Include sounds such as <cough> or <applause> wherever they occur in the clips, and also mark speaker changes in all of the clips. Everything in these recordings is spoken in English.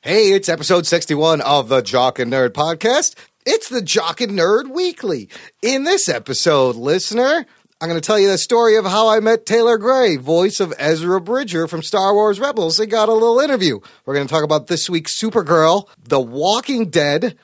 Speaker 1: Hey, it's episode 61 of the Jock and Nerd podcast. It's the Jock and Nerd Weekly. In this episode, listener, I'm going to tell you the story of how I met Taylor Gray, voice of Ezra Bridger from Star Wars Rebels. They got a little interview. We're going to talk about this week's Supergirl, The Walking Dead,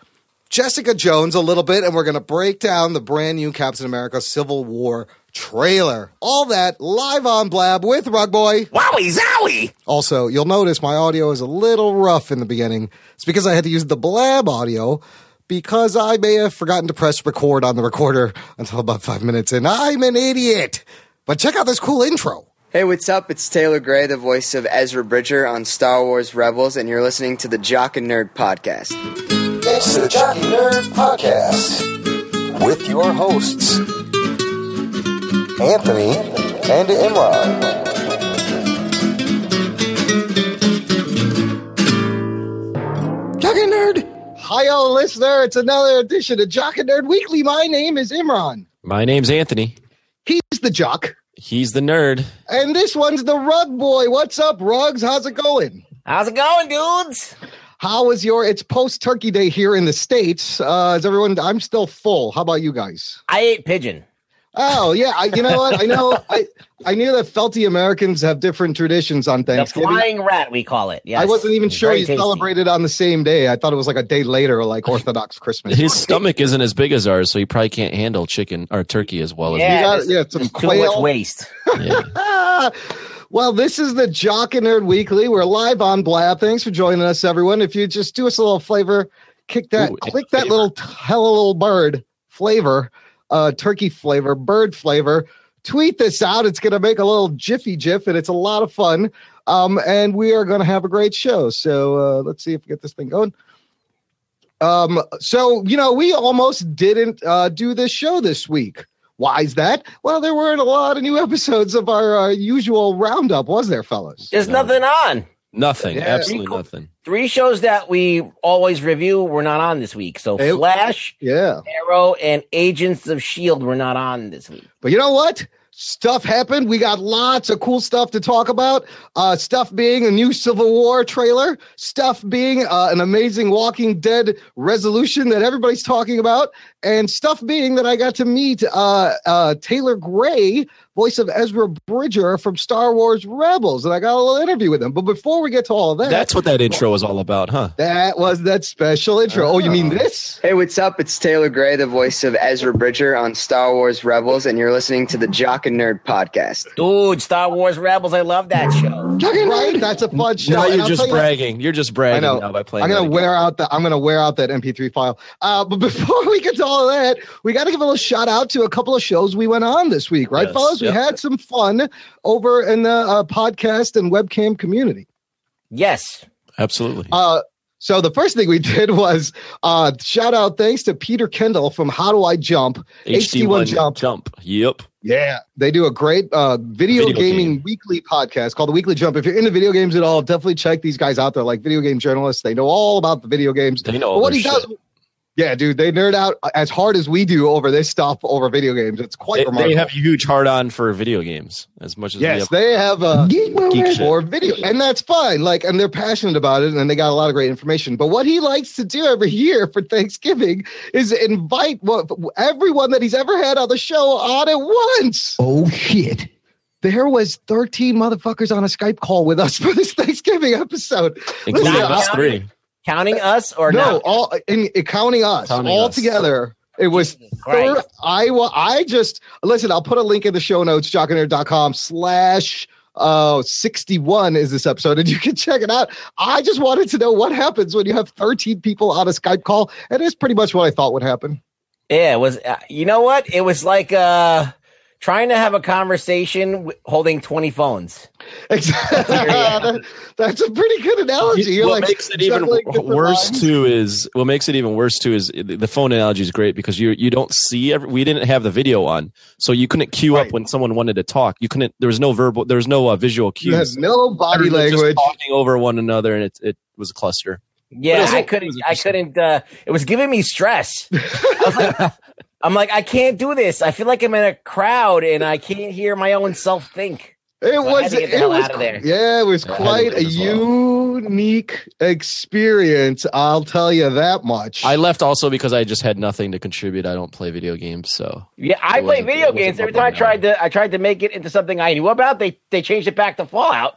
Speaker 1: Jessica Jones a little bit, and we're going to break down the brand new Captain America Civil War trailer. All that live on Blab with Rug Boy.
Speaker 2: Wowie zowie!
Speaker 1: Also, you'll notice my audio is a little rough in the beginning. It's because I had to use the blab audio because I may have forgotten to press record on the recorder <laughs> until about five minutes in. I'm an idiot. But check out this cool intro.
Speaker 3: Hey, what's up? It's Taylor Gray, the voice of Ezra Bridger on Star Wars Rebels, and you're listening to the Jock and Nerd Podcast.
Speaker 4: It's the Jockey Nerd Podcast with your hosts, Anthony and Imran.
Speaker 1: Jockin' Nerd. Hi, listener. It's another edition of Jockin' Nerd Weekly. My name is Imran.
Speaker 5: My name's Anthony.
Speaker 1: He's the jock.
Speaker 5: He's the nerd.
Speaker 1: And this one's the rug boy. What's up, rugs? How's it going?
Speaker 2: How's it going, dudes?
Speaker 1: How was your? It's post Turkey Day here in the states. Uh, is everyone? I'm still full. How about you guys?
Speaker 2: I ate pigeon.
Speaker 1: Oh yeah, I, you know what? I know. I I knew that felty Americans have different traditions on
Speaker 2: The
Speaker 1: Thanksgiving.
Speaker 2: flying rat, we call it. Yes.
Speaker 1: I wasn't even sure
Speaker 2: Very
Speaker 1: you
Speaker 2: tasty.
Speaker 1: celebrated on the same day. I thought it was like a day later, like Orthodox Christmas.
Speaker 5: His stomach isn't as big as ours, so he probably can't handle chicken or turkey as well as
Speaker 2: Yeah.
Speaker 1: You got-
Speaker 2: this-
Speaker 1: yeah, some
Speaker 2: There's too much
Speaker 1: quail.
Speaker 2: waste.
Speaker 5: we. Yeah.
Speaker 1: Ah! <laughs> Well, this is the Jock and Nerd Weekly. We're live on Blab. Thanks for joining us, everyone. If you just do us a little flavor, kick that,
Speaker 5: Ooh, a
Speaker 1: click that
Speaker 5: flavor.
Speaker 1: little t- hello little bird flavor, uh, turkey flavor, bird flavor. Tweet this out. It's going to make a little jiffy jiff, and it's a lot of fun. Um, and we are going to have a great show. So uh, let's see if we get this thing going. Um, so you know, we almost didn't uh, do this show this week. Why is that? Well, there weren't a lot of new <laughs> episodes of our uh, usual roundup, was there, fellas?
Speaker 2: There's nothing on.
Speaker 5: Nothing.
Speaker 1: Yeah.
Speaker 5: Absolutely nothing.
Speaker 2: Three shows that we always review were not on this week. So
Speaker 1: Hey.
Speaker 2: Flash,
Speaker 1: Yeah,
Speaker 2: Arrow, and Agents of Shield E were not on this week.
Speaker 1: but you know what? Stuff happened. We got lots of cool stuff to talk about. Uh, stuff being a new Civil War trailer. Stuff being uh, an amazing Walking Dead resolution that everybody's talking about, and stuff being that I got to meet uh, uh, Taylor Gray, voice of Ezra Bridger from Star Wars Rebels, and I got a little interview with him. But before we get to all of that,
Speaker 5: That's what that intro is all about, huh?
Speaker 1: That was that special intro. Oh, you
Speaker 5: Ah.
Speaker 1: mean this?
Speaker 3: Hey, what's up? It's Taylor Gray, the voice of Ezra Bridger on Star Wars Rebels, and you're listening to the Jock and Nerd Podcast.
Speaker 2: Dude, Star Wars Rebels, I love that show.
Speaker 1: Right? That's a fun show.
Speaker 5: now
Speaker 1: And
Speaker 5: you're
Speaker 1: I'll
Speaker 5: just
Speaker 1: tell you-
Speaker 5: bragging. You're just
Speaker 1: I
Speaker 5: bragging
Speaker 1: know.
Speaker 5: now by playing.
Speaker 1: I'm gonna
Speaker 5: that
Speaker 1: wear out that. I'm gonna wear out that MP3 file. Uh, but <laughs> before we get to all of that, we got to give a little shout out to a couple of shows we went on this week, right,
Speaker 5: Yes.
Speaker 1: fellas? We
Speaker 5: Yep.
Speaker 1: had some fun over in the uh, podcast and webcam community.
Speaker 2: Yes.
Speaker 5: again. Absolutely.
Speaker 1: Uh, so the first thing we <laughs> did was uh, shout out thanks to Peter Kendall from How Do I Jump HD1 jump.
Speaker 5: jump. Yep.
Speaker 1: Yeah, they do a great uh, video,
Speaker 5: Video
Speaker 1: gaming weekly podcast called The Weekly Jump. If you're into video games at all, definitely check these guys out. They're like video game journalists. They know all about the video games.
Speaker 5: They know
Speaker 1: But
Speaker 5: all
Speaker 1: what
Speaker 5: their
Speaker 1: he does,
Speaker 5: shit.
Speaker 1: yeah, dude, they nerd out as hard as we do over this stuff over video games. It's quite
Speaker 5: They, they
Speaker 1: remarkable.
Speaker 5: have a huge hard on for video games as much as
Speaker 1: yes,
Speaker 5: we
Speaker 1: they have a
Speaker 5: have geek shit.
Speaker 1: or video, and that's fine. Like, and they're passionate about it, and they got a lot of great information. But what he likes to do every year for Thanksgiving is invite what, everyone that he's ever had on the show on at once. Oh shit! There was thirteen motherfuckers on a Skype call with us <laughs> for this Thanksgiving episode,
Speaker 5: including
Speaker 1: Listen,
Speaker 5: us
Speaker 2: I-
Speaker 5: three.
Speaker 2: Counting us or
Speaker 1: no,
Speaker 2: not?
Speaker 1: all in, in counting us
Speaker 5: Counting
Speaker 1: all
Speaker 5: us.
Speaker 1: together. It was
Speaker 2: Christ.
Speaker 1: third. I wa- I just listen. I'll put a link in the show notes. com slash uh 61 is this episode and you can check it out i just wanted to know what happens when you have 13 people on a skype call and it's pretty much what i thought would happen <laughs>
Speaker 2: Yeah, it was. Uh, you know what? It was like uh, trying to have a conversation w- holding twenty phones.
Speaker 1: exactly
Speaker 2: Yeah.
Speaker 1: that's a pretty good analogy You're
Speaker 5: what
Speaker 1: like
Speaker 5: makes it even
Speaker 1: juggling different
Speaker 5: worse
Speaker 1: lines.
Speaker 5: too is what makes it even worse too is the phone analogy is great because you you don't see every, we didn't have the video on so you couldn't queue
Speaker 1: Right.
Speaker 5: up when someone wanted to talk you couldn't there was no verbal there was no uh, visual
Speaker 1: you have
Speaker 5: cues
Speaker 1: no body
Speaker 5: Everyone was just
Speaker 1: language
Speaker 5: talking over one another and it it was a cluster
Speaker 2: Yeah,
Speaker 5: But it was-
Speaker 2: I
Speaker 5: it
Speaker 2: couldn't.
Speaker 5: was
Speaker 2: I couldn't. Uh, it was giving me
Speaker 5: <laughs>
Speaker 2: stress. I was like, I'm like, I can't do this. I feel like I'm in a crowd and I can't hear my own self think.
Speaker 1: It
Speaker 2: So I had
Speaker 1: was.
Speaker 2: to get the
Speaker 1: It
Speaker 2: hell
Speaker 1: was.
Speaker 2: out of there.
Speaker 1: Yeah, it was
Speaker 5: Yeah, I had to
Speaker 1: quite
Speaker 5: leave
Speaker 1: a
Speaker 5: as well.
Speaker 1: unique experience. I'll tell you that much.
Speaker 5: I left also because I just had nothing to contribute. I don't play video games, so
Speaker 2: Yeah, I
Speaker 5: It
Speaker 2: play
Speaker 5: wasn't-
Speaker 2: video
Speaker 5: it wasn't
Speaker 2: games. Every
Speaker 5: my
Speaker 2: time I
Speaker 5: bag.
Speaker 2: tried to, I tried to make it into something I knew about. They they changed it back to Fallout,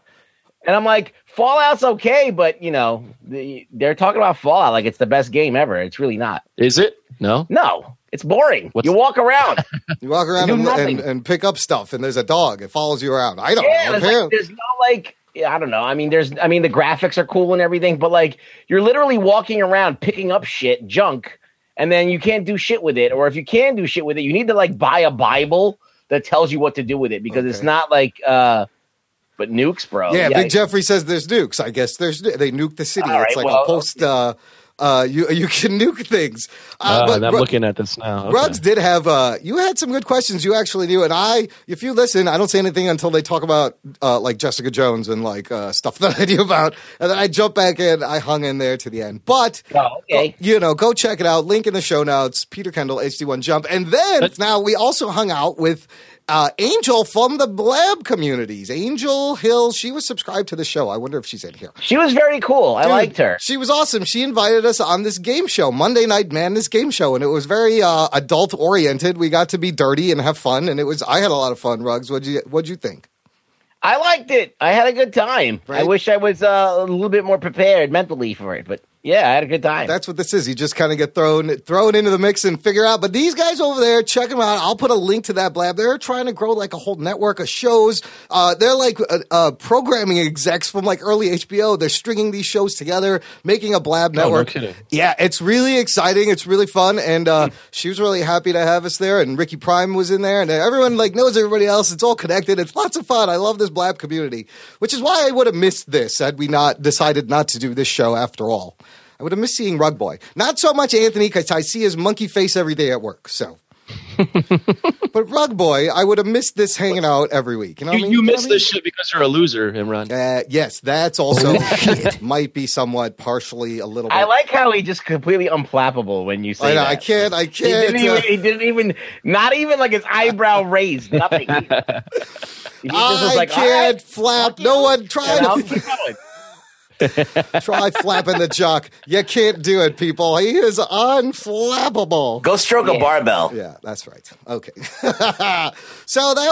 Speaker 2: and I'm like, Fallout's okay, but you know, the, they're talking about Fallout like it's the best game ever. It's really not.
Speaker 5: is it? No.
Speaker 2: No, it's boring.
Speaker 5: What's-
Speaker 2: you walk around.
Speaker 1: you walk around
Speaker 2: do
Speaker 1: and,
Speaker 2: nothing.
Speaker 1: and, and pick up stuff, and there's a dog. It follows you around. I don't know.
Speaker 2: yeah, there's, like,
Speaker 1: Apparently-
Speaker 2: there's not like yeah, I don't know. I mean, there's I mean the graphics are cool and everything, but like you're literally walking around picking up shit, junk, and then you can't do shit with it. Or if you can do shit with it, you need to like buy a Bible that tells you what to do with it because it's
Speaker 1: Okay.
Speaker 2: not like uh but nukes, bro.
Speaker 1: yeah, Big
Speaker 2: I-
Speaker 1: Jeffrey says there's nukes. I guess there's they nuke the city.
Speaker 2: All right,
Speaker 1: it's like
Speaker 2: well,
Speaker 1: a post. Uh, uh, you you can <laughs> nuke things. Uh,
Speaker 5: Uh,
Speaker 1: but
Speaker 5: I'm
Speaker 1: Ru-
Speaker 5: looking at this now. Okay.
Speaker 1: Rugs did have. Uh, you had some good questions. You actually knew, and I, if you listen, I don't say anything until they talk about uh, like Jessica Jones and like uh, stuff <laughs> that I knew about, and then I jump back in. I hung in there to the end, but
Speaker 2: Oh, okay.
Speaker 1: you know, go check it out. Link in the show notes. Peter Kendall, HD1 Jump. And then now we also hung out with uh, Angel from the Blab communities. Angel Hill, she was subscribed to the show. I wonder if she's in here.
Speaker 2: She was very cool. I
Speaker 1: Dude,
Speaker 2: liked her.
Speaker 1: She was awesome. She invited us on this game show, Monday Night Madness game show, and it was very uh, adult oriented. We got to be dirty and have fun, and it was. I had a lot of fun. Rugs, what'd you what'd you think?
Speaker 2: I liked it. I had a good time. I
Speaker 1: Right.
Speaker 2: wish I was uh, a little bit more prepared mentally for it, but yeah, I had a good time.
Speaker 1: That's what this is. You just kind of get thrown thrown into the mix and figure out. But these guys over there, check them out. I'll put a link to that blab. They're trying to grow like a whole network of shows. Uh, they're like uh, uh, programming execs from like early HBO. They're stringing these shows together, making a blab
Speaker 5: no
Speaker 1: network.
Speaker 5: kidding.
Speaker 1: Yeah, it's really exciting. It's really fun, and uh,
Speaker 5: Hmm.
Speaker 1: she was really happy to have us there. And Ricky Prime was in there, and everyone like knows everybody else. It's all connected. It's lots of fun. I love this blab community, which is why I would have missed this had we not decided not to do this show after all. I would have missed seeing Rug Boy. Not so much Anthony because I see his monkey face every day at work.
Speaker 5: <laughs>
Speaker 1: So, but Rug Boy, I would have missed this hanging out every week. You know, what I
Speaker 5: You,
Speaker 1: mean?
Speaker 5: you
Speaker 1: know
Speaker 5: miss
Speaker 1: what I mean?
Speaker 5: this shit because you're a loser, Imran.
Speaker 1: Uh, yes, that's
Speaker 5: <laughs>
Speaker 1: also might be somewhat partially a little. bit.
Speaker 2: I like how he just completely unflappable when you say
Speaker 1: I know.
Speaker 2: that.
Speaker 1: I can't. I
Speaker 2: He
Speaker 1: can't.
Speaker 2: didn't, even,
Speaker 1: uh,
Speaker 2: he didn't even, not even like his
Speaker 1: <laughs>
Speaker 2: eyebrow raised, nothing. He just was
Speaker 1: uh, I
Speaker 2: like,
Speaker 1: can't
Speaker 2: "Alright,
Speaker 1: flap.
Speaker 2: fuck you."
Speaker 1: No one try <laughs>
Speaker 2: And I'll
Speaker 1: to
Speaker 2: keep going.
Speaker 1: <laughs> try flapping the jock. You can't do it, people. He is unflappable.
Speaker 6: Go stroke
Speaker 2: Yeah.
Speaker 6: a barbell.
Speaker 1: Yeah, that's right. Okay. <laughs> so that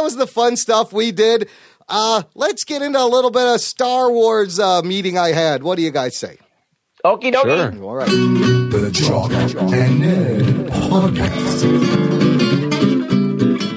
Speaker 1: was the fun stuff we did. Uh, let's get into a little bit of Star Wars uh, meeting I had. What do you guys say?
Speaker 2: Okie dokie.
Speaker 5: Sure.
Speaker 1: All right.
Speaker 4: The Jock and Nerd Podcast.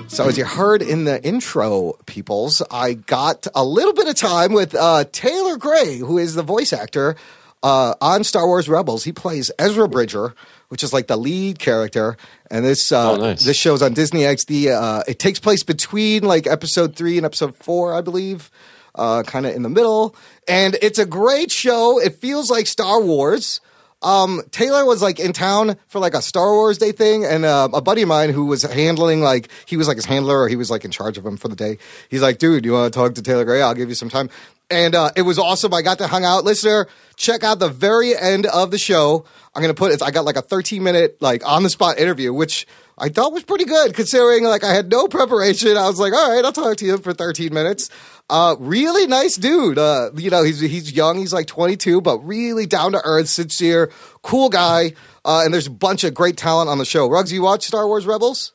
Speaker 1: So as you heard in the intro, peoples, I got a little bit of time with uh, Taylor Gray, who is the voice actor uh, on Star Wars Rebels. He plays Ezra Bridger, which is like the lead character. And this uh,
Speaker 5: Oh, nice.
Speaker 1: this show's on Disney XD. Uh, it takes place between like episode three and episode four, I believe, uh, kind of in the middle. And it's a great show. It feels like Star Wars. Um, Taylor was like in town for like a Star Wars Day thing, and uh, a buddy of mine who was handling like he was like his handler or he was like in charge of him for the day. He's like, dude, you want to talk to Taylor Gray? I'll give you some time. And uh, it was awesome. I got to hung out. Listener, check out the very end of the show. I'm gonna put it. I got like a 13 minute like on the spot interview, which I thought was pretty good considering like I had no preparation. I was like, all right, I'll talk to you for 13 minutes. Uh, really nice dude. Uh, you know, he's he's young. He's like 22, but really down to earth, sincere, cool guy. Uh, and there's a bunch of great talent on the show. Rugs, you watch Star Wars Rebels,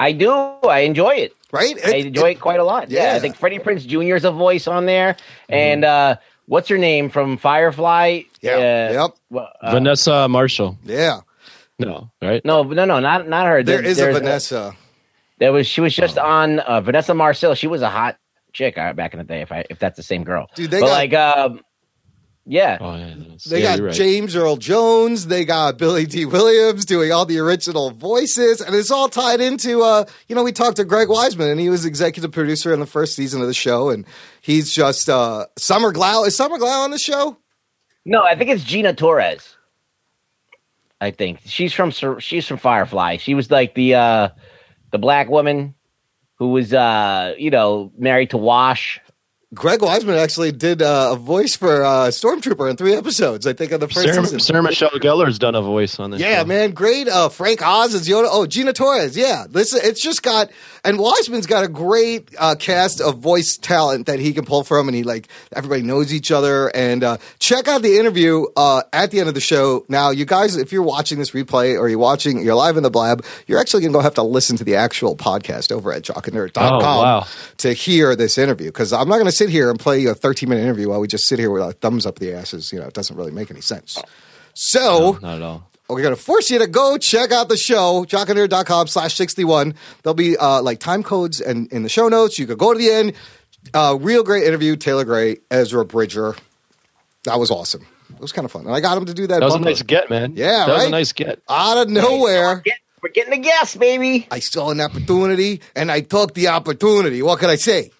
Speaker 2: I do. I enjoy it.
Speaker 1: right?
Speaker 2: I enjoy it, quite a lot. Yeah.
Speaker 1: yeah. Mm-hmm.
Speaker 2: I think Freddie Prince Jr. is a voice on there. And uh, what's her name from Firefly?
Speaker 1: Yeah.
Speaker 2: Uh,
Speaker 1: yep.
Speaker 2: well, uh,
Speaker 5: Vanessa Marshall.
Speaker 1: Yeah.
Speaker 5: No, right?
Speaker 2: No, no, no, not not her.
Speaker 1: There is a
Speaker 2: there's uh,
Speaker 1: Vanessa. Oh.
Speaker 2: there was she was just on uh, Vanessa Marcel. She was a hot chick uh, back in the day. If I if that's the same girl,
Speaker 1: Dude, they
Speaker 2: but
Speaker 1: got-
Speaker 2: like um, yeah,
Speaker 5: Oh, yeah, that's-
Speaker 1: They
Speaker 5: yeah,
Speaker 1: got
Speaker 5: you're right.
Speaker 1: James Earl Jones. They got Billy D. Williams doing all the original voices, and it's all tied into. Uh, you know, we talked to Greg Wiseman, and he was executive producer in the first season of the show, and he's just uh, Summer Glau. Is Summer Glau on the show?
Speaker 2: no, I think it's Gina Torres. I think she's from Sor- she's from Firefly. She was like the uh, the black woman who was uh, you know married to Wash
Speaker 1: Greg Wiseman actually did uh, a voice for uh, Stormtrooper in three episodes, I think, on the first
Speaker 5: Sarah,
Speaker 1: season.
Speaker 5: Sarah Michelle Gellar's done a voice on this.
Speaker 1: Yeah,
Speaker 5: show.
Speaker 1: man, great. Uh, Frank Oz is Yoda. Oh, Gina Torres. Yeah, this it's just got and Wiseman's got a great uh, cast of voice talent that he can pull from, and he like everybody knows each other. And uh, check out the interview uh, at the end of the show. Now, you guys, if you're watching this replay or you're watching, you're live in the blab. You're actually going to have to listen to the actual podcast over at jockandnerd.com
Speaker 5: Oh, wow.
Speaker 1: to hear this interview because I'm not going to sit here and play you a 13 minute interview while we just sit here with our thumbs up the asses. You know, it doesn't really make any sense. So
Speaker 5: Not at all.
Speaker 1: we're going to force you to go check out the show, jockanerd.com slash 61. There'll be uh, like time codes and in the show notes. You could go to the end. Uh, real great interview, Taylor Gray, Ezra Bridger. That was awesome. It was kind of fun. And I got him to do that.
Speaker 5: That was a
Speaker 1: bumper.
Speaker 5: nice get, man.
Speaker 1: Yeah,
Speaker 5: that was a
Speaker 1: right?
Speaker 5: nice get.
Speaker 1: Out of nowhere,
Speaker 2: Get- We're getting a guess, baby.
Speaker 1: I saw an opportunity and I took the opportunity. What could I say?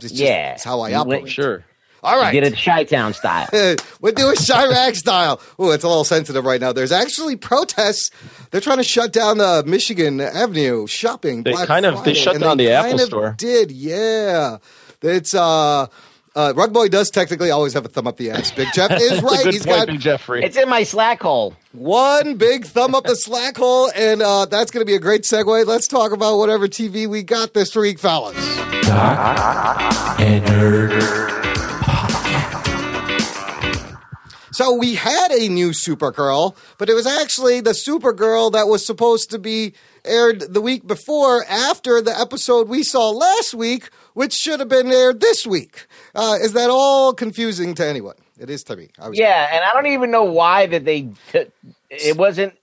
Speaker 1: It's just-
Speaker 2: Yeah.
Speaker 1: It's how I
Speaker 2: You
Speaker 1: operate.
Speaker 2: went-
Speaker 5: Sure.
Speaker 1: All right.
Speaker 2: Did it Chi Town style.
Speaker 1: <laughs> We're doing Chirac style. Oh, it's a little sensitive right now. There's actually protests. They're trying to shut down the Michigan Avenue shopping.
Speaker 5: They kind of- they shut
Speaker 1: and
Speaker 5: down
Speaker 1: they
Speaker 5: the
Speaker 1: kind
Speaker 5: Apple
Speaker 1: of
Speaker 5: store.
Speaker 1: Did yeah. It's uh, uh, Rug Boy does technically always have a thumb up the ass. Big
Speaker 5: <laughs>
Speaker 1: Jeff is
Speaker 5: That's a
Speaker 1: right.
Speaker 5: good
Speaker 1: He's
Speaker 5: point,
Speaker 1: got
Speaker 5: Big Jeffrey.
Speaker 2: It's in my slack hole.
Speaker 1: one big thumb up the slack hole, and uh, that's going to be a great segue. Let's talk about whatever TV we got this week, fellas.
Speaker 6: and nerd.
Speaker 1: So we had a new Supergirl, but it was actually the Supergirl that was supposed to be aired the week before after the episode we saw last week, which should have been aired this week. Uh, is that all confusing to anyone? It is to me. I was
Speaker 2: Yeah, and I don't even know why that they. took- it wasn't.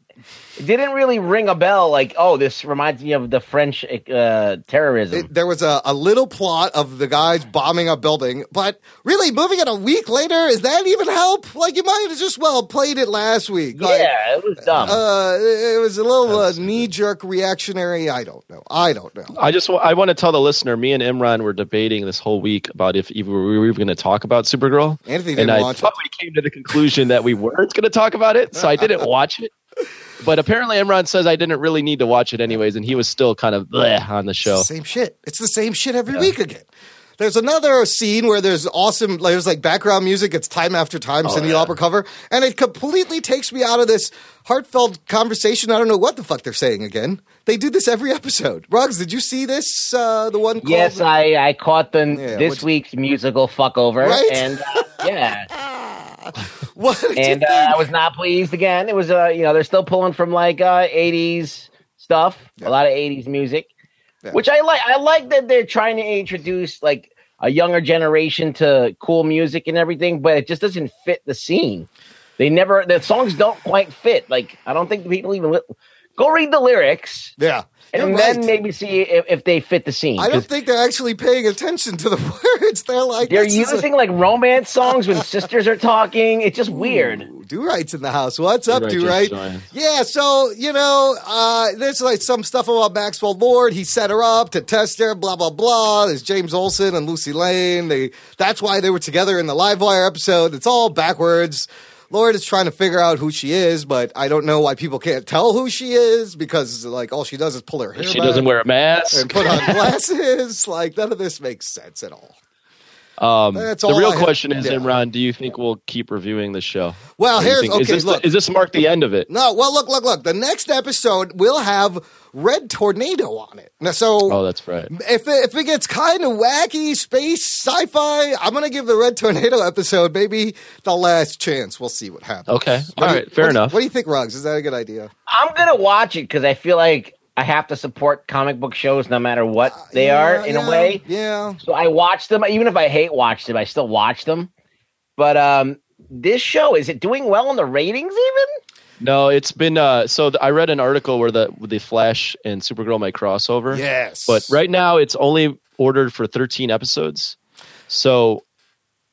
Speaker 2: It didn't really ring a bell. Like, oh, this reminds me of the French uh, terrorism.
Speaker 1: It- there was a, a little plot of the guys bombing a building, but really moving it a week later, is that even help? Like you might have just well played it last week. Like,
Speaker 2: yeah, it was dumb.
Speaker 1: Uh, it it was a little uh, knee jerk reactionary. I don't know. I don't know.
Speaker 5: I just wa- I want to tell the listener. Me and Imran were debating this whole week about if, if we were even going to talk about Supergirl,
Speaker 1: Anthony didn't
Speaker 5: and I
Speaker 1: watch
Speaker 5: thought we came to the conclusion that we weren't going to talk about it, so
Speaker 1: <laughs>
Speaker 5: I didn't watch it. But apparently, Imran says I didn't really need to watch it anyways, and he was still kind of bleh on the show.
Speaker 1: It's the same shit. It's the same shit every week again. There's another scene where there's awesome, like, there's like background music. It's time after
Speaker 2: Oh,
Speaker 1: time, Cindy Lauper cover, and it completely takes me out of this heartfelt conversation. I don't know what the fuck they're saying again. They do this every episode. Ruggs, did you see this? Uh, the one called
Speaker 2: yes, I I caught the
Speaker 1: Yeah,
Speaker 2: this
Speaker 1: which-
Speaker 2: week's musical fuckover,
Speaker 1: Right?
Speaker 2: and
Speaker 1: <laughs>
Speaker 2: uh, yeah,
Speaker 1: <laughs> what? did you
Speaker 2: and uh,
Speaker 1: think?
Speaker 2: I was not pleased. Again, it was uh you know they're still pulling from like uh '80s stuff,
Speaker 1: Yeah.
Speaker 2: a lot of '80s music,
Speaker 1: Yeah.
Speaker 2: which I like. I like that they're trying to introduce like a younger generation to cool music and everything, but it just doesn't fit the scene. They never the songs don't quite fit. Like I don't think the people even li- go read the lyrics.
Speaker 1: yeah,
Speaker 2: And
Speaker 1: You're
Speaker 2: then
Speaker 1: right.
Speaker 2: maybe see if, if they fit the scene.
Speaker 1: I
Speaker 2: 'Cause-
Speaker 1: don't think they're actually paying attention to the <laughs> words. They're like
Speaker 2: They're
Speaker 1: this is a-
Speaker 2: using like romance songs when sisters are talking. It's just weird.
Speaker 1: Ooh, <laughs> Do right's in the house. What's up,
Speaker 5: Right,
Speaker 1: do
Speaker 5: just
Speaker 1: right?
Speaker 5: join.
Speaker 1: Yeah, so you know, uh, there's like some stuff about Maxwell Lord. He set her up to test her, blah blah blah. There's James Olsen and Lucy Lane. They that's why they were together in the Livewire episode. It's all backwards. Lord is trying to figure out who she is, but I don't know why people can't tell who she is because like all she does is pull her hair.
Speaker 5: She
Speaker 1: back
Speaker 5: doesn't wear a
Speaker 1: and
Speaker 5: mask.
Speaker 1: put on glasses. <laughs> Like none of this makes sense at all.
Speaker 5: Um,
Speaker 1: That's
Speaker 5: the
Speaker 1: all
Speaker 5: real
Speaker 1: I have-
Speaker 5: question is,
Speaker 1: yeah.
Speaker 5: Imran, do you think we'll keep reviewing this show?
Speaker 1: Well,
Speaker 5: Or do you
Speaker 1: here's-
Speaker 5: think- Is
Speaker 1: okay,
Speaker 5: this, the-
Speaker 1: look.
Speaker 5: is this mark the end of it?
Speaker 1: No, well, look, look, look. The next episode will have Red Tornado on it. Now, so
Speaker 5: Oh, that's right.
Speaker 1: if it, if it gets kind of wacky, space sci-fi, I'm gonna give the Red Tornado episode maybe the last chance. We'll see what happens.
Speaker 5: Okay.
Speaker 1: What
Speaker 5: All
Speaker 1: do you-
Speaker 5: right. Fair
Speaker 1: what do you-
Speaker 5: enough.
Speaker 1: What do you think, Ruggs? Is that a good idea?
Speaker 2: I'm gonna watch it because I feel like I have to support comic book shows no matter what they are
Speaker 1: Yeah,
Speaker 2: in
Speaker 1: yeah,
Speaker 2: a way.
Speaker 1: Yeah.
Speaker 2: So I watch them, even if I hate watch them, I still watch them. But um this show is it doing well in the ratings? Even
Speaker 5: No, it's been uh so th- I read an article where the the Flash and Supergirl might cross over.
Speaker 1: Yes.
Speaker 5: But right now it's only ordered for 13 episodes. So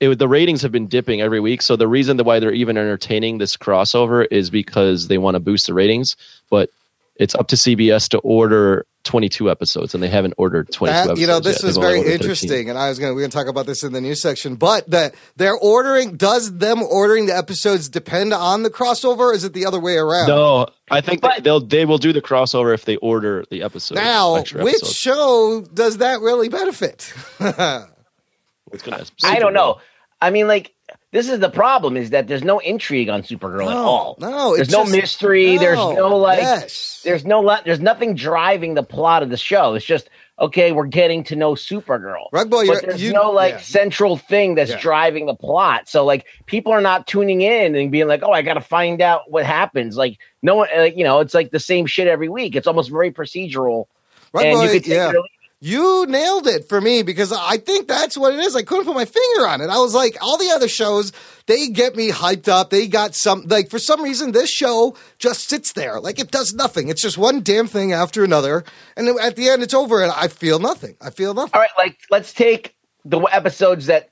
Speaker 5: it, would- the ratings have been dipping every week. So the reason that why they're even entertaining this crossover is because they want to boost the ratings, but it's up to CBS to order 22 episodes and they haven't ordered 22
Speaker 1: That,
Speaker 5: episodes.
Speaker 1: you know, this
Speaker 5: yet.
Speaker 1: was
Speaker 5: They've only
Speaker 1: very
Speaker 5: ordered 13.
Speaker 1: interesting, and I was gonna we're gonna talk about this in the news section. But that they're ordering does them ordering the episodes depend on the crossover? Or is it the other way around?
Speaker 5: No, I think
Speaker 2: But-
Speaker 5: that they'll they will do the crossover if they order the
Speaker 1: <laughs>
Speaker 5: episode.
Speaker 1: Now, which show does that really benefit?
Speaker 5: It's gonna-
Speaker 2: I don't know. I mean, like this is the problem is that there's no intrigue on Supergirl at all.
Speaker 1: No,
Speaker 2: there's
Speaker 1: it's
Speaker 2: no
Speaker 1: just-
Speaker 2: mystery. there's no like.
Speaker 1: Yes.
Speaker 2: There's no lot. There's nothing driving the plot of the show. It's just okay. We're getting to know Supergirl.
Speaker 1: Rug Boy,
Speaker 2: but
Speaker 1: you're-
Speaker 2: there's
Speaker 1: you-
Speaker 2: no like
Speaker 1: yeah.
Speaker 2: central thing that's
Speaker 1: Yeah.
Speaker 2: driving the plot. So like people are not tuning in and being like, oh, I got to find out what happens. Like no one, like you know, it's like the same shit every week. It's almost very procedural.
Speaker 1: Rug
Speaker 2: and
Speaker 1: Boy,
Speaker 2: you could take
Speaker 1: yeah.
Speaker 2: it or leave it.
Speaker 1: You nailed it for me because I think that's what it is. I couldn't put my finger on it. I was like, all the other shows, they get me hyped up. They got some, like, for some reason, this show just sits there. Like, it does nothing. It's just one damn thing after another. And then at the end, it's over, and I feel nothing. I feel nothing.
Speaker 2: All right, like let's take the episodes that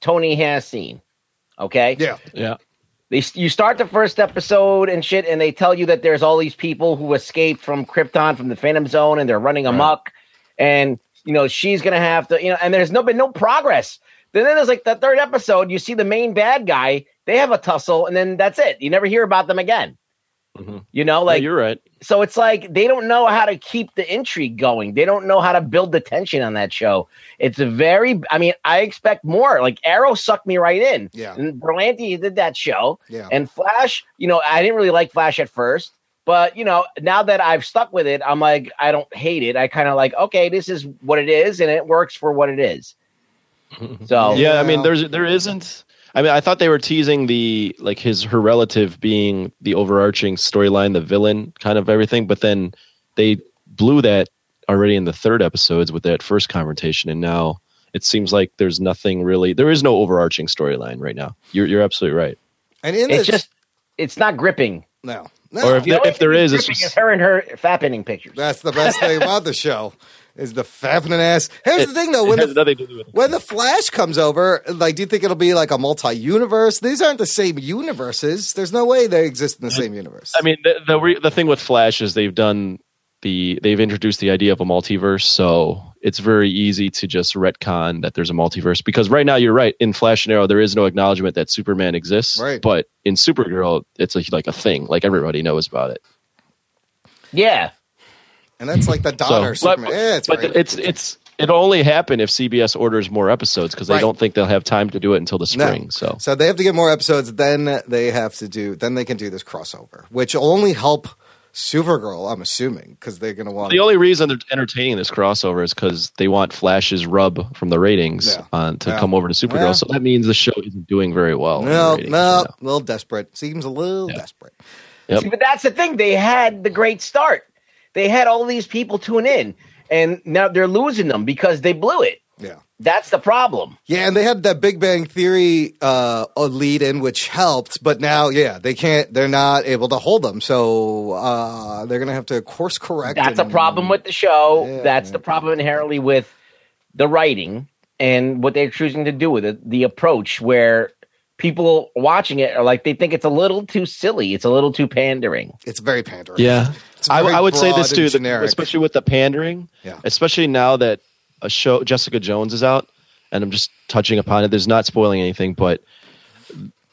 Speaker 2: Tony has seen. Okay.
Speaker 1: Yeah.
Speaker 5: Yeah.
Speaker 2: they you start the first episode and shit, and they tell you that there's all these people who escaped from Krypton from the Phantom Zone, and they're running amok, and you know she's gonna have to, you know, and there's no been no progress. Then then there's like the third episode, you see the main bad guy, they have a tussle, and then that's it. You never hear about them again.
Speaker 5: Mhm.
Speaker 2: You know,
Speaker 5: Like
Speaker 2: like
Speaker 5: you're right.
Speaker 2: so it's like they don't know how to keep the intrigue going. They don't know how to build the tension on that show. It's a very I mean, I expect more. Like Arrow sucked me right in.
Speaker 1: Yeah.
Speaker 2: And Berlanti did that show.
Speaker 1: Yeah.
Speaker 2: And Flash, you know, I didn't really like Flash at first, but you know, now that I've stuck with it, I'm like, I don't hate it. I kind of like, okay, this is what it is, and it works for what
Speaker 5: <laughs>
Speaker 2: it is. So
Speaker 5: yeah, I
Speaker 1: Yeah.
Speaker 5: mean, there's there isn't. I mean, I thought they were teasing the like his her relative being the overarching storyline, the villain kind of everything, but then they blew that already in the third episodes with that first confrontation, and now it seems like there's nothing really. There is no overarching storyline right now. You're you're absolutely right.
Speaker 1: And in
Speaker 2: it's
Speaker 1: this,
Speaker 2: just it's not gripping.
Speaker 1: no. No.
Speaker 5: Or if,
Speaker 2: The
Speaker 5: there-
Speaker 2: only
Speaker 5: if there
Speaker 2: thing
Speaker 5: is, it's
Speaker 2: gripping is
Speaker 5: just,
Speaker 2: her and her fappening pictures.
Speaker 1: That's the best thing about the show is the fapping ass. Here's
Speaker 5: it-
Speaker 1: the thing, though.
Speaker 5: it
Speaker 1: When
Speaker 5: has
Speaker 1: the,
Speaker 5: nothing to do with it.
Speaker 1: when the Flash comes over, like, do you think it'll be like a multi-universe? These aren't the same universes. There's no way they exist in the same universe.
Speaker 5: I mean, the the, re- the thing with Flash is they've done the they've introduced the idea of a multiverse, so it's very easy to just retcon that there's a multiverse because right now you're right in Flash and Arrow there is no acknowledgement that Superman exists,
Speaker 1: Right.
Speaker 5: but in Supergirl it's a, like a thing, like everybody knows about it.
Speaker 2: Yeah.
Speaker 1: and that's like the
Speaker 5: So,
Speaker 1: daughter.
Speaker 5: but
Speaker 1: Superman. yeah, it's
Speaker 5: but
Speaker 1: right.
Speaker 5: it's it's it'll only happen if CBS orders more episodes because
Speaker 1: Right.
Speaker 5: they don't think they'll have time to do it until the
Speaker 1: No.
Speaker 5: spring. So
Speaker 1: so they have to get more episodes. Then they have to do. Then they can do this crossover, which will only help Supergirl. I'm assuming because they're going to want.
Speaker 5: The only reason they're entertaining this crossover is because they want Flash's rub from the ratings
Speaker 1: Yeah.
Speaker 5: on to
Speaker 1: Yeah.
Speaker 5: come over to Supergirl.
Speaker 1: Yeah.
Speaker 5: So that means the show isn't doing very well. in the
Speaker 1: no,
Speaker 5: ratings
Speaker 1: no,
Speaker 5: right
Speaker 1: a little desperate. Seems a little desperate.
Speaker 5: Yep.
Speaker 2: See, but that's the thing. They had the great start. They had all these people tune in, and now they're losing them because they blew it.
Speaker 1: Yeah.
Speaker 2: That's the problem.
Speaker 1: Yeah, and they had that Big Bang Theory uh, lead in, which helped, but now, yeah, they can't. They're not able to hold them, so uh, they're gonna have to course correct.
Speaker 2: That's a
Speaker 1: and-
Speaker 2: problem with the show.
Speaker 1: Yeah,
Speaker 2: that's the problem inherently with the writing and what they're choosing to do with it. The approach where people watching it are like they think it's a little too silly. It's a little too pandering.
Speaker 1: It's very pandering.
Speaker 5: Yeah,
Speaker 1: It's
Speaker 5: I,
Speaker 1: very
Speaker 5: I would say
Speaker 1: broad
Speaker 5: this
Speaker 1: and
Speaker 5: too, the-
Speaker 1: generic.
Speaker 5: especially with the pandering.
Speaker 1: Yeah.
Speaker 5: Especially now that a show Jessica Jones is out, and I'm just touching upon it. There's not spoiling anything, but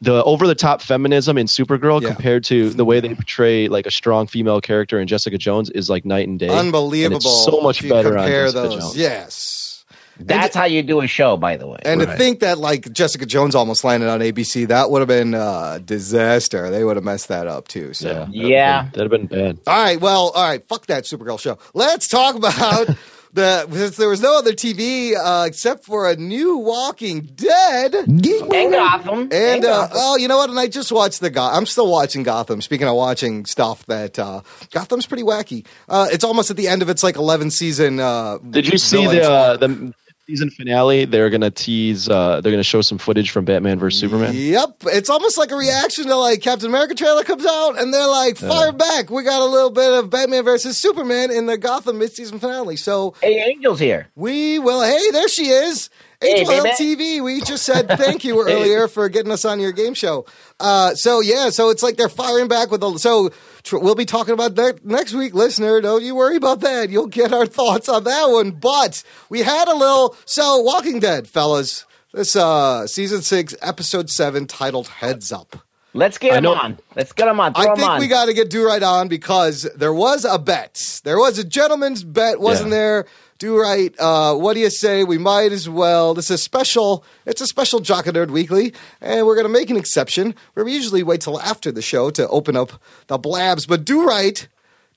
Speaker 5: the over-the-top feminism in Supergirl
Speaker 1: Yeah.
Speaker 5: compared to the way they portray like a strong female character in Jessica Jones is like night and day.
Speaker 1: unbelievable.
Speaker 5: And it's so much
Speaker 1: if you
Speaker 5: better on
Speaker 1: Compare
Speaker 5: Jessica
Speaker 1: those,
Speaker 5: Jones.
Speaker 1: yes.
Speaker 2: That's how you do a show, by the way.
Speaker 1: And to
Speaker 5: Right.
Speaker 1: think that like Jessica Jones almost landed on ABC, that would have been uh, disaster. They would have messed that up too. So.
Speaker 5: that'd
Speaker 2: Yeah.
Speaker 5: been- that'd have been bad.
Speaker 1: All right, well, all right, fuck that Supergirl show. Let's talk
Speaker 5: <laughs>
Speaker 1: about the since there was no other TV uh, except for a new Walking Dead.
Speaker 2: And Gotham.
Speaker 1: And uh,
Speaker 2: Gotham.
Speaker 1: oh, you know what? And I just watched the. Go- I'm still watching Gotham. Speaking of watching stuff, that uh, Gotham's pretty wacky. Uh, it's almost at the end of its like 11 season. Uh,
Speaker 5: Did you see
Speaker 1: villains.
Speaker 5: the uh, the season finale? They're gonna tease. Uh, they're gonna show some footage from Batman vs Superman.
Speaker 1: Yep, it's almost like a reaction to like Captain America trailer comes out, and they're like, "Fire back! We got a little bit of Batman versus Superman in the Gotham mid-season finale." So
Speaker 2: hey, Angel's here.
Speaker 1: we will. Hey, there she is,
Speaker 2: Hey,
Speaker 1: HLL
Speaker 2: baby.
Speaker 1: TV. We just
Speaker 2: <laughs>
Speaker 1: said thank you earlier for getting us on your game show. Uh, so yeah, so it's like they're firing back with a. So tr- we'll be talking about that next week, listener. Don't you worry about that. You'll get our thoughts on that one. But we had a little. So Walking Dead, fellas. This uh, season six, episode seven, titled "Heads Up."
Speaker 2: Let's get
Speaker 5: I
Speaker 2: him
Speaker 5: know-
Speaker 2: on. Let's get him on. Throw
Speaker 1: I
Speaker 2: him
Speaker 1: think
Speaker 2: on.
Speaker 1: we got to get Do Right on because there was a bet. There was a gentleman's bet, wasn't
Speaker 5: Yeah.
Speaker 1: there? Do Right. Uh, what do you say? We might as well. This is a special. It's a special Jock and Nerd Weekly, and we're going to make an exception where we usually wait till after the show to open up the blabs. But Do Right.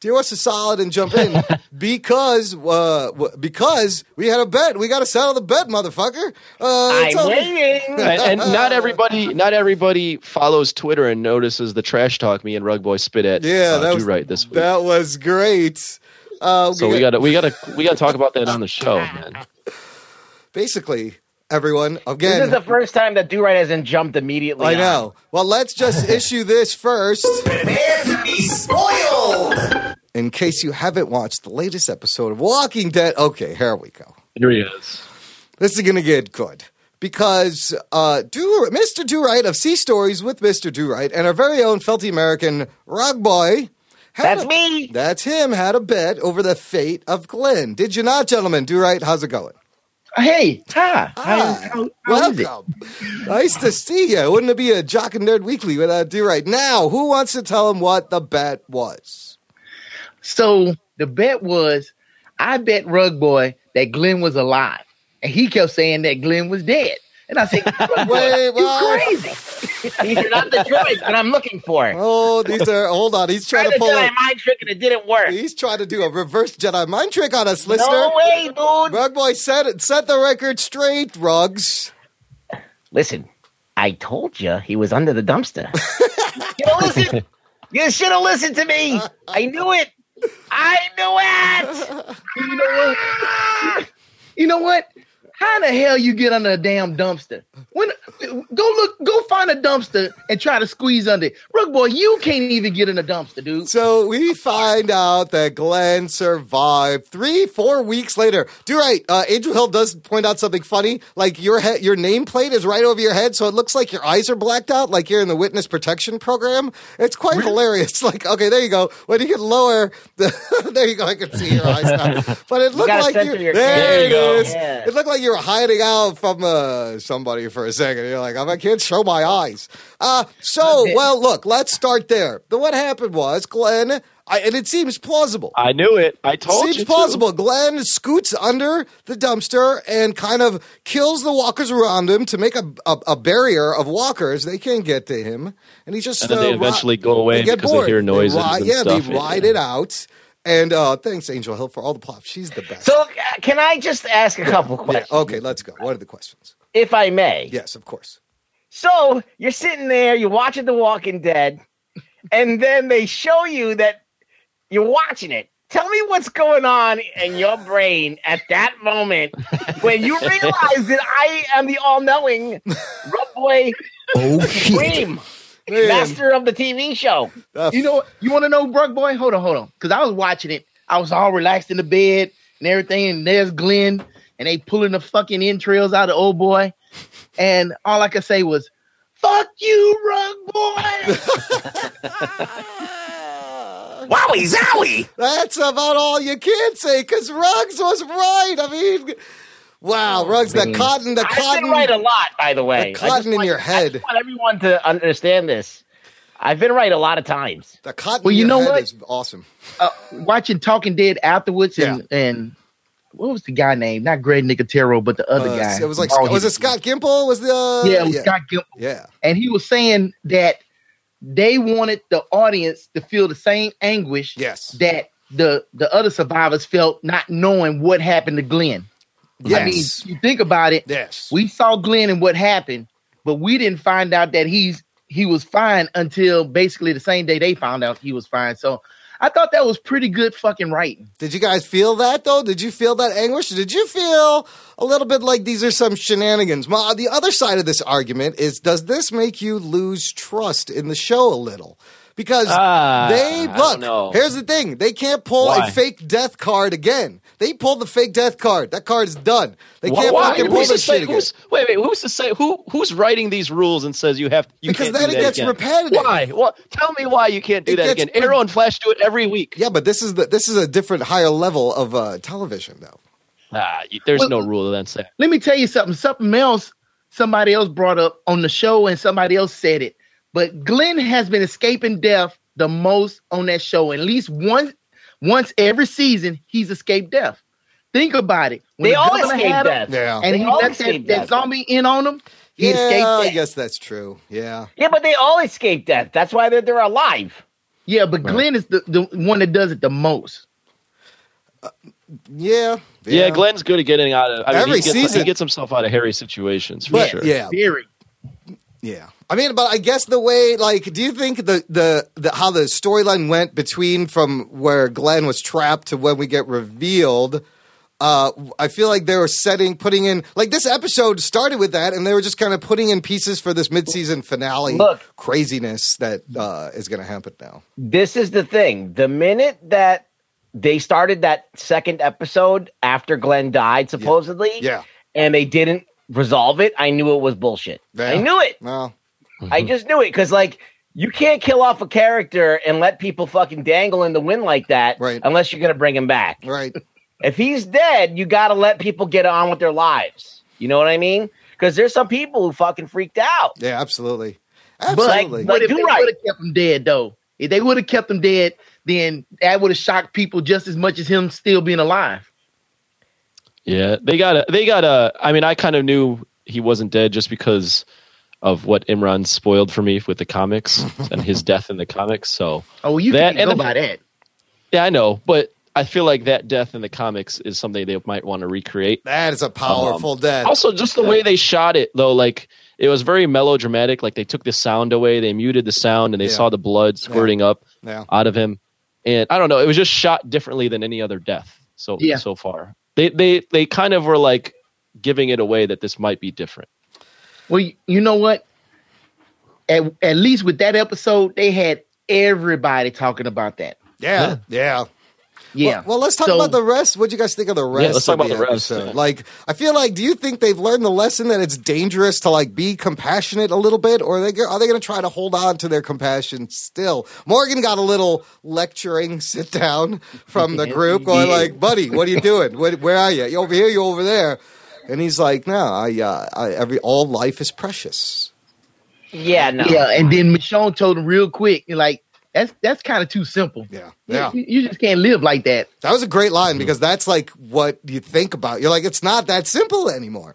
Speaker 1: Do us a solid and jump
Speaker 2: <laughs>
Speaker 1: in because uh, w- because we had a bet. We got to settle the bet, motherfucker. Uh, it's
Speaker 2: I'm
Speaker 1: all-
Speaker 2: waiting.
Speaker 5: <laughs> and, and not everybody, not everybody follows Twitter and notices the trash talk me and Rug Boy spit at.
Speaker 1: Yeah,
Speaker 5: uh,
Speaker 1: that
Speaker 5: Do
Speaker 1: was
Speaker 5: right this week.
Speaker 1: That was great. Uh,
Speaker 5: so we gotta, we gotta, we gotta talk about that on the show, man.
Speaker 1: basically everyone
Speaker 2: This
Speaker 1: again
Speaker 2: is the first time that Do Right hasn't jumped immediately.
Speaker 1: i
Speaker 2: on.
Speaker 1: know well let's
Speaker 2: <laughs>
Speaker 1: just issue this first in case you haven't watched the latest episode of walking dead okay here we go
Speaker 5: Here he is.
Speaker 1: this is gonna get good because uh, Do Mr. Do Right of Sea Stories with Mr. Do Right and our very own felty American Rug Boy. had
Speaker 2: That's
Speaker 1: a-
Speaker 2: me.
Speaker 1: That's him. Had a bet over the fate of Glenn. Did you not, gentlemen? Do Right, how's it going?
Speaker 2: Hey, ha.
Speaker 1: Hi. Welcome. nice to see you. Wouldn't it be a Jock and Nerd Weekly without Do Right? Now, who wants to tell him what the bet was?
Speaker 6: So the bet was, I bet Rug Boy that Glenn was alive, and he kept saying that Glenn was dead. And I said,
Speaker 2: <laughs>
Speaker 6: Rug Boy,
Speaker 1: Wait,
Speaker 6: you
Speaker 1: what?
Speaker 6: crazy?
Speaker 2: These are not the droids that I'm looking for.
Speaker 1: Oh, these are. Hold on. He's
Speaker 2: Trying
Speaker 1: trying
Speaker 2: to
Speaker 1: to pull.
Speaker 2: Jedi
Speaker 1: A,
Speaker 2: mind trick and it didn't work.
Speaker 1: he's trying to do a reverse Jedi mind trick on us, listener.
Speaker 2: No way, dude.
Speaker 1: Rug boy set it. Set the record straight, Rugs.
Speaker 2: Listen, I told you he was under the dumpster. you don't
Speaker 6: <laughs>
Speaker 2: listen. You should have listened to me. I knew it. I knew it.
Speaker 6: You know what? You know what? How the hell you get under a damn dumpster? When go look, go find a dumpster and try to squeeze under it. Rug Boy, you can't even get in a dumpster, dude.
Speaker 1: <laughs> So we find out that Glenn survived three, four weeks later. Do right. Uh, Angel Hill does point out something funny. Like your he- your nameplate is right over your head, so it looks like your eyes are blacked out, like you're in the witness protection program. It's quite hilarious. <laughs> Like, okay, there you go. When you get lower, <laughs> the- there you go. I can see your eyes
Speaker 2: <laughs>
Speaker 1: now. But it looked
Speaker 2: gotta
Speaker 1: like
Speaker 2: censor
Speaker 1: you.
Speaker 2: your-
Speaker 1: there
Speaker 2: There
Speaker 1: it
Speaker 2: you go.
Speaker 1: is.
Speaker 2: Yeah.
Speaker 1: It looked like you were hiding out from uh, somebody for a second. You're like, I can't show my eyes. Uh, so, well, look, let's start there. The, what happened was Glenn, I, and it seems plausible.
Speaker 5: I knew it. I told
Speaker 1: Seems
Speaker 5: you. to.
Speaker 1: plausible. Glenn scoots under the dumpster and kind of kills the walkers around him to make a, a, a barrier of walkers. They can't get to him, and he's just
Speaker 5: And then
Speaker 1: uh,
Speaker 5: they
Speaker 1: ri-
Speaker 5: eventually go away
Speaker 1: they get
Speaker 5: because they
Speaker 1: bored.
Speaker 5: hear noises
Speaker 1: ri-
Speaker 5: and
Speaker 1: yeah,
Speaker 5: stuff.
Speaker 1: they ride it out. And uh, thanks, Angel Hill, for all the pop. She's the best.
Speaker 2: So, uh, can I just ask a couple
Speaker 1: yeah,
Speaker 2: questions,
Speaker 1: okay, let's go. What are the questions?
Speaker 2: if I may?
Speaker 1: Yes, of course.
Speaker 2: So you're sitting there, you're watching The Walking Dead, and then they show you that you're watching it. Tell me what's going on in your brain at that moment when you realize that I am the all-knowing Rough Boy
Speaker 1: Oh
Speaker 2: Dream,
Speaker 1: <laughs> Man.
Speaker 2: master of the TV show.
Speaker 1: Uh,
Speaker 6: You know, you want to know, Brug Boy? Hold on, hold on. Because I was watching it. I was all relaxed in the bed and everything. And there's Glenn, and they pulling the fucking entrails out of old boy. And all I could say was, "Fuck you, Rug
Speaker 1: <laughs>
Speaker 6: Boy."
Speaker 1: That's about all you can say because Ruggs was right. I mean, wow, Ruggs, the cotton, the
Speaker 2: I've
Speaker 1: cotton,
Speaker 2: been right a lot, by the way.
Speaker 1: the
Speaker 2: I just
Speaker 1: cotton in
Speaker 2: want-
Speaker 1: your
Speaker 2: I
Speaker 1: head,
Speaker 2: just want everyone to understand this. I've been right a lot of times.
Speaker 1: the cotton.
Speaker 6: Well,
Speaker 1: in
Speaker 6: you
Speaker 1: your
Speaker 6: know
Speaker 1: head
Speaker 6: what?
Speaker 1: is awesome.
Speaker 6: uh, watching Talking Dead afterwards, and and what was the guy name? Not Greg Nicotero, but the other
Speaker 1: Uh,
Speaker 6: guy.
Speaker 1: it was like
Speaker 6: Bald
Speaker 1: was it
Speaker 6: head.
Speaker 1: Scott Gimple? Was the uh,
Speaker 6: Yeah, it was
Speaker 1: yeah,
Speaker 6: Scott Gimple,
Speaker 1: yeah.
Speaker 6: and he was saying that they wanted the audience to feel the same anguish
Speaker 1: yes,
Speaker 6: that the the other survivors felt, not knowing what happened to Glenn. I mean,
Speaker 1: yes,
Speaker 6: you think about it.
Speaker 1: yes.
Speaker 6: We saw Glenn and what happened, but we didn't find out that he's he was fine until basically the same day they found out he was fine. So I thought that was pretty good fucking writing.
Speaker 1: Did you guys feel that though? Did you feel that anguish? Did you feel a little bit like these are some shenanigans? Ma, the other side of this argument is does this make you lose trust in the show a little? Because
Speaker 5: Ah, I
Speaker 1: they
Speaker 5: don't know.
Speaker 1: look, here's the thing. They can't pull a
Speaker 5: Why?
Speaker 1: fake death card again. They pulled the fake death card. That card is done. They
Speaker 5: Why-
Speaker 1: can't
Speaker 5: why?
Speaker 1: fucking pull
Speaker 5: Who's to
Speaker 1: this
Speaker 5: say-
Speaker 1: shit again.
Speaker 5: who's- Wait, wait. Who's to say who? Who's writing these rules and says you have you
Speaker 1: Because
Speaker 5: can't
Speaker 1: then it
Speaker 5: do that
Speaker 1: gets
Speaker 5: again?
Speaker 1: repetitive.
Speaker 5: Why? Well, tell me why you can't do
Speaker 1: It
Speaker 5: that
Speaker 1: gets
Speaker 5: again. Arrow and Flash do it every week.
Speaker 1: Yeah, but this is the this is a different higher level of uh, television though.
Speaker 5: Ah, you- there's
Speaker 6: Well-
Speaker 5: no rule against that.
Speaker 6: Let me tell you something. Something else somebody else brought up on the show and somebody else said it. But Glenn has been escaping death the most on that show. At least once once every season, he's escaped death. Think about it. When
Speaker 2: They
Speaker 6: the
Speaker 2: all
Speaker 6: governor
Speaker 2: escape
Speaker 6: had him
Speaker 2: death.
Speaker 1: Yeah.
Speaker 6: And
Speaker 2: They
Speaker 6: he
Speaker 2: all
Speaker 6: let that,
Speaker 2: escaped
Speaker 6: that
Speaker 2: death.
Speaker 6: zombie in on him. He
Speaker 1: yeah,
Speaker 6: escaped
Speaker 1: I
Speaker 6: death.
Speaker 1: guess that's true. Yeah.
Speaker 2: Yeah, but they all escape death. That's why they're they're alive.
Speaker 6: Yeah, but
Speaker 5: Right.
Speaker 6: Glenn is the, the one that does it the most.
Speaker 1: Yeah.
Speaker 5: Yeah, Glenn's good at getting out of. I mean,
Speaker 1: Every
Speaker 5: he gets,
Speaker 1: season.
Speaker 5: he gets himself out of hairy situations for
Speaker 1: But
Speaker 5: sure.
Speaker 1: yeah,
Speaker 6: Very.
Speaker 1: yeah. I mean, but I guess the way, like, do you think the the, the how the storyline went between from where Glenn was trapped to when we get revealed? Uh, I feel like they were setting, putting in, like this episode started with that, and they were just kind of putting in pieces for this mid-season finale
Speaker 2: Look.
Speaker 1: craziness that uh, is going to happen now.
Speaker 2: This is the thing. The minute that they started that second episode after Glenn died, supposedly,
Speaker 1: Yeah.
Speaker 2: and they didn't resolve it, I knew it was bullshit.
Speaker 1: Yeah. Mm-hmm.
Speaker 2: I knew it.
Speaker 1: Well,
Speaker 5: Mm-hmm.
Speaker 2: I just knew it because like you can't kill off a character and let people fucking dangle in the wind like that
Speaker 1: Right.
Speaker 2: unless you're gonna bring him back.
Speaker 1: right.
Speaker 2: If he's dead, you gotta let people get on with their lives. You know what I mean? Because there's some people who fucking freaked out.
Speaker 1: Yeah, absolutely.
Speaker 6: But-
Speaker 1: Absolutely.
Speaker 2: Like,
Speaker 6: But if
Speaker 2: you're
Speaker 6: they
Speaker 2: right.
Speaker 6: would have kept him dead, though, if they would have kept him dead, then that would have shocked people just as much as him still being alive.
Speaker 5: Yeah, they got a. They got a. I mean, I kind of knew he wasn't dead just because of what Imran spoiled for me with the
Speaker 1: <laughs>
Speaker 5: comics and his death in the comics. So
Speaker 6: Oh, you
Speaker 5: That
Speaker 6: can't go
Speaker 5: and the-
Speaker 6: by that.
Speaker 5: yeah, I know, but I feel like that death in the comics is something they might want to recreate.
Speaker 1: that is a powerful death.
Speaker 5: Also, just the way they shot it, though, like it was very melodramatic. Like they took the sound away, they muted the sound, and they
Speaker 1: Yeah.
Speaker 5: saw the blood squirting up
Speaker 1: yeah.
Speaker 5: out of him. And I don't know, it was just shot differently than any other death so
Speaker 6: Yeah.
Speaker 5: so far. They they they kind of were like giving it away that this might be different.
Speaker 6: Well, you- you know what? At, at least with that episode, they had everybody talking about that.
Speaker 1: Yeah. Yeah.
Speaker 6: Yeah.
Speaker 1: Well, well, let's talk
Speaker 6: So-
Speaker 1: about the rest. What do you guys think of the rest?
Speaker 5: let's talk
Speaker 1: of
Speaker 5: about the rest,
Speaker 1: episode?
Speaker 5: yeah.
Speaker 1: Like, I feel like, do you think they've learned the lesson that it's dangerous to like be compassionate a little bit, or are they go- are they going to try to hold on to their compassion still? Morgan got a little lecturing <laughs> sit down from the group, going like, "Buddy, what are you doing? What, where are you? You over here? You over there?" And he's like, "No, I, uh, I every all life is precious."
Speaker 2: Yeah, no.
Speaker 6: Yeah, and then Michonne told him real quick, you're like, that's that's kind of too simple.
Speaker 1: Yeah,
Speaker 6: You-
Speaker 1: yeah.
Speaker 6: You, you just can't live like that.
Speaker 1: That was a great
Speaker 5: Mm-hmm.
Speaker 1: line because that's like what you think about. You're like, it's not that simple anymore.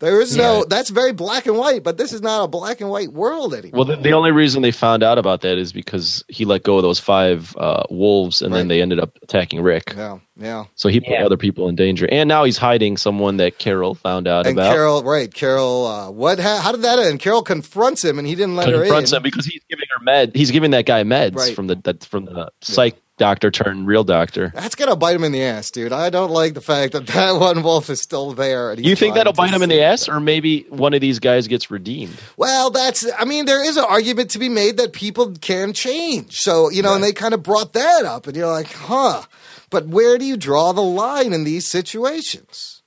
Speaker 1: There is no. That's very black and white, but this is not a black and white world anymore.
Speaker 5: Well, the, the only reason they found out about that is because he let go of those five uh, wolves, and
Speaker 1: Right.
Speaker 5: then they ended up attacking Rick.
Speaker 1: yeah, yeah.
Speaker 5: So he put
Speaker 2: Yeah.
Speaker 5: other people in danger, and now he's hiding someone that Carol found out
Speaker 1: And
Speaker 5: about.
Speaker 1: Carol, right? Carol, uh, what? Ha- how did that end? Carol confronts him, and he didn't let
Speaker 5: confronts
Speaker 1: her
Speaker 5: him
Speaker 1: in.
Speaker 5: because he's giving her med. He's giving that guy meds
Speaker 1: Right.
Speaker 5: from the that, from the psych doctor turned real doctor.
Speaker 1: That's gonna bite him in the ass, dude. I don't like the fact that that <laughs> one wolf is still there. And he's
Speaker 5: You think
Speaker 1: trying
Speaker 5: that'll
Speaker 1: to
Speaker 5: bite him in the
Speaker 1: save
Speaker 5: ass, or maybe one of these guys gets redeemed?
Speaker 1: Well, that's, I mean, there is an argument to be made that people can change. So, you know, and they kind of brought that up, and you're like, huh, but where do you draw the line in these situations?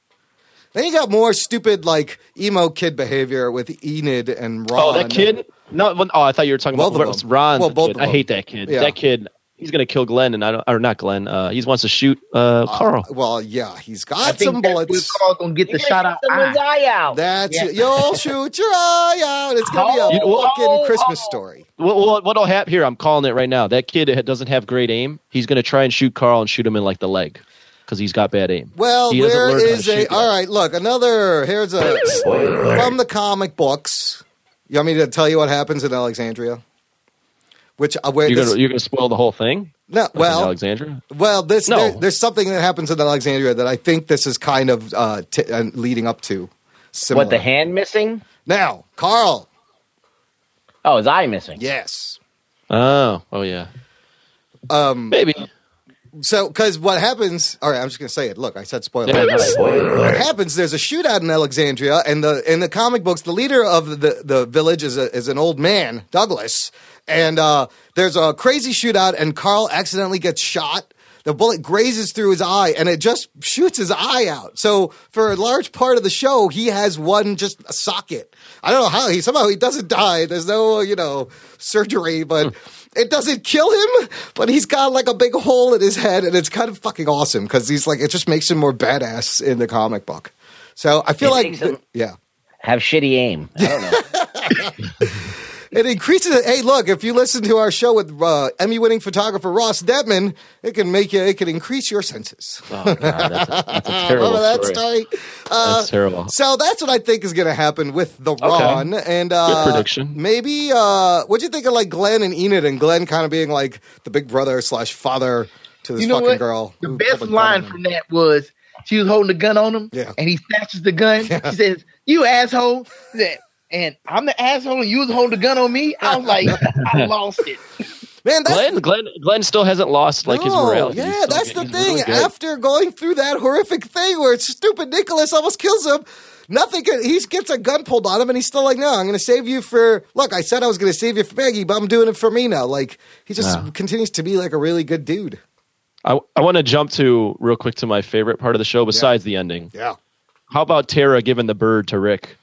Speaker 1: Then you got more stupid, like, emo kid behavior with Enid and Ron.
Speaker 5: Oh, that kid! No, well, oh, I thought you were talking
Speaker 1: Both
Speaker 5: about
Speaker 1: of them.
Speaker 5: Ron.
Speaker 1: Well, both of
Speaker 5: I
Speaker 1: them.
Speaker 5: hate that kid.
Speaker 1: Yeah.
Speaker 5: That kid, he's gonna kill Glenn, and I don't, or not Glenn. Uh, he wants to shoot uh, Carl.
Speaker 1: Well, yeah, he's
Speaker 6: I
Speaker 1: got
Speaker 6: think
Speaker 1: some
Speaker 6: that's where
Speaker 1: bullets.
Speaker 6: Carl's gonna get
Speaker 2: You're
Speaker 6: the
Speaker 2: gonna
Speaker 6: shot
Speaker 2: shoot
Speaker 6: out.
Speaker 2: someone's
Speaker 6: eye.
Speaker 2: eye out.
Speaker 1: That's
Speaker 6: Yeah.
Speaker 1: it. You'll shoot your eye out. It's going to be a
Speaker 5: Oh,
Speaker 1: fucking
Speaker 2: oh,
Speaker 1: Christmas
Speaker 2: oh.
Speaker 1: story.
Speaker 5: What, what, what'll happen here? I'm calling it right now. That kid ha- doesn't have great aim. He's going to try and shoot Carl and shoot him in like the leg because he's got bad aim.
Speaker 1: Well,
Speaker 5: He doesn't
Speaker 1: where
Speaker 5: learn how to
Speaker 1: is a.
Speaker 5: shoot
Speaker 1: All right, look, another. Here's a.
Speaker 4: Spoiler alert.
Speaker 1: from the comic books. You want me to tell you what happens in Alexandria? Which uh, where
Speaker 5: You're
Speaker 1: this,
Speaker 5: going to spoil the whole thing.
Speaker 1: no,
Speaker 5: Fucking
Speaker 1: well,
Speaker 5: Alexandra.
Speaker 1: well, this
Speaker 5: No.
Speaker 1: there- there's something that happens in Alexandria that I think this is kind of uh, t- uh, leading up to. Similar.
Speaker 2: What the hand missing?
Speaker 1: Now, Carl.
Speaker 2: Oh, his eye missing.
Speaker 1: Yes.
Speaker 5: Oh, oh yeah.
Speaker 1: <laughs>
Speaker 5: Um, maybe.
Speaker 1: So, because what happens? All right, I'm just gonna say it. Look, I said spoiler.
Speaker 5: Yeah, right.
Speaker 4: Spoiler
Speaker 1: what
Speaker 4: alert.
Speaker 1: happens there's a shootout in alexandria and the in the comic books the leader of the, the village is, a, is an old man douglas and uh, there's a crazy shootout and carl accidentally gets shot the bullet grazes through his eye and it just shoots his eye out so for a large part of the show he has one just a socket i don't know how he somehow he doesn't die there's no you know surgery but it doesn't kill him, but he's got like a big hole in his head, and it's kind of fucking awesome because he's like it just makes him more badass in the comic book. So I feel
Speaker 2: It
Speaker 1: like,
Speaker 2: makes him-
Speaker 1: yeah,
Speaker 2: Have shitty aim. I don't know.
Speaker 1: It increases. it. Hey, look, if you listen to our show with uh, Emmy-winning photographer Ross Detman, it can make you. It can increase your senses.
Speaker 5: Oh, God, that's, a, that's a terrible
Speaker 1: Remember that
Speaker 5: story.
Speaker 1: story? Uh,
Speaker 5: That's terrible.
Speaker 1: So that's what I think is going to happen with the Ron and uh,
Speaker 5: Good prediction.
Speaker 1: Maybe uh, what'd you think of like Glenn and Enid and Glenn kind of being like the big brother slash father to this
Speaker 6: You know
Speaker 1: fucking
Speaker 6: what?
Speaker 1: girl.
Speaker 6: The
Speaker 1: who
Speaker 6: best
Speaker 1: put a gun
Speaker 6: line
Speaker 1: on him.
Speaker 6: from that was she was holding the gun on him,
Speaker 1: Yeah.
Speaker 6: and he snatches the gun. She says, "You asshole!" He said, And I'm the asshole, and you was holding the gun on me. I
Speaker 1: <laughs>
Speaker 6: was like, I lost it.
Speaker 1: man, that's
Speaker 5: Glenn, Glenn, Glenn still hasn't lost like his
Speaker 1: No,
Speaker 5: morality. He's
Speaker 1: Yeah,
Speaker 5: still
Speaker 1: that's
Speaker 5: good.
Speaker 1: the
Speaker 5: He's
Speaker 1: thing.
Speaker 5: really good.
Speaker 1: After going through that horrific thing where stupid Nicholas almost kills him, nothing. Could, he gets a gun pulled on him, and he's still like, "No, I'm going to save you for." Look, I said I was going to save you for Maggie, but I'm doing it for me now. Like he just
Speaker 5: Yeah.
Speaker 1: continues to be like a really good dude.
Speaker 5: I, I want to jump to real quick to my favorite part of the show besides the ending.
Speaker 1: Yeah.
Speaker 5: How about Tara giving the bird to Rick?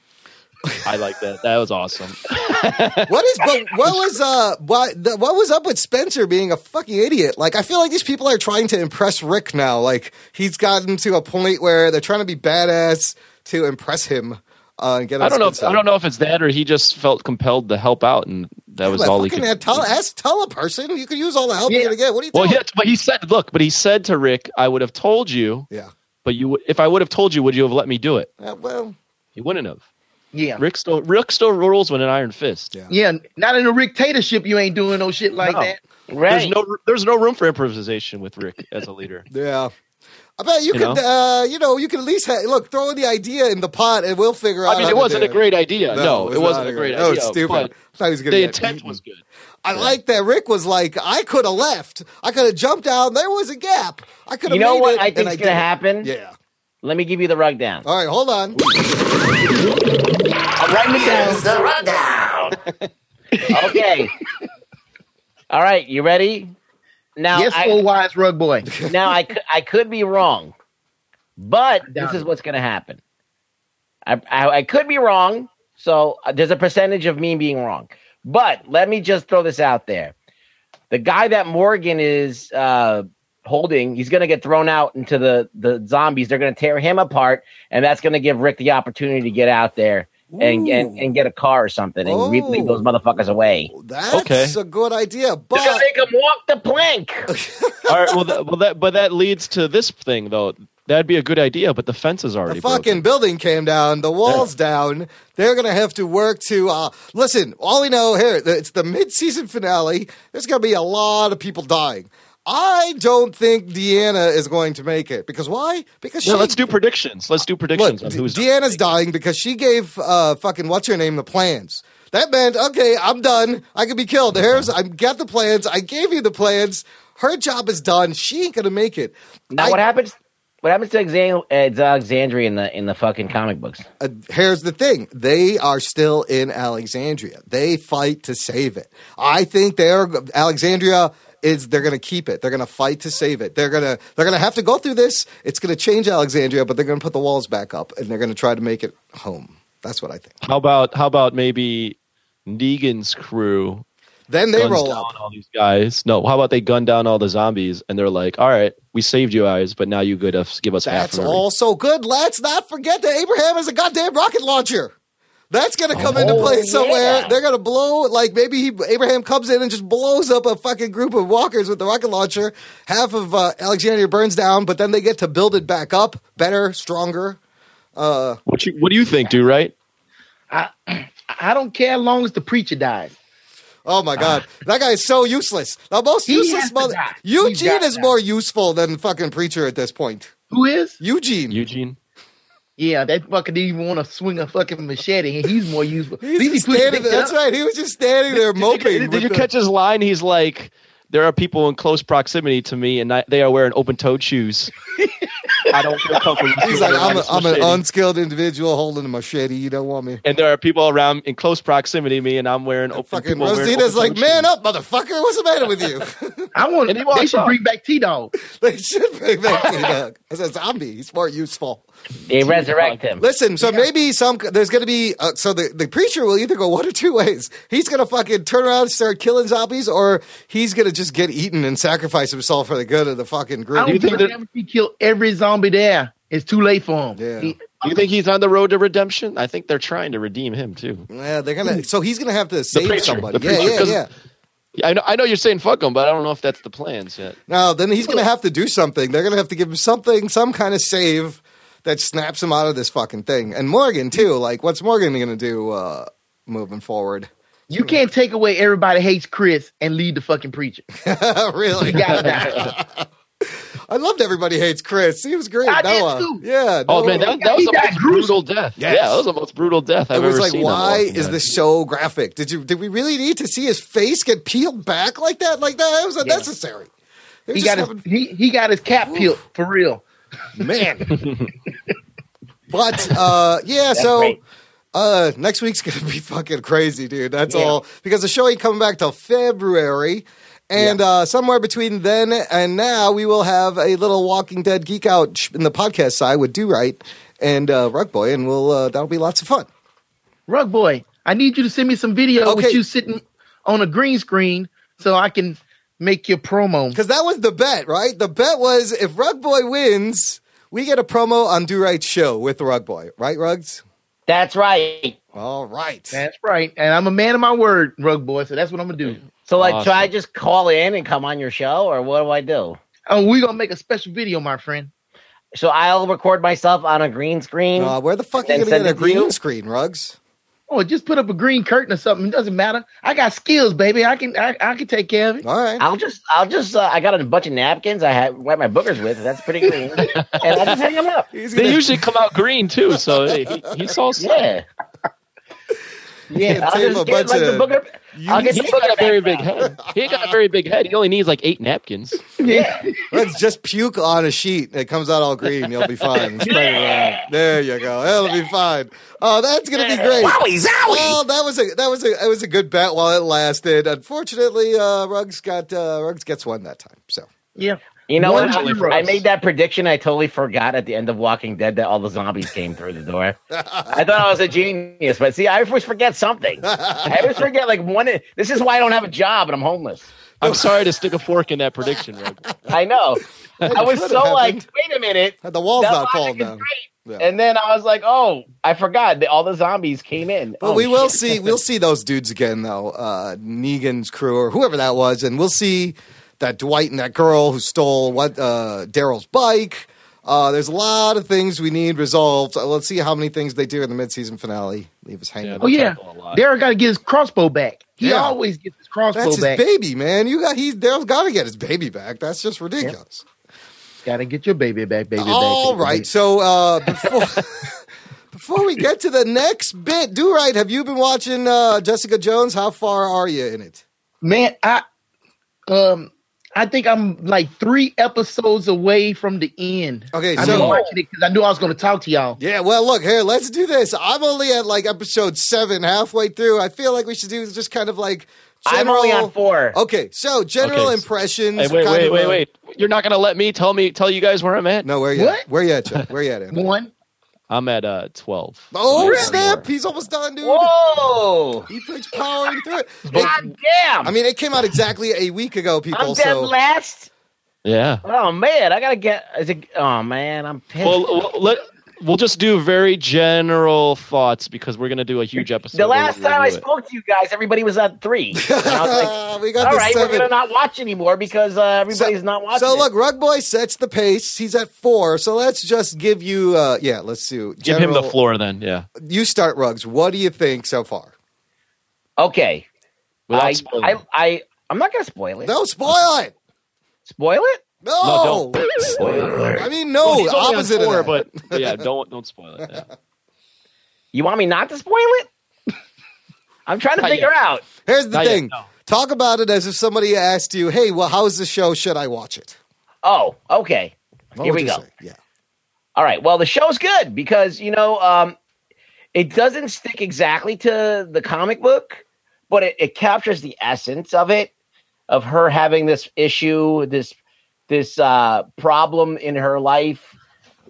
Speaker 5: I like that. That
Speaker 1: <laughs>
Speaker 5: was awesome.
Speaker 1: What is? But what was? Uh, what the, what was up with Spencer being a fucking idiot? Like I feel like these people are trying to impress Rick now. Like he's gotten to a point where they're trying to be badass to impress him. Uh, and get on
Speaker 5: I don't know.
Speaker 1: his
Speaker 5: If,
Speaker 1: good
Speaker 5: I
Speaker 1: side.
Speaker 5: don't know if it's that or he just felt compelled to help out, and that was
Speaker 1: But
Speaker 5: all he
Speaker 1: fucking
Speaker 5: could.
Speaker 1: had- tell, ask, tell a person. You could use all the help you're
Speaker 6: Yeah.
Speaker 1: gonna get. What are you
Speaker 5: Well,
Speaker 1: doing?
Speaker 5: yeah, but he said, "Look," but he said to Rick, "I would have told you,
Speaker 1: yeah.
Speaker 5: but you, w- if I would have told you, would you have let me do it?
Speaker 1: Uh, well,
Speaker 5: He wouldn't have."
Speaker 6: Yeah,
Speaker 5: Rick still, Rick still rules with an iron fist.
Speaker 1: Yeah.
Speaker 6: yeah. Not in a dictatorship, you ain't doing no shit like
Speaker 5: No.
Speaker 6: that.
Speaker 2: Right.
Speaker 5: There's no, there's no room for improvisation with Rick as
Speaker 1: <laughs>
Speaker 5: a leader.
Speaker 1: yeah. I bet you,
Speaker 5: You
Speaker 1: could, uh, you know, you could at least ha- look throw the idea in the pot, and we'll figure out.
Speaker 5: I mean,
Speaker 1: how
Speaker 5: it
Speaker 1: to
Speaker 5: wasn't
Speaker 1: do
Speaker 5: a great idea. No, it wasn't
Speaker 1: not
Speaker 5: a great
Speaker 1: Oh,
Speaker 5: idea.
Speaker 1: it's stupid.
Speaker 5: but
Speaker 1: I thought he was gonna
Speaker 5: The
Speaker 1: get
Speaker 5: intent
Speaker 1: eaten.
Speaker 5: was good.
Speaker 1: I like that. Rick was like, I could have left. I could have jumped down. There was a gap. I could have.
Speaker 2: You know
Speaker 1: made
Speaker 2: what
Speaker 1: it,
Speaker 2: I
Speaker 1: and
Speaker 2: think's gonna
Speaker 1: didn't.
Speaker 2: happen?
Speaker 1: Yeah.
Speaker 2: Let me give you
Speaker 1: <laughs>
Speaker 2: the rundown.
Speaker 1: All right, hold on.
Speaker 2: I'm writing it down.
Speaker 4: The rundown.
Speaker 2: Okay. All right, you ready? Now,
Speaker 6: yes,
Speaker 2: I,
Speaker 6: old wise rug boy.
Speaker 2: now I, cou- I could be wrong, but
Speaker 6: Doubt
Speaker 2: this is
Speaker 6: it.
Speaker 2: what's going to happen. I, I, I could be wrong, so uh, there's a percentage of me being wrong. But let me just throw this out there: the guy that Morgan is uh, holding, he's going to get thrown out into the the zombies. They're going to tear him apart, and that's going to give Rick the opportunity to get out there and and, and get a car or something and re-
Speaker 1: Oh.
Speaker 2: lead those motherfuckers away.
Speaker 1: That's
Speaker 5: Okay.
Speaker 1: a good idea,
Speaker 2: They're going
Speaker 1: but
Speaker 2: to make him walk the plank.
Speaker 5: All right. Well, that, well, that, but that leads to this thing though. That'd be a good idea, but the fence is already
Speaker 1: the fucking
Speaker 5: broken.
Speaker 1: building came down, the walls down. They're gonna have to work to uh, listen. All we know here, th- it's the mid-season finale. There's gonna be a lot of people dying. I don't think Deanna is going to make it because why? Because
Speaker 5: Yeah,
Speaker 1: she.
Speaker 5: let's do predictions. Let's do predictions
Speaker 1: look,
Speaker 5: on
Speaker 1: D-
Speaker 5: who's
Speaker 1: Deanna's dying because she gave uh, fucking what's her name the plans. That meant okay, I'm done. I could be killed. Here's I got the plans. I gave you the plans. Her job is done. She ain't gonna make it.
Speaker 2: Now,
Speaker 1: I-
Speaker 2: what happens? What happens to Exan- uh, Alexandria in the in the fucking comic books?
Speaker 1: uh, here's the thing they are still in alexandria they fight to save it i think they're alexandria is they're gonna keep it they're gonna fight to save it they're gonna they're gonna have to go through this it's gonna change alexandria but they're gonna put the walls back up and they're gonna try to make it home that's what i think
Speaker 5: How about how about maybe Negan's crew
Speaker 1: then they
Speaker 5: guns
Speaker 1: roll
Speaker 5: down
Speaker 1: up
Speaker 5: all these guys? No, how about they gun down all the zombies and they're like, "All right, we saved you guys, but now you could have give us half."
Speaker 1: that's
Speaker 5: of everything."
Speaker 1: also good let's not forget that abraham is a goddamn rocket launcher that's gonna come into
Speaker 2: Oh,
Speaker 1: play somewhere.
Speaker 2: yeah.
Speaker 1: They're gonna blow like maybe he, Abraham comes in and just blows up a fucking group of walkers with the rocket launcher. Half of uh, Alexandria burns down, but then they get to build it back up, better, stronger. Uh,
Speaker 5: What you What do you think, dude? Right?
Speaker 6: <laughs> I don't care as long as the preacher dies.
Speaker 1: Oh my god, that guy is so useless. The most
Speaker 6: He
Speaker 1: useless
Speaker 6: has to
Speaker 1: mother.
Speaker 6: die. He's
Speaker 1: Eugene
Speaker 6: gotta
Speaker 1: is
Speaker 6: die.
Speaker 1: more useful than fucking preacher at this point.
Speaker 6: Who is?
Speaker 1: Eugene.
Speaker 5: Eugene.
Speaker 6: Yeah, that fucker didn't even want to swing a fucking machete, and he's more useful.
Speaker 1: He's
Speaker 6: At least
Speaker 1: just
Speaker 6: he pushed
Speaker 1: standing.
Speaker 6: the bitch
Speaker 1: That's
Speaker 6: up.
Speaker 1: right. He was just standing there moping.
Speaker 5: Did you,
Speaker 1: with the-
Speaker 5: catch his line? He's like, "There are people in close proximity to me, and I, they are wearing open-toed shoes." <laughs> I don't feel comfortable.
Speaker 1: He's like, I'm, a, I'm an
Speaker 5: Machete.
Speaker 1: unskilled individual holding a machete. You don't want me.
Speaker 5: and there are people around in close proximity to me, and I'm wearing open.
Speaker 1: Fucking
Speaker 5: people wearing
Speaker 1: Rosita's like,
Speaker 5: open-toed
Speaker 1: man
Speaker 5: shoes."
Speaker 1: up, motherfucker. What's the matter with you? <laughs>
Speaker 6: I want.
Speaker 5: And he walks
Speaker 6: They should
Speaker 5: off.
Speaker 6: bring back T Dog.
Speaker 1: They should bring back T-Dog as a zombie. He's more useful.
Speaker 2: They resurrect him.
Speaker 1: Listen, so maybe some there's going to be uh, so the, the preacher will either go one or two ways. He's going to fucking turn around and start killing zombies, or he's going to just get eaten and sacrifice himself for the good of the fucking
Speaker 6: I
Speaker 1: group.
Speaker 6: don't
Speaker 5: you think
Speaker 6: think
Speaker 5: that-
Speaker 6: if he kill every zombie there. It's too late for him.
Speaker 1: Yeah.
Speaker 6: He,
Speaker 5: You think he's on the road to redemption? I think they're trying to redeem him too.
Speaker 1: Yeah, they're gonna. So he's gonna have to save
Speaker 5: preacher,
Speaker 1: somebody.
Speaker 5: the
Speaker 1: Yeah,
Speaker 5: preacher,
Speaker 1: yeah,
Speaker 5: 'cause-
Speaker 1: yeah.
Speaker 5: Yeah, I know. I know you're saying fuck him, but I don't know if that's the plans yet.
Speaker 1: No, then he's gonna have to do something. They're gonna have to give him something, some kind of save that snaps him out of this fucking thing. And Morgan too. Like, what's Morgan gonna do uh, moving forward? <laughs>
Speaker 6: You can't take away everybody hates Chris and lead the fucking preacher.
Speaker 1: really?
Speaker 6: You gotta die.
Speaker 1: <laughs> I loved everybody hates Chris. He was great.
Speaker 6: I did,
Speaker 1: Noah.
Speaker 6: too.
Speaker 1: Yeah.
Speaker 5: Oh
Speaker 1: Noah.
Speaker 5: man, that, that was
Speaker 6: He
Speaker 5: the
Speaker 6: got
Speaker 5: most brutal death. Yeah, that was the most brutal death I've
Speaker 1: it was
Speaker 5: ever
Speaker 1: like,
Speaker 5: seen. on The
Speaker 1: why
Speaker 5: Walking
Speaker 1: is
Speaker 5: Dead.
Speaker 1: this so graphic? Did you did we really need to see his face get peeled back like that? Like that? That was unnecessary. They're
Speaker 6: He
Speaker 1: just
Speaker 6: got his
Speaker 1: having-
Speaker 6: he, he got his cap peeled for real.
Speaker 1: man.
Speaker 2: <laughs>
Speaker 1: but uh, yeah, so
Speaker 2: great.
Speaker 1: uh, next week's <laughs> gonna be fucking crazy, dude. That's
Speaker 2: Yeah.
Speaker 1: all because the show ain't coming back till February. And uh, somewhere between then and now, we will have a little Walking Dead geek out sh- in the podcast side with Do Right and uh, Rug Boy, and we'll uh, that'll be lots of fun.
Speaker 6: Rug boy, I need you to send me some video
Speaker 1: Okay.
Speaker 6: with you sitting on a green screen so I can make your promo.
Speaker 1: Because that was the bet, right? The bet was if Rug Boy wins, we get a promo on Do Right's show with Rug Boy, right, Rugs?
Speaker 2: That's right.
Speaker 1: All right.
Speaker 6: That's right. And I'm a man of my word, rug boy, so that's what I'm gonna do.
Speaker 1: Mm.
Speaker 2: So like, should
Speaker 5: Awesome.
Speaker 2: I just call in and come on your show, or what do I do?
Speaker 6: Oh, we're gonna make a special video, my friend.
Speaker 2: So I'll record myself on a green screen.
Speaker 1: Uh, where the fuck are you
Speaker 2: Then
Speaker 1: going to
Speaker 2: send
Speaker 1: get a
Speaker 2: it to
Speaker 1: green
Speaker 2: you?
Speaker 1: screen, Rugs?
Speaker 6: Oh, just put up a green curtain or something. It doesn't matter. I got skills, baby. I can I, I can take care of it.
Speaker 1: All right.
Speaker 2: I'll just, I'll just, uh, I got a bunch of napkins I had wipe my boogers with. That's pretty
Speaker 1: <laughs>
Speaker 2: green, and I just hang them up.
Speaker 1: He's
Speaker 5: They
Speaker 1: gonna-
Speaker 5: usually come out green too, so he, he saw.
Speaker 1: <laughs>
Speaker 2: Yeah, yeah. I'll
Speaker 1: Save
Speaker 2: just
Speaker 1: a
Speaker 2: get
Speaker 1: bunch
Speaker 2: like the
Speaker 1: of-
Speaker 2: booger. I'll
Speaker 5: He
Speaker 2: get the
Speaker 5: ain't got a
Speaker 2: booger
Speaker 5: very
Speaker 2: very big.
Speaker 5: big head. He ain't got a very big head. He only needs like eight napkins.
Speaker 2: Yeah,
Speaker 1: Rugs, just puke on a sheet. It comes out all green. You'll be fine. Spread it around. There you go. It'll be fine. Oh, that's going to be great. Well, that was a that was a that was a good bet while it lasted. Unfortunately, uh, Rugs got uh, Rugs gets one that time. So
Speaker 6: Yeah.
Speaker 2: you know what?
Speaker 6: Wonderful
Speaker 2: I, I
Speaker 6: heroes.
Speaker 2: made that prediction. I totally forgot at the end of Walking Dead that all the zombies came through the door. I thought I was a genius, but see, I always forget something. I always forget like one. This is why I don't have a job and I'm homeless.
Speaker 5: I'm sorry to stick a fork in that prediction,
Speaker 1: <laughs>
Speaker 5: Rug.
Speaker 2: I know. I was
Speaker 1: could've
Speaker 2: so like,
Speaker 1: happened.
Speaker 2: wait a minute.
Speaker 1: had the walls
Speaker 2: that
Speaker 1: not
Speaker 2: logic
Speaker 1: falling
Speaker 2: is
Speaker 1: down.
Speaker 2: great.
Speaker 1: Yeah.
Speaker 2: And then I was like, oh, I forgot that all the zombies came in.
Speaker 1: But
Speaker 2: Oh,
Speaker 1: we will
Speaker 2: shit.
Speaker 1: see. We'll see those dudes again, though. Uh, Negan's crew or whoever that was, and we'll see that Dwight and that girl who stole what uh, Daryl's bike. Uh, there's a lot of things we need resolved. Uh, Let's see how many things they do in the mid-season finale. Leave us hanging.
Speaker 5: Yeah.
Speaker 6: Oh yeah. Derek gotta get his crossbow back. He
Speaker 1: Yeah.
Speaker 6: always gets his crossbow
Speaker 1: That's his
Speaker 6: back.
Speaker 1: baby, man. You got he. Daryl's got to get his baby back. That's just ridiculous.
Speaker 6: Gotta get your baby back, baby
Speaker 1: All
Speaker 6: back. baby
Speaker 1: right.
Speaker 6: back.
Speaker 1: So uh, before <laughs> before we get to the next bit, do right. Have you been watching uh, Jessica Jones? How far are you in it?
Speaker 6: Man, I um I think I'm like three episodes away from the end.
Speaker 1: Okay,
Speaker 6: I've
Speaker 1: so-
Speaker 6: been watching it because I knew I was gonna talk to y'all.
Speaker 1: Yeah, well, look here. Let's do this. I'm only at like episode seven, halfway through. I feel like we should do just kind of like
Speaker 2: I'm
Speaker 1: general. Oh,
Speaker 2: only on four.
Speaker 1: Okay, so general
Speaker 5: Okay.
Speaker 1: impressions.
Speaker 5: Hey, wait,
Speaker 1: kind
Speaker 5: wait,
Speaker 1: of
Speaker 5: wait,
Speaker 1: a-
Speaker 5: wait. You're not gonna let me tell me tell you guys where I'm at?
Speaker 1: No, where you
Speaker 6: What?
Speaker 1: at? Where you at, Chuck? Where you at?
Speaker 2: <laughs>
Speaker 1: Anthony?
Speaker 6: One.
Speaker 5: I'm at uh twelve.
Speaker 1: Oh
Speaker 5: Really?
Speaker 1: snap! He's almost done, dude.
Speaker 2: Whoa!
Speaker 1: He puts power and
Speaker 2: <laughs>
Speaker 1: through it. It-
Speaker 2: God damn!
Speaker 1: I mean, it came out exactly a week ago, people.
Speaker 2: I'm dead
Speaker 1: So <laughs>
Speaker 2: last.
Speaker 5: Yeah.
Speaker 2: Oh man, I gotta get. Is it, oh man, I'm pissed.
Speaker 5: Well, well, let we'll just do very general thoughts because we're gonna do a huge episode.
Speaker 2: the
Speaker 5: where
Speaker 2: last
Speaker 5: we
Speaker 2: time I
Speaker 5: review it.
Speaker 2: spoke to you guys, everybody was at
Speaker 1: <laughs>
Speaker 2: three. And I was like,
Speaker 1: we got
Speaker 2: all
Speaker 1: the
Speaker 2: right,
Speaker 1: seven.
Speaker 2: we're gonna not watch anymore because uh, everybody's not watching.
Speaker 1: so
Speaker 2: it.
Speaker 1: look, Rug Boy sets the pace. He's at four. So let's just give you, uh, yeah, let's do.
Speaker 5: give him the
Speaker 1: general-
Speaker 5: floor then. Yeah.
Speaker 1: You start, Rugs. What do you think so far?
Speaker 2: okay.
Speaker 5: Without
Speaker 2: I,
Speaker 5: spoiling.
Speaker 2: I, I, I'm not gonna spoil it.
Speaker 1: No, spoil it.
Speaker 2: Spoil it.
Speaker 1: No.
Speaker 5: No, don't.
Speaker 1: I mean, no,
Speaker 5: Well, he's only on
Speaker 1: Oh, opposite
Speaker 5: four,
Speaker 1: of that.
Speaker 5: but-
Speaker 1: <laughs>
Speaker 5: but yeah, don't don't spoil it. yeah.
Speaker 2: You want me not to spoil
Speaker 5: <laughs>
Speaker 2: it? I'm trying to
Speaker 5: Not
Speaker 2: figure
Speaker 5: yet.
Speaker 2: out.
Speaker 1: Here's the
Speaker 5: Not yet,
Speaker 1: thing.
Speaker 5: no.
Speaker 1: Talk about it as if somebody asked you, "Hey, well, how's the show? Should I watch it?"
Speaker 2: Oh, okay.
Speaker 1: What
Speaker 2: Here
Speaker 1: would
Speaker 2: we
Speaker 1: you
Speaker 2: go.
Speaker 1: say? Yeah.
Speaker 2: All right. Well, the show's good because you know um, it doesn't stick exactly to the comic book, but it, it captures the essence of it, of her having this issue, this this uh, problem in her life,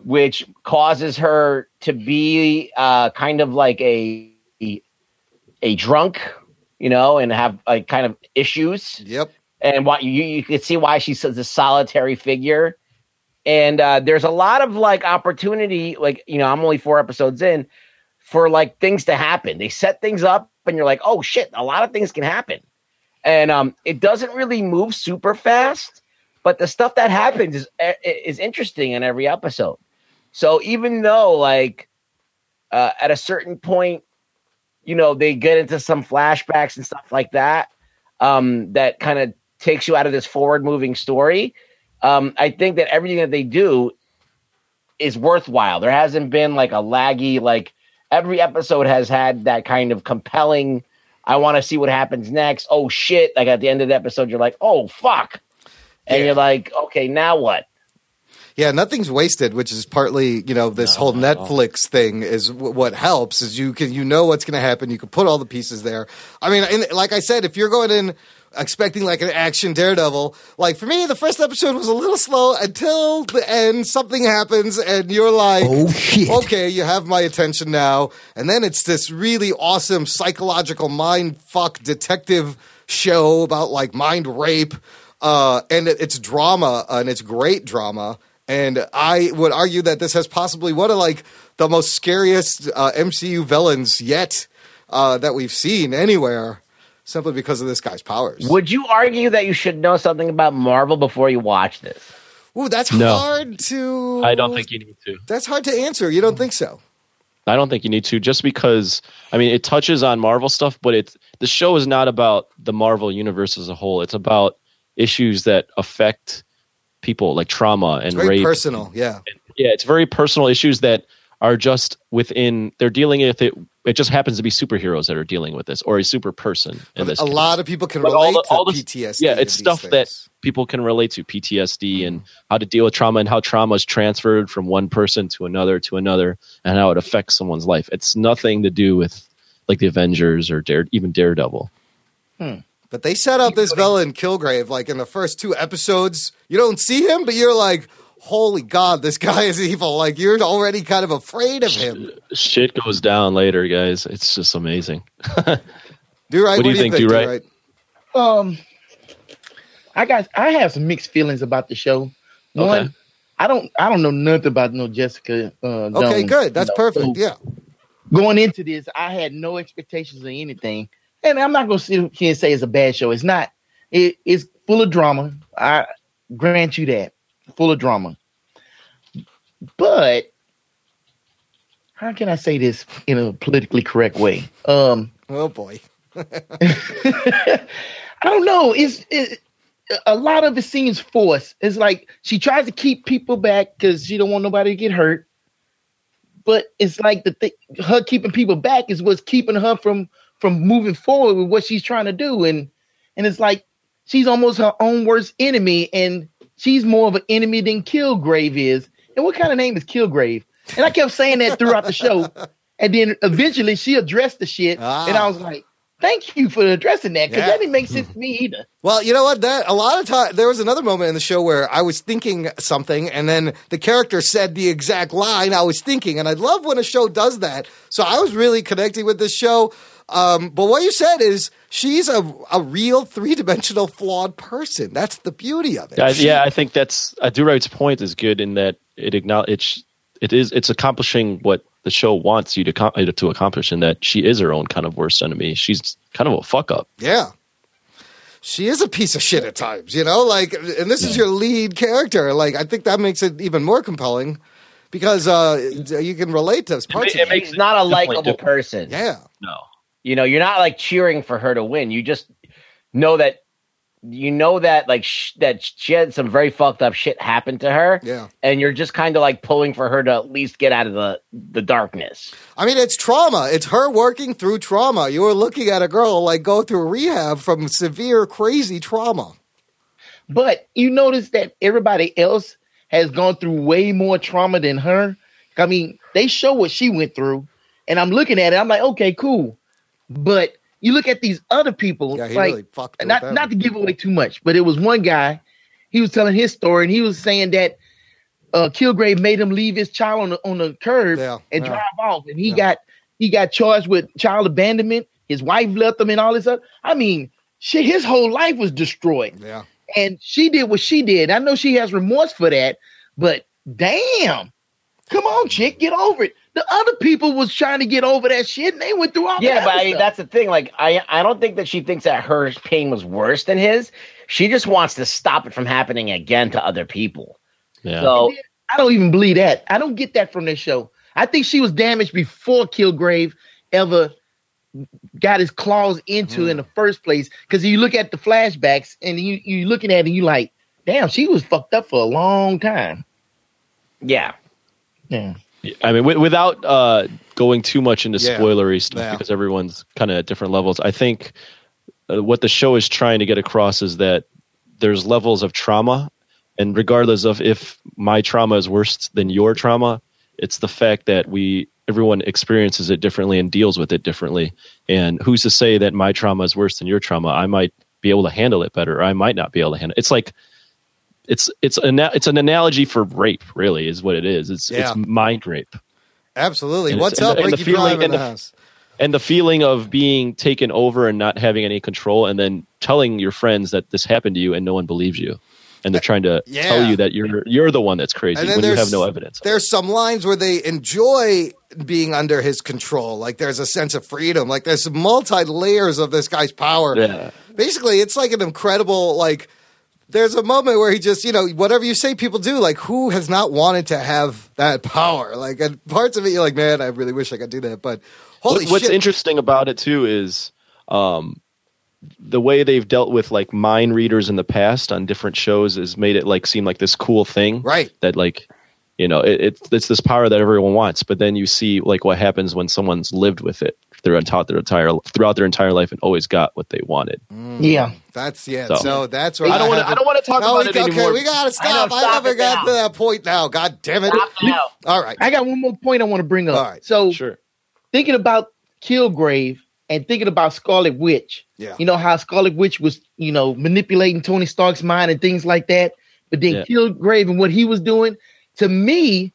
Speaker 2: which causes her to be uh, kind of like a a drunk, you know, and have like kind of issues
Speaker 1: Yep.
Speaker 2: and why you you can see why she's such a solitary figure and uh, there's a lot of like opportunity. Like you know, I'm only four episodes in for like things to happen. They set things up, and you're like, oh shit, a lot of things can happen. And um, it doesn't really move super fast, but the stuff that happens is eh, is interesting in every episode. So even though like uh, at a certain point, you know, they get into some flashbacks and stuff like that, um, that kind of takes you out of this forward moving story. Um, I think that everything that they do is worthwhile. There hasn't been like a laggy like every episode has had that kind of compelling. I want to see what happens next. Oh shit! Like at the end of the episode, you're like, oh fuck, and
Speaker 1: Yeah.
Speaker 2: you're like, okay, now what?
Speaker 1: Yeah, nothing's wasted, which is partly you know this whole Netflix thing is w- what helps. Is you can you know what's going to happen, you can put all the pieces there. I mean, and like I said, if you're going in expecting like an action Daredevil, like for me, the first episode was a little slow until the end. Something happens, and you're like,
Speaker 7: Oh, shit.
Speaker 1: okay, you have my attention now. And then it's this really awesome psychological mind fuck detective show about like mind rape. Uh, and it, it's drama and it's great drama. And I would argue that this has possibly one of like the most scariest uh, MCU villains yet uh, that we've seen anywhere, simply because of this guy's powers.
Speaker 2: Would you argue that you should know something about Marvel before you watch this?
Speaker 1: Ooh, that's
Speaker 5: No.
Speaker 1: hard to.
Speaker 5: I don't think you need to.
Speaker 1: that's hard to answer. You don't think so?
Speaker 5: I don't think you need to, just because I mean it touches on Marvel stuff, but it's the show is not about the Marvel universe as a whole. It's about issues that affect people, like trauma and
Speaker 1: It's very
Speaker 5: rape.
Speaker 1: personal. Yeah.
Speaker 5: yeah, it's very personal issues that are just within. They're dealing with it. It just happens to be superheroes that are dealing with this, or a super person in this.
Speaker 1: a
Speaker 5: case.
Speaker 1: lot of people can
Speaker 5: But
Speaker 1: relate
Speaker 5: all the- all
Speaker 1: to
Speaker 5: the-
Speaker 1: PTSD.
Speaker 5: yeah,
Speaker 1: and
Speaker 5: it's
Speaker 1: these
Speaker 5: stuff that
Speaker 1: things.
Speaker 5: people can relate to PTSD and how to deal with trauma and how trauma is transferred from one person to another to another and how it affects someone's life. It's nothing to do with like the Avengers or Dare, even Daredevil.
Speaker 1: But they set up this villain Kilgrave like in the first two episodes. You don't see him, but you're like, holy god, this guy is <laughs> evil. Like you're already kind of afraid of him.
Speaker 5: Shit goes down later, guys. It's just amazing.
Speaker 1: Do right?
Speaker 5: What do you think, Do right?
Speaker 6: Um, I got I have some mixed feelings about the show. One,
Speaker 5: Okay.
Speaker 6: I don't I don't know nothing about no Jessica. Uh,
Speaker 1: Okay,
Speaker 6: Jones,
Speaker 1: good. That's
Speaker 6: you know,
Speaker 1: perfect.
Speaker 6: so
Speaker 1: Yeah.
Speaker 6: Going into this, I had no expectations of anything, and I'm not gonna sit here and say it's a bad show. It's not. It, it's full of drama. I grant you that, full of drama. But how can I say this in a politically correct way? Um.
Speaker 1: Oh boy.
Speaker 6: I don't know. It's it, a lot of it seems forced. It's like she tries to keep people back because she don't want nobody to get hurt. But it's like the thing, her keeping people back is what's keeping her from from moving forward with what she's trying to do, and and it's like she's almost her own worst enemy, and she's more of an enemy than Kilgrave is. And what kind of name is Kilgrave? And I kept saying that throughout the show, and then eventually she addressed the shit, and
Speaker 1: Ah.
Speaker 6: I was like, "Thank you for addressing that because
Speaker 1: Yeah.
Speaker 6: that didn't
Speaker 1: <laughs>
Speaker 6: make sense to me either."
Speaker 1: Well, you know what? That a lot of time there was another moment in the show where I was thinking something, and then the character said the exact line I was thinking, and I love when a show does that. So I was really connecting with this show. Um, but what you said is she's a a real three dimensional flawed person. That's the beauty of it.
Speaker 5: I,
Speaker 1: She-
Speaker 5: yeah, I think that's uh, Do Right's point is good in that it acknowledge it's it is it's accomplishing what the show wants you to com- uh, to accomplish, in that she is her own kind of worst enemy. She's kind of a fuck up.
Speaker 1: Yeah. She is a piece of shit at times, you know? Like and this is your lead character. Like I think that makes it even more compelling because uh, you can relate to parts
Speaker 5: ma-
Speaker 1: of
Speaker 5: it
Speaker 1: it.
Speaker 5: makes
Speaker 2: She's not a
Speaker 5: definitely
Speaker 2: likable
Speaker 5: different.
Speaker 2: person.
Speaker 1: Yeah.
Speaker 5: No,
Speaker 2: You know, you're not like cheering for her to win. You just know that you know that like sh- that she had some very fucked up shit happen to her.
Speaker 1: Yeah.
Speaker 2: and you're just kind of like pulling for her to at least get out of the the darkness.
Speaker 1: I mean, it's trauma. It's her working through trauma. You were looking at a girl like go through rehab from severe, crazy trauma.
Speaker 6: But you notice that everybody else has gone through way more trauma than her. I mean, they show what she went through, and I'm looking at it. I'm like, okay, cool. But you look at these other people,
Speaker 1: Yeah, he
Speaker 6: like
Speaker 1: really fucked
Speaker 6: not
Speaker 1: with them.
Speaker 6: not to give away too much, but it was one guy. He was telling his story, and he was saying that uh, Kilgrave made him leave his child on the on the curb
Speaker 1: Yeah,
Speaker 6: and
Speaker 1: yeah.
Speaker 6: drive off, and he got he got charged with child abandonment. His wife left him, and all this other. I mean, shit, his whole life was destroyed
Speaker 1: Yeah.
Speaker 6: and she did what she did. I know she has remorse for that, But damn, come on, chick, get over it. The other people was trying to get over that shit, and they went through all
Speaker 2: Yeah,
Speaker 6: that
Speaker 2: but
Speaker 6: other
Speaker 2: I mean, that's
Speaker 6: stuff.
Speaker 2: the thing. Like, I I don't think that she thinks that her pain was worse than his. She just wants to stop it from happening again to other people.
Speaker 5: Yeah.
Speaker 2: So
Speaker 6: I don't even believe that. I don't get that from this show. I think she was damaged before Kilgrave ever got his claws into in the first place. Because you look at the flashbacks and you you looking at it, and you like, damn, she was fucked up for a long time.
Speaker 2: yeah,
Speaker 6: Yeah.
Speaker 5: I mean, wi- without uh, going too much into
Speaker 1: Yeah.
Speaker 5: spoilery stuff
Speaker 1: Yeah.
Speaker 5: because everyone's kind of at different levels, I think uh, what the show is trying to get across is that there's levels of trauma, and regardless of if my trauma is worse than your trauma, it's the fact that we everyone experiences it differently and deals with it differently. And who's to say that my trauma is worse than your trauma? I might be able to handle it better, or I might not be able to handle. It's like it's it's an it's an analogy for rape, really, is what it is. It's
Speaker 1: Yeah.
Speaker 5: it's mind rape.
Speaker 1: Absolutely.
Speaker 5: And
Speaker 1: What's
Speaker 5: it's-
Speaker 1: up,
Speaker 5: and the- and the
Speaker 1: Ricky
Speaker 5: feeling-
Speaker 1: Drive in
Speaker 5: and
Speaker 1: the
Speaker 5: the-
Speaker 1: house?
Speaker 5: and the feeling of being taken over and not having any control and then telling your friends that this happened to you and no one believes you and they're trying to
Speaker 1: Uh, Yeah.
Speaker 5: tell you that you're you're the one that's crazy
Speaker 1: And then
Speaker 5: when you
Speaker 1: there's-
Speaker 5: have no evidence
Speaker 1: There's some lines where they enjoy being under his control. Like there's a sense of freedom. Like there's multi layers of this guy's power.
Speaker 5: yeah
Speaker 1: Basically, it's like an incredible like. There's a moment where he just, you know, whatever you say, people do. Like, who has not wanted to have that <laughs> power? Like, and parts of it, you're like, man, I really wish I could do that. But holy
Speaker 5: What- what's
Speaker 1: shit,
Speaker 5: interesting about it too is um the way they've dealt with like mind readers in the past on different shows has made it like seem like this cool thing
Speaker 1: right?
Speaker 5: that like you know it, it's it's this power that everyone wants but then you see like what happens when someone's lived with it throughout their entire throughout their entire life and always got what they wanted
Speaker 6: Yeah.
Speaker 1: That's yeah. So,
Speaker 5: So-
Speaker 1: that's where
Speaker 5: I don't want to.
Speaker 1: have
Speaker 5: I don't want to talk
Speaker 1: No,
Speaker 5: about
Speaker 1: we,
Speaker 5: it
Speaker 1: okay,
Speaker 5: anymore.
Speaker 1: we gotta stop. I,
Speaker 2: stop
Speaker 1: haven't
Speaker 2: it
Speaker 1: gotten
Speaker 2: now.
Speaker 1: to that point now. God damn it!
Speaker 2: stop now.
Speaker 1: All right,
Speaker 6: I got one more point I want to bring up.
Speaker 1: All right.
Speaker 6: So
Speaker 5: sure.
Speaker 6: thinking about Kilgrave and thinking about Scarlet Witch,
Speaker 1: yeah.
Speaker 6: you know how Scarlet Witch was, you know, manipulating Tony Stark's mind and things like that. But then
Speaker 5: Yeah.
Speaker 6: Kilgrave and what he was doing, to me,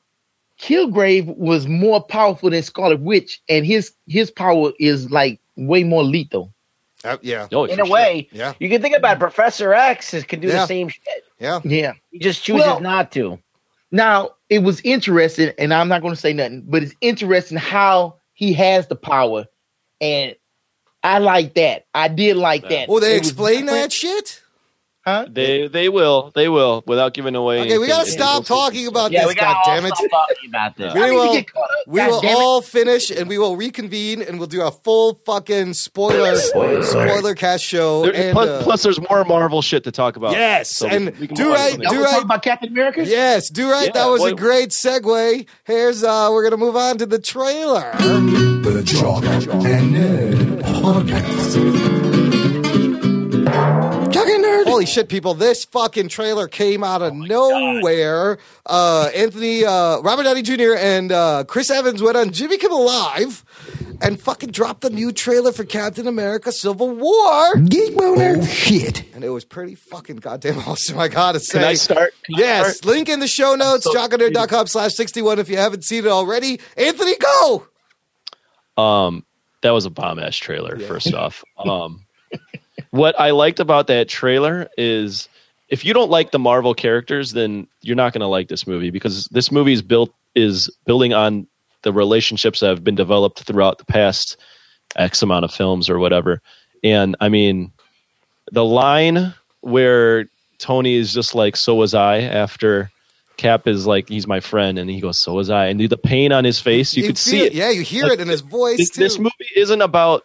Speaker 6: Kilgrave was more powerful than Scarlet Witch, and his his power is like way more lethal.
Speaker 1: Uh, yeah,
Speaker 5: Oh,
Speaker 2: In
Speaker 5: for
Speaker 2: a
Speaker 5: sure.
Speaker 2: way,
Speaker 1: yeah,
Speaker 2: you can think about it. Professor X is- can do
Speaker 1: Yeah.
Speaker 2: the same shit.
Speaker 1: yeah.
Speaker 6: Yeah.
Speaker 2: He just chooses
Speaker 6: Well-
Speaker 2: not to.
Speaker 6: Now it was interesting, and I'm not going to say nothing, but it's interesting how he has the power, and I like that. I did like that.
Speaker 1: Well, they
Speaker 6: It was
Speaker 1: explain
Speaker 6: different,
Speaker 1: that shit.
Speaker 6: huh?
Speaker 5: They they will they will without giving away.
Speaker 1: Okay, we
Speaker 5: anything.
Speaker 1: gotta
Speaker 5: It
Speaker 1: stop
Speaker 5: will take-
Speaker 1: talking about
Speaker 2: Yeah, we
Speaker 1: this.
Speaker 2: got
Speaker 1: God
Speaker 2: all
Speaker 1: damn it!
Speaker 2: stop talking about this.
Speaker 1: We
Speaker 5: Yeah.
Speaker 6: I need to
Speaker 1: will-
Speaker 6: get caught up.
Speaker 1: We
Speaker 6: God
Speaker 1: will
Speaker 6: damn it.
Speaker 1: all finish and we will reconvene and we'll do a full fucking spoiler spoiler cast show.
Speaker 5: There-
Speaker 1: and,
Speaker 5: plus,
Speaker 1: uh,
Speaker 5: plus, there's more Marvel shit to talk about.
Speaker 1: Yes,
Speaker 5: So
Speaker 1: and
Speaker 5: can
Speaker 1: do
Speaker 5: move on to
Speaker 1: right-
Speaker 5: something
Speaker 6: Y'all
Speaker 1: do
Speaker 5: else.
Speaker 6: wanna
Speaker 1: right-
Speaker 6: talk about Captain America?
Speaker 1: yes, do right.
Speaker 5: Yeah,
Speaker 1: that was a
Speaker 5: what-
Speaker 1: great segue. Here's uh, we're gonna move on to the trailer.
Speaker 4: The Jock and Nerd Podcast.
Speaker 1: Holy shit, people! This fucking trailer came out
Speaker 5: Oh
Speaker 1: of nowhere. Uh, Anthony, uh, Robert Downey Jr. and uh, Chris Evans went on Jimmy Kimmel Live and fucking dropped the new trailer for Captain America: Civil War,
Speaker 4: Geek Boner. Oh, shit.
Speaker 1: and it was pretty fucking goddamn <laughs> awesome. I gotta say.
Speaker 5: Can I start? Can I
Speaker 1: Yes,
Speaker 5: start?
Speaker 1: link in the show notes,
Speaker 5: so
Speaker 1: jockanerd.com slash 61 if you haven't seen it already. Anthony, go!
Speaker 5: Um, that was a bomb ass trailer. First off, um, what I liked about that trailer is if you don't like the Marvel characters, then you're not gonna like this movie because this movie is built is building on the relationships that have been developed throughout the past X amount of films or whatever. And I mean, the line where Tony is just like, "So was I." After Cap is like, "He's my friend," and he goes, "So was I," and the pain on his face, you, could
Speaker 1: feel
Speaker 5: see it
Speaker 1: Yeah, you hear
Speaker 5: Like,
Speaker 1: it in his voice,
Speaker 5: this,
Speaker 1: too.
Speaker 5: this movie isn't about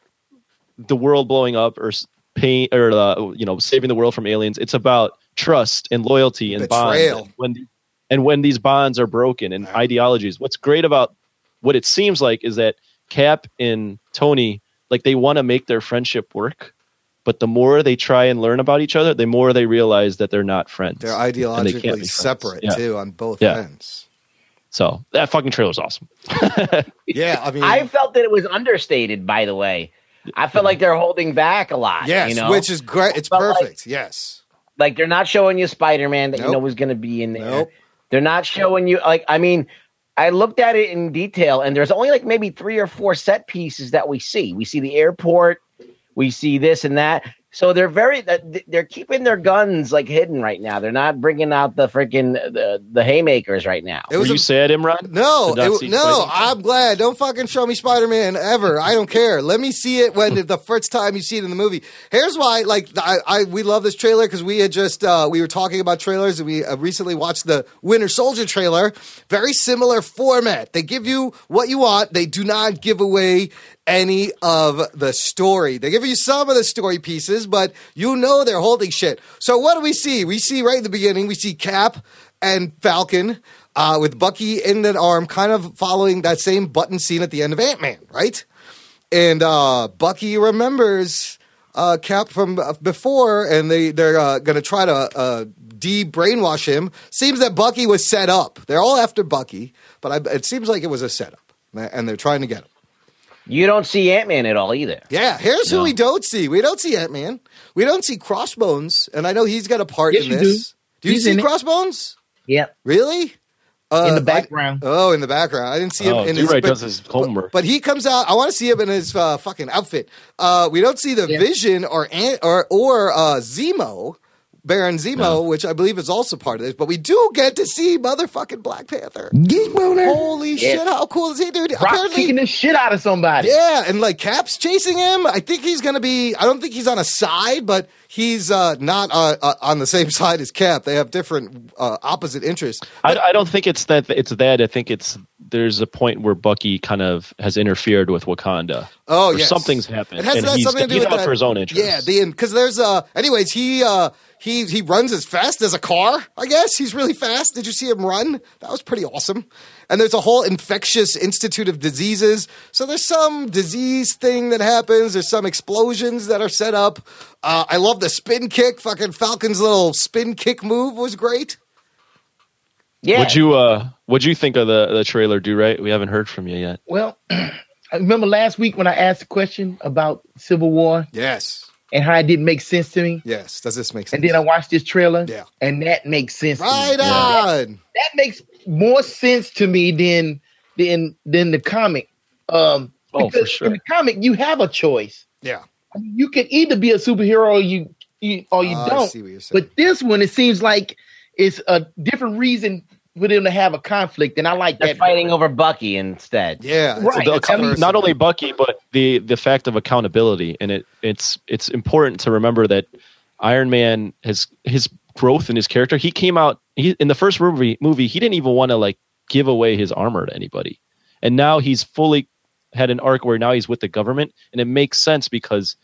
Speaker 5: the world blowing up or s- pain or uh, you know saving the world from aliens. It's about trust and loyalty and
Speaker 1: Betrayal.
Speaker 5: bonds. And when and when these bonds are broken and ideologies. What's great about what it seems like is that Cap and Tony like they want to make their friendship work, but the more they try and learn about each other, the more they realize that they're not friends.
Speaker 1: They're
Speaker 5: and they can't be
Speaker 1: ideologically
Speaker 5: friends.
Speaker 1: separate,
Speaker 5: Yeah.
Speaker 1: too, on both
Speaker 5: Yeah.
Speaker 1: ends.
Speaker 5: So that fucking trailer is awesome.
Speaker 1: Yeah,
Speaker 5: <laughs>
Speaker 1: I mean,
Speaker 2: I felt that it was understated. By the way, I felt like they're holding back a lot.
Speaker 1: yes,
Speaker 2: you know?
Speaker 1: which is great. It's
Speaker 2: But, like-
Speaker 1: perfect. yes.
Speaker 2: like they're not showing you Spider Man that
Speaker 1: Nope.
Speaker 2: you know was going to be in there.
Speaker 1: Nope.
Speaker 2: They're not showing you like I mean, I looked at it in detail, and there's only like maybe three or four set pieces that we see. We see the airport, we see this and that. So they're very uh, th- they're keeping their guns like hidden right now. They're not bringing out the freaking the, the haymakers right now.
Speaker 1: It
Speaker 5: Were
Speaker 1: was
Speaker 5: you
Speaker 1: a-
Speaker 5: sad, Imran?
Speaker 1: No,
Speaker 5: To not
Speaker 1: it-
Speaker 5: see
Speaker 1: no,
Speaker 5: Spider-Man?
Speaker 1: I'm glad. Don't fucking show me Spider Man ever. I don't care. Let me see it when the first time you see it in the movie. Here's why, like, I, I we love this trailer because we had just uh, we were talking about trailers and we uh, recently watched the Winter Soldier trailer. Very similar format. They give you what you want. They do not give away any of the story. They give you some of the story pieces, but you know they're holding shit. So what do we see? We see right at the beginning. We see Cap and Falcon uh, with Bucky in an arm, kind of following that same button scene at the end of Ant Man, right? And uh, Bucky remembers uh, Cap from uh, before, and they they're uh, going to try to uh, de brainwash him. Seems that Bucky was set up. They're all after Bucky, but I, it seems like it was a setup, and they're trying to get him.
Speaker 2: You don't see Ant Man at all either.
Speaker 1: Yeah, here's who
Speaker 5: No.
Speaker 1: we don't see. We don't see Ant Man. We don't see Crossbones, and I know he's got a part
Speaker 6: Yes,
Speaker 1: in
Speaker 6: you
Speaker 1: this. Do, you
Speaker 6: He's
Speaker 1: see
Speaker 6: in it.
Speaker 1: Crossbones?
Speaker 2: Yeah,
Speaker 1: Really? Uh,
Speaker 6: in the
Speaker 1: I-
Speaker 6: background.
Speaker 1: Oh, in the background. I didn't see him
Speaker 5: Oh,
Speaker 1: in his.
Speaker 5: Duray
Speaker 1: but-
Speaker 5: does his homework.
Speaker 1: But he comes out. I want to see him in his uh, fucking outfit. Uh, we don't see the
Speaker 6: Yeah.
Speaker 1: Vision or Ant- or or uh, Zemo, Baron Zemo,
Speaker 5: No.
Speaker 1: which I believe is also part of this. But we do get to see motherfucking Black Panther.
Speaker 6: Geek boner.
Speaker 1: Holy shit! How cool is he, dude?
Speaker 6: Rock kicking the shit out of somebody.
Speaker 1: yeah, and like Cap's chasing him. I think he's gonna be. I don't think he's on a side, but he's uh, not uh, uh, on the same <laughs> side as Cap. They have different uh, opposite interests.
Speaker 5: I, I don't think it's that. It's that. I think it's there's a point where Bucky kind of has interfered with Wakanda.
Speaker 1: Oh,
Speaker 5: or
Speaker 1: yes.
Speaker 5: something's happened,
Speaker 1: It has
Speaker 5: and
Speaker 1: that
Speaker 5: he's,
Speaker 1: something to do
Speaker 5: he's
Speaker 1: with
Speaker 5: out
Speaker 1: that-
Speaker 5: for his own interest.
Speaker 1: Yeah, the because there's uh anyways, he uh he he runs as fast as a car, I guess. He's really fast. Did you see him run? That was pretty awesome. And there's a whole infectious institute of diseases. So there's some disease thing that happens, there's some explosions that are set up. Uh, I love the spin kick. Fucking Falcon's little spin kick move was great.
Speaker 2: yeah.
Speaker 5: Would you uh would you think of the the trailer do right? We haven't heard from you yet.
Speaker 6: Well, <clears throat> I remember last week when I asked a question about Civil War
Speaker 1: Yes.
Speaker 6: and how it didn't make sense to me.
Speaker 1: Yes. Does this make sense?
Speaker 6: And then I watched this trailer,
Speaker 1: Yeah.
Speaker 6: and that makes sense. to me.
Speaker 1: Right on.
Speaker 6: That makes more sense to me than than than the comic. Um,
Speaker 5: Oh, for
Speaker 6: because
Speaker 5: sure.
Speaker 6: In the comic, you have a choice.
Speaker 1: Yeah.
Speaker 6: I mean, you can either be a superhero, or you, you or you
Speaker 1: Ah, I
Speaker 6: don't.
Speaker 1: see what you're saying.
Speaker 6: But this one, it seems like it's a different reason for them to have a conflict, and I like
Speaker 2: They're
Speaker 6: that.
Speaker 2: fighting over Bucky instead.
Speaker 1: yeah, it's
Speaker 6: Right.
Speaker 1: a
Speaker 5: The
Speaker 1: different
Speaker 5: account-
Speaker 1: person.
Speaker 5: not only Bucky, but the the fact of accountability, and it it's it's important to remember that Iron Man has his growth in his character. He came out he, in the first movie movie he didn't even want to like give away his armor to anybody, and now he's fully had an arc where now he's with the government, and it makes sense because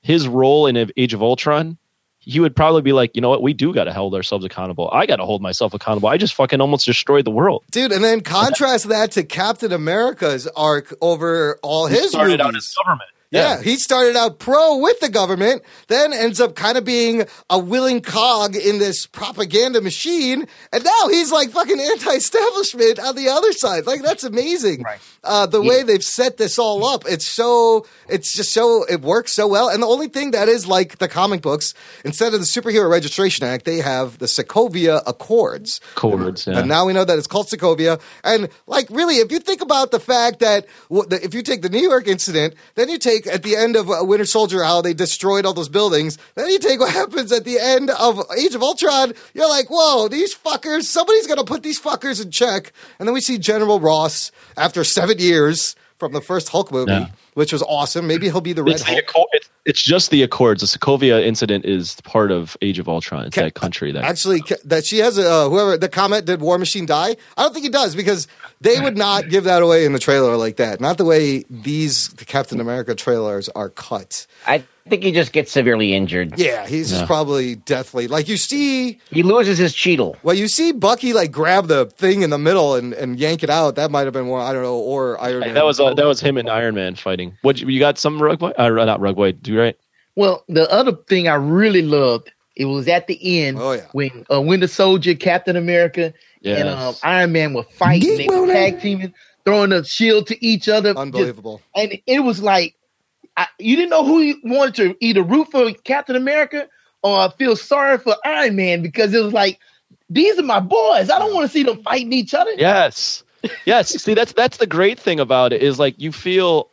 Speaker 5: his role in Age of Ultron. He would probably be like, you know what? We do got to hold ourselves accountable. I got to hold myself accountable. I just fucking almost destroyed the world.
Speaker 1: Dude, and then contrast that to Captain America's arc over all his
Speaker 5: started out
Speaker 1: movies.
Speaker 5: as government.
Speaker 1: yeah. he started out pro with the government, then ends up kind of being a willing cog in this propaganda machine, and now he's like fucking anti-establishment on the other side. Like that's amazing.
Speaker 6: Right.
Speaker 1: Uh, the way they've set this all up, it's so it's just so it works so well. And the only thing that is like the comic books, instead of the Superhero Registration Act, they have the Sokovia Accords.
Speaker 5: Chords. Yeah.
Speaker 1: And now we know that it's called Sokovia. And like, really, if you think about the fact that w- the- if you take the New York incident, then you take at the end of uh, Winter Soldier how they destroyed all those buildings. Then you take what <laughs> happens at the end of Age of Ultron. You're like, whoa, these fuckers! Somebody's gonna put these fuckers in check. And then we see General Ross after seven years from the first Hulk movie,
Speaker 5: Yeah.
Speaker 1: which was awesome. Maybe he'll be the Red
Speaker 5: It's, the
Speaker 1: Hulk.
Speaker 5: Accord, it's, it's just the Accords. The Sokovia incident is part of Age of Ultron. It's
Speaker 1: Ca-
Speaker 5: that country that
Speaker 1: actually ca- that she has a uh, whoever the comment did war machine die i don't think he does because they would not give that away in the trailer like that not the way these the captain america trailers are cut
Speaker 2: I think he just gets severely injured.
Speaker 1: yeah he's just
Speaker 5: Yeah.
Speaker 1: probably deathly like you see
Speaker 2: He loses his Cheetle.
Speaker 1: well you see bucky like grab the thing in the middle and, and yank it out that might have been one i don't know or iron Man.
Speaker 5: that was uh, that was him and Iron Man fighting. What you, you got? Some rug boy? Uh, not rug boy. Do right?
Speaker 6: Well, the other thing I really loved it was at the end
Speaker 1: Oh, yeah.
Speaker 6: when uh, Winter Soldier, Captain America,
Speaker 5: Yeah.
Speaker 6: and um, Iron Man were fighting, they were tag teaming, throwing the shield to each other. Just-
Speaker 1: unbelievable
Speaker 6: and it was like I, you didn't know who you wanted to either root for Captain America or feel sorry for Iron Man because it was like these are my boys. I don't want to see them fighting each other.
Speaker 5: yes. Yes. See, that's that's the great thing about it is like you feel.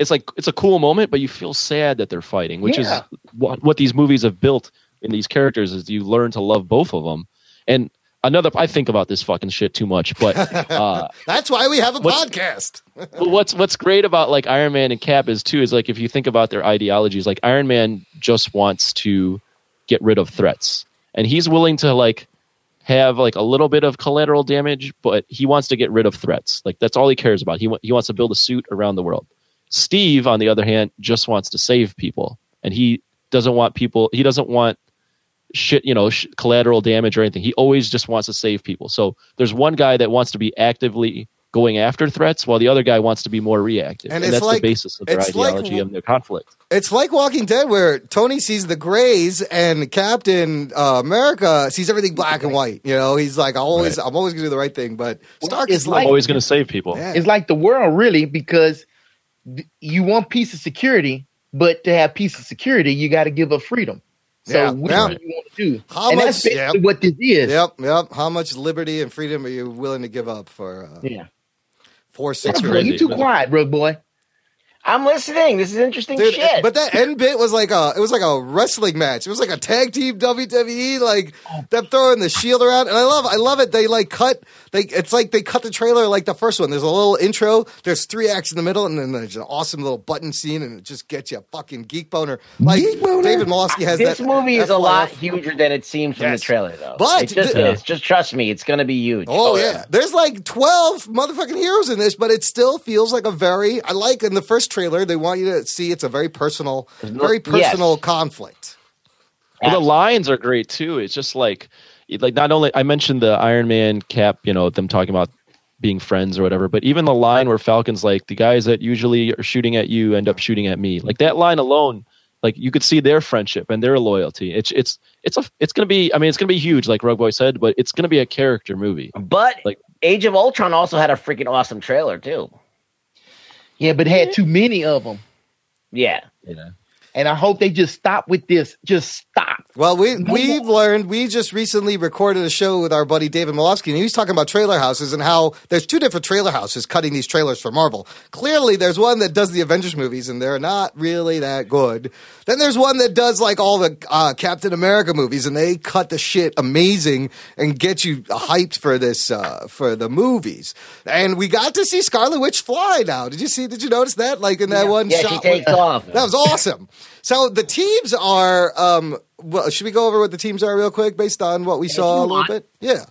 Speaker 5: it's like it's a cool moment, but you feel sad that they're fighting, which
Speaker 6: Yeah.
Speaker 5: is what, what these movies have built in these characters is you learn to love both of them. And another, I think about this fucking shit too much, but uh,
Speaker 1: That's why we have a
Speaker 5: What's-
Speaker 1: podcast.
Speaker 5: but what's what's great about like Iron Man and Cap is too is like if you think about their ideologies, like Iron Man just wants to get rid of threats, and he's willing to like have like a little bit of collateral damage, but he wants to get rid of threats. Like that's all he cares about. He wa- he wants to build a suit around the world. Steve, on the other hand, just wants to save people, and he doesn't want people. He doesn't want shit, you know, sh- collateral damage or anything. He always just wants to save people. So there's one guy that wants to be actively going after threats, while the other guy wants to be more reactive.
Speaker 1: And
Speaker 5: And,
Speaker 1: it's
Speaker 5: that's
Speaker 1: like-
Speaker 5: the basis of their
Speaker 1: it's like-
Speaker 5: ideology and their conflict.
Speaker 1: It's like Walking Dead, where Tony sees the grays and Captain uh, America sees everything black and white. You know, he's like, I always, I'm always gonna do the right thing, but Stark
Speaker 6: it's
Speaker 1: is
Speaker 5: I'm
Speaker 1: like,
Speaker 5: always going to save people.
Speaker 1: Yeah.
Speaker 6: It's like the world, really, because th- you want peace of security, but to have peace of security, you got to give up freedom. So
Speaker 1: Yeah,
Speaker 6: which
Speaker 1: yeah.
Speaker 6: one you want to do?
Speaker 1: How
Speaker 6: and
Speaker 1: much-
Speaker 6: that's basically
Speaker 1: yep.
Speaker 6: what this is.
Speaker 1: Yep, yep. How much liberty and freedom are you willing to give up for uh,
Speaker 6: Yeah.
Speaker 1: for
Speaker 6: That's bro,
Speaker 1: security?
Speaker 5: crazy.
Speaker 6: you too quiet, bro, boy.
Speaker 2: I'm listening. This is interesting
Speaker 1: Dude,
Speaker 2: shit.
Speaker 1: but that end bit was like a it was like a wrestling match. It was like a tag team WWE, like them throwing the shield around. And I love I love it. They like cut they it's like they cut the trailer like the first one. There's a little intro, there's three acts in the middle, and then there's an awesome little button scene, and it just gets you a fucking geek boner. Like David Molosky has
Speaker 2: this
Speaker 1: that.
Speaker 2: movie is a
Speaker 1: FYF.
Speaker 2: lot huger than it seems from
Speaker 1: Yes.
Speaker 2: the trailer, though.
Speaker 1: But
Speaker 2: it just
Speaker 1: the-
Speaker 2: is. Just trust me, it's going to be huge.
Speaker 1: Oh, yeah. There's like 12 motherfucking heroes in this, but it still feels like a very I like in the first trailer they want you to see it's a very personal very
Speaker 2: Yes.
Speaker 1: personal conflict.
Speaker 5: Well, the lines are great too. It's just like, it- like not only I mentioned the Iron Man cap, you know, them talking about being friends or whatever, but even the line where Falcon's like, the guys that usually are shooting at you end up shooting at me. Like that line alone, like you could see their friendship and their loyalty. It's it's it's a it's gonna be. I mean, it's gonna be huge, like Rugboy said, but it's gonna be a character movie.
Speaker 2: But
Speaker 5: Like-
Speaker 2: Age of Ultron also had a freaking awesome trailer too.
Speaker 6: Yeah, but it had too many of them.
Speaker 2: Yeah.
Speaker 5: You know,
Speaker 6: And I hope they just stop with this. Just stop.
Speaker 1: Well, we we've learned. We just recently recorded a show with our buddy David Malofsky, and he was talking about trailer houses and how there's two different trailer houses cutting these trailers for Marvel. Clearly, there's one that does the Avengers movies, and they're not really that good. Then there's one that does like all the uh, Captain America movies, and they cut the shit amazing and get you hyped for this uh, for the movies. And we got to see Scarlet Witch fly. Now, did you see? Did you notice that? Like in that one
Speaker 2: Yeah,
Speaker 1: shot,
Speaker 2: she
Speaker 1: where-
Speaker 2: takes off.
Speaker 1: that was awesome. So the teams are. Um, well, should we go over what the teams are real quick based on what we saw a little bit? Yeah.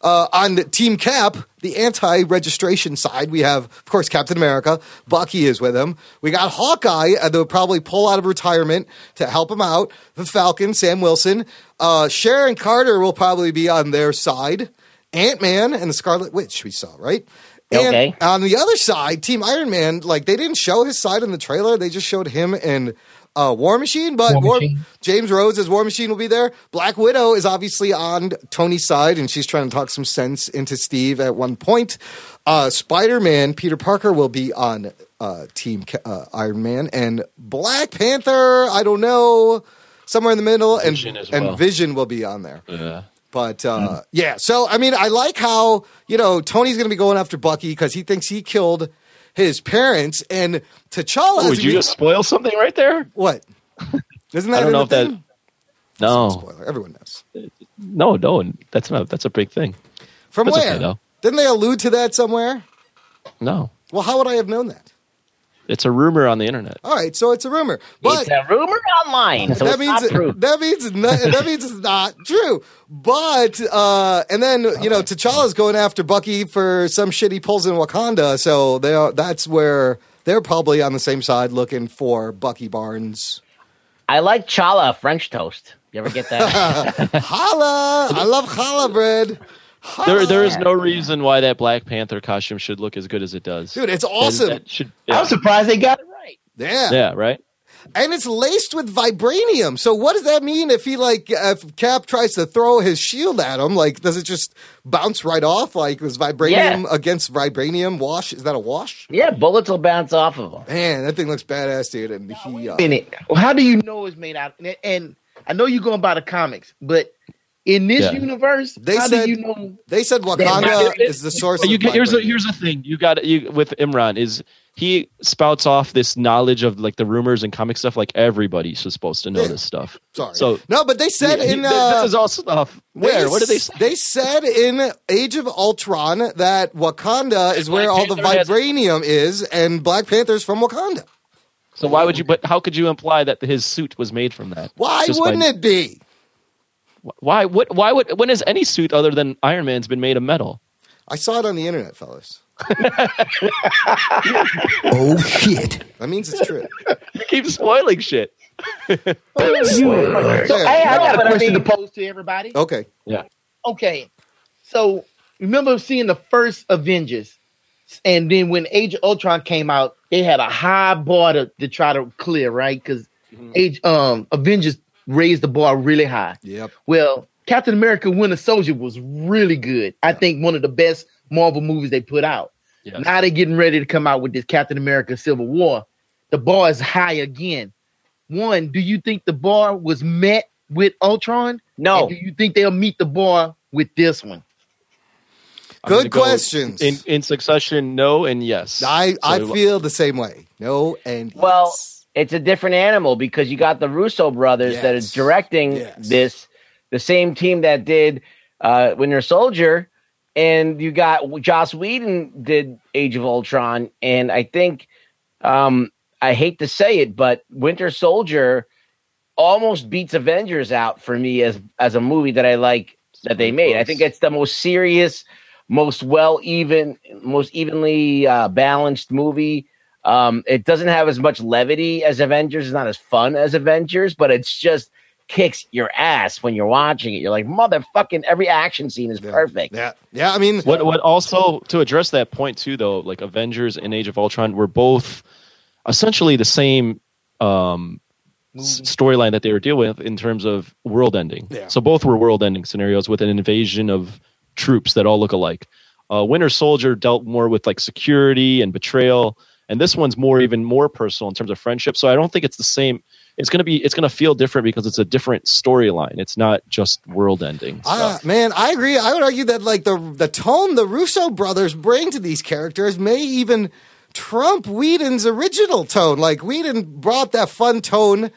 Speaker 1: Uh, on the Team Cap, the anti-registration side, we have, of course, Captain America. Bucky is with him. We got Hawkeye, uh, they'll probably pull out of retirement to help him out. The Falcon, Sam Wilson, uh, Sharon Carter will probably be on their side. Ant Man and the Scarlet Witch, we saw right. And
Speaker 2: Okay.
Speaker 1: Uh, on the other side, Team Iron Man, like they didn't show his side in the trailer. They just showed him and uh, War Machine, but War
Speaker 6: War Machine.
Speaker 1: James Rhodes as War Machine will be there. Black Widow is obviously on Tony's side, and she's trying to talk some sense into Steve at one point. Uh, Spider Man, Peter Parker will be on uh, Team Ca- uh, Iron Man, and Black Panther. I don't know, somewhere in the middle, and
Speaker 5: Vision as well.
Speaker 1: and Vision will be on there.
Speaker 5: yeah.
Speaker 1: But uh,
Speaker 5: Mm.
Speaker 1: yeah, so I mean, I like how you know Tony's going to be going after Bucky because he thinks he killed his parents, and T'Challa.
Speaker 5: Ooh,
Speaker 1: is
Speaker 5: did you just spoil something right there?
Speaker 1: what? Isn't that
Speaker 5: I don't
Speaker 1: in
Speaker 5: know if
Speaker 1: the
Speaker 5: that. Oh.
Speaker 1: thing?
Speaker 5: No,
Speaker 1: spoiler. Everyone knows.
Speaker 5: no, no. That's not. That's a big thing.
Speaker 1: From
Speaker 5: That's okay,
Speaker 1: where?
Speaker 5: though.
Speaker 1: Didn't they allude to that somewhere?
Speaker 5: No,
Speaker 1: Well, how would I have known that?
Speaker 5: it's a rumor on the internet.
Speaker 1: All right, so it's a rumor, but
Speaker 2: it's a rumor
Speaker 1: <laughs>
Speaker 2: online, so
Speaker 1: that
Speaker 2: it's
Speaker 1: means
Speaker 2: not proof.
Speaker 1: that means it's not, that means it's not true. But uh, and then you know T'Challa's going after Bucky for some shit he pulls in Wakanda, so they are, that's where they're probably on the same side looking for Bucky Barnes.
Speaker 2: I like chala French toast. You ever get that?
Speaker 1: <laughs> Holla! I love challah bread. Oh,
Speaker 5: There, there is
Speaker 2: Yeah.
Speaker 5: no reason why that Black Panther costume should look as good as it does.
Speaker 1: Dude, it's
Speaker 5: That-
Speaker 1: awesome.
Speaker 5: that should, yeah.
Speaker 6: I'm surprised they got it right.
Speaker 1: yeah.
Speaker 5: yeah, right.
Speaker 1: and it's laced with vibranium. So what does that mean if he like if Cap tries to throw his shield at him? Like, does it just bounce right off? Like, was vibranium
Speaker 2: Yeah.
Speaker 1: against vibranium wash? Is that a wash?
Speaker 2: yeah, bullets will bounce off of them.
Speaker 1: Man, that thing looks badass, dude. And he, uh,
Speaker 6: Bennett, well, how do you know it's made out? And, and I know you're going by the comics, but in this
Speaker 5: Yeah.
Speaker 6: universe,
Speaker 1: They
Speaker 6: how
Speaker 1: said-
Speaker 6: do you know?
Speaker 1: They said Wakanda is the source.
Speaker 5: But you
Speaker 1: of
Speaker 5: get, here's the,
Speaker 1: vibranium.
Speaker 5: here's the thing you got you with Imran is he spouts off this knowledge of like the rumors and comic stuff like everybody's supposed to know
Speaker 1: Yeah.
Speaker 5: this stuff.
Speaker 1: Sorry.
Speaker 5: so-
Speaker 1: no, but they said
Speaker 5: He- he-
Speaker 1: in
Speaker 5: th-
Speaker 1: uh,
Speaker 5: this is all stuff. Where?
Speaker 1: s-
Speaker 5: What did they say?
Speaker 1: They said in Age of Ultron that Wakanda is where all the
Speaker 5: Panther has-
Speaker 1: vibranium is, and Black Panther's from Wakanda.
Speaker 5: So why would you? But how could you imply that his suit was made from that?
Speaker 1: Why
Speaker 5: Just by-
Speaker 1: wouldn't it be?
Speaker 5: Why? What? Why would? When has any suit other than Iron Man's been made of metal? <laughs>
Speaker 1: I saw it on the internet, fellas.
Speaker 4: <laughs> Oh shit.
Speaker 1: That means it's true.
Speaker 5: You keep spoiling shit.
Speaker 1: Oh,
Speaker 6: So
Speaker 1: Yeah.
Speaker 6: I,
Speaker 2: No,
Speaker 6: I got
Speaker 2: but
Speaker 6: a
Speaker 2: I
Speaker 6: question
Speaker 2: mean-
Speaker 6: to pose to everybody.
Speaker 1: Okay.
Speaker 6: okay, so remember seeing the first Avengers, and then when Age of Ultron came out, they had a high bar to, to try to clear, right? Because Age um Avengers raised the bar really high.
Speaker 1: Yep.
Speaker 6: Well, Captain America: Winter Soldier was really good. I think one of the best Marvel movies they put out.
Speaker 5: Yes.
Speaker 6: Now they're getting ready to come out with this Captain America: Civil War. The bar is high again. One, do you think the bar was met with Ultron?
Speaker 2: No,
Speaker 6: And do you think they'll meet the bar with this one?
Speaker 5: I'm gonna
Speaker 1: Good
Speaker 5: go
Speaker 1: questions.
Speaker 5: In in succession, no and yes.
Speaker 1: I, I
Speaker 5: So-
Speaker 1: feel the same way. No and
Speaker 2: Well,
Speaker 1: yes.
Speaker 2: it's a different animal because you got the Russo brothers that
Speaker 1: Yes.
Speaker 2: are directing
Speaker 1: Yes.
Speaker 2: this, the same team that did uh, Winter Soldier, and you got Joss Whedon did Age of Ultron, and I think um, I hate to say it, but Winter Soldier almost beats Avengers out for me as as a movie that I like that they made. I think it's the most serious, most well even, most evenly uh, balanced movie. Um, it doesn't have as much levity as Avengers. It's not as fun as Avengers, but it's just kicks your ass when you're watching it. You're like, motherfucking, every action scene is
Speaker 1: Yeah.
Speaker 2: perfect.
Speaker 1: Yeah. Yeah. I mean,
Speaker 5: What what also to address that point too though, like Avengers and Age of Ultron were both essentially the same um s- storyline that they were dealing with in terms of world ending.
Speaker 1: Yeah.
Speaker 5: So both were world ending scenarios with an invasion of troops that all look alike. Uh, Winter Soldier dealt more with like security and betrayal, and this one's more even more personal in terms of friendship. So I don't think it's the same. It's gonna be it's gonna feel different because it's a different storyline. It's not just world ending.
Speaker 1: Ah, man, I agree. I would argue that like the the tone the Russo brothers bring to these characters may even trump Whedon's original tone. Like Whedon brought that fun tone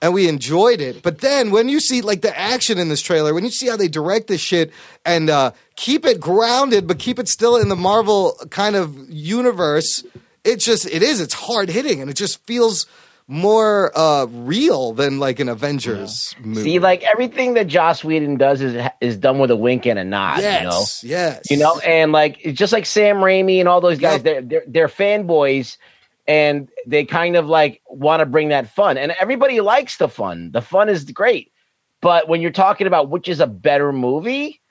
Speaker 1: and we enjoyed it. But then when you see like the action in this trailer, when you see how they direct this shit and uh, keep it grounded but keep it still in the Marvel kind of universe, it just it is it's hard hitting and it just feels more uh, real than like an Avengers movie.
Speaker 2: See, like everything that Joss Whedon does is is done with a wink and a nod.
Speaker 1: yes,
Speaker 2: You know?
Speaker 1: yes,
Speaker 2: you know, and like it's just like Sam Raimi and all those
Speaker 1: Yep.
Speaker 2: guys, they're, they're they're fanboys, and they kind of like want to bring that fun, and everybody likes the fun. The fun is great, but when you're talking about which is a better movie,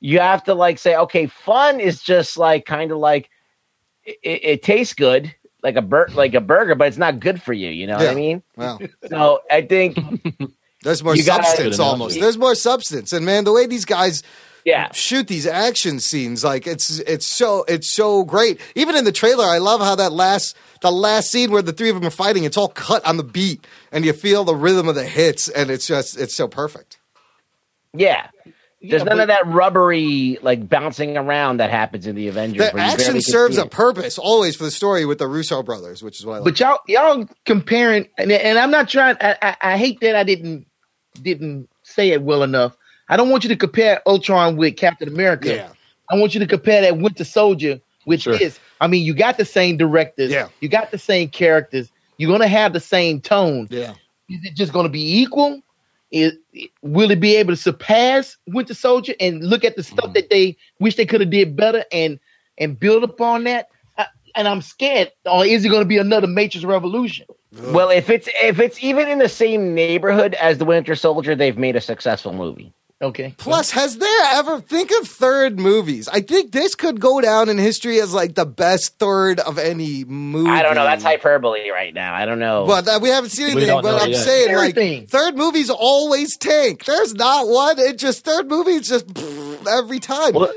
Speaker 2: you have to like say, okay, fun is just like kind of like it, it, it tastes good, like a bur- like a burger, but it's not good for you. You know what
Speaker 1: Yeah.
Speaker 2: I mean?
Speaker 1: Wow.
Speaker 2: So I think,
Speaker 1: There's more
Speaker 2: You gotta-
Speaker 1: substance
Speaker 5: Good analogy.
Speaker 1: almost. There's more substance. And man, the way these guys
Speaker 2: yeah,
Speaker 1: shoot these action scenes, like it's it's so it's so great. Even in the trailer, I love how that last the last scene where the three of them are fighting, it's all cut on the beat and you feel the rhythm of the hits and it's just it's so perfect.
Speaker 2: yeah. There's
Speaker 6: Yeah,
Speaker 2: none
Speaker 6: but-
Speaker 2: of that rubbery like bouncing around that happens in the Avengers.
Speaker 1: The
Speaker 2: where you barely
Speaker 1: action
Speaker 2: can
Speaker 1: serves
Speaker 2: see
Speaker 1: a
Speaker 2: it.
Speaker 1: purpose always for the story with the Russo brothers, which is what I like.
Speaker 6: But y'all y'all comparing and, and I'm not trying I, I I hate that I didn't didn't say it well enough. I don't want you to compare Ultron with Captain America.
Speaker 1: Yeah.
Speaker 6: I want you to compare that Winter Soldier with
Speaker 5: Sure.
Speaker 6: this. I mean, you got the same directors.
Speaker 1: Yeah.
Speaker 6: You got the same characters. You're gonna have the same tone.
Speaker 1: Yeah.
Speaker 6: Is it just gonna be equal? Is, will it be able to surpass Winter Soldier and look at the stuff
Speaker 1: Mm-hmm.
Speaker 6: that they wish they could have did better and and build upon that? I, and I'm scared. Or is it gonna be another Matrix Revolution?
Speaker 2: Well, if it's if it's even in the same neighborhood as the Winter Soldier, they've made a successful movie.
Speaker 6: Okay.
Speaker 1: Plus, has there ever think of third movies? I think this could go down in history as like the best third of any movie.
Speaker 2: I don't know. That's hyperbole right now. I don't know.
Speaker 1: But uh, we haven't seen
Speaker 5: We
Speaker 1: anything.
Speaker 5: don't
Speaker 1: But
Speaker 5: know
Speaker 1: I'm
Speaker 5: yet.
Speaker 1: saying,
Speaker 6: Everything.
Speaker 1: like, third movies always tank. There's not one. It just third movie is just pfft, every time.
Speaker 5: Well,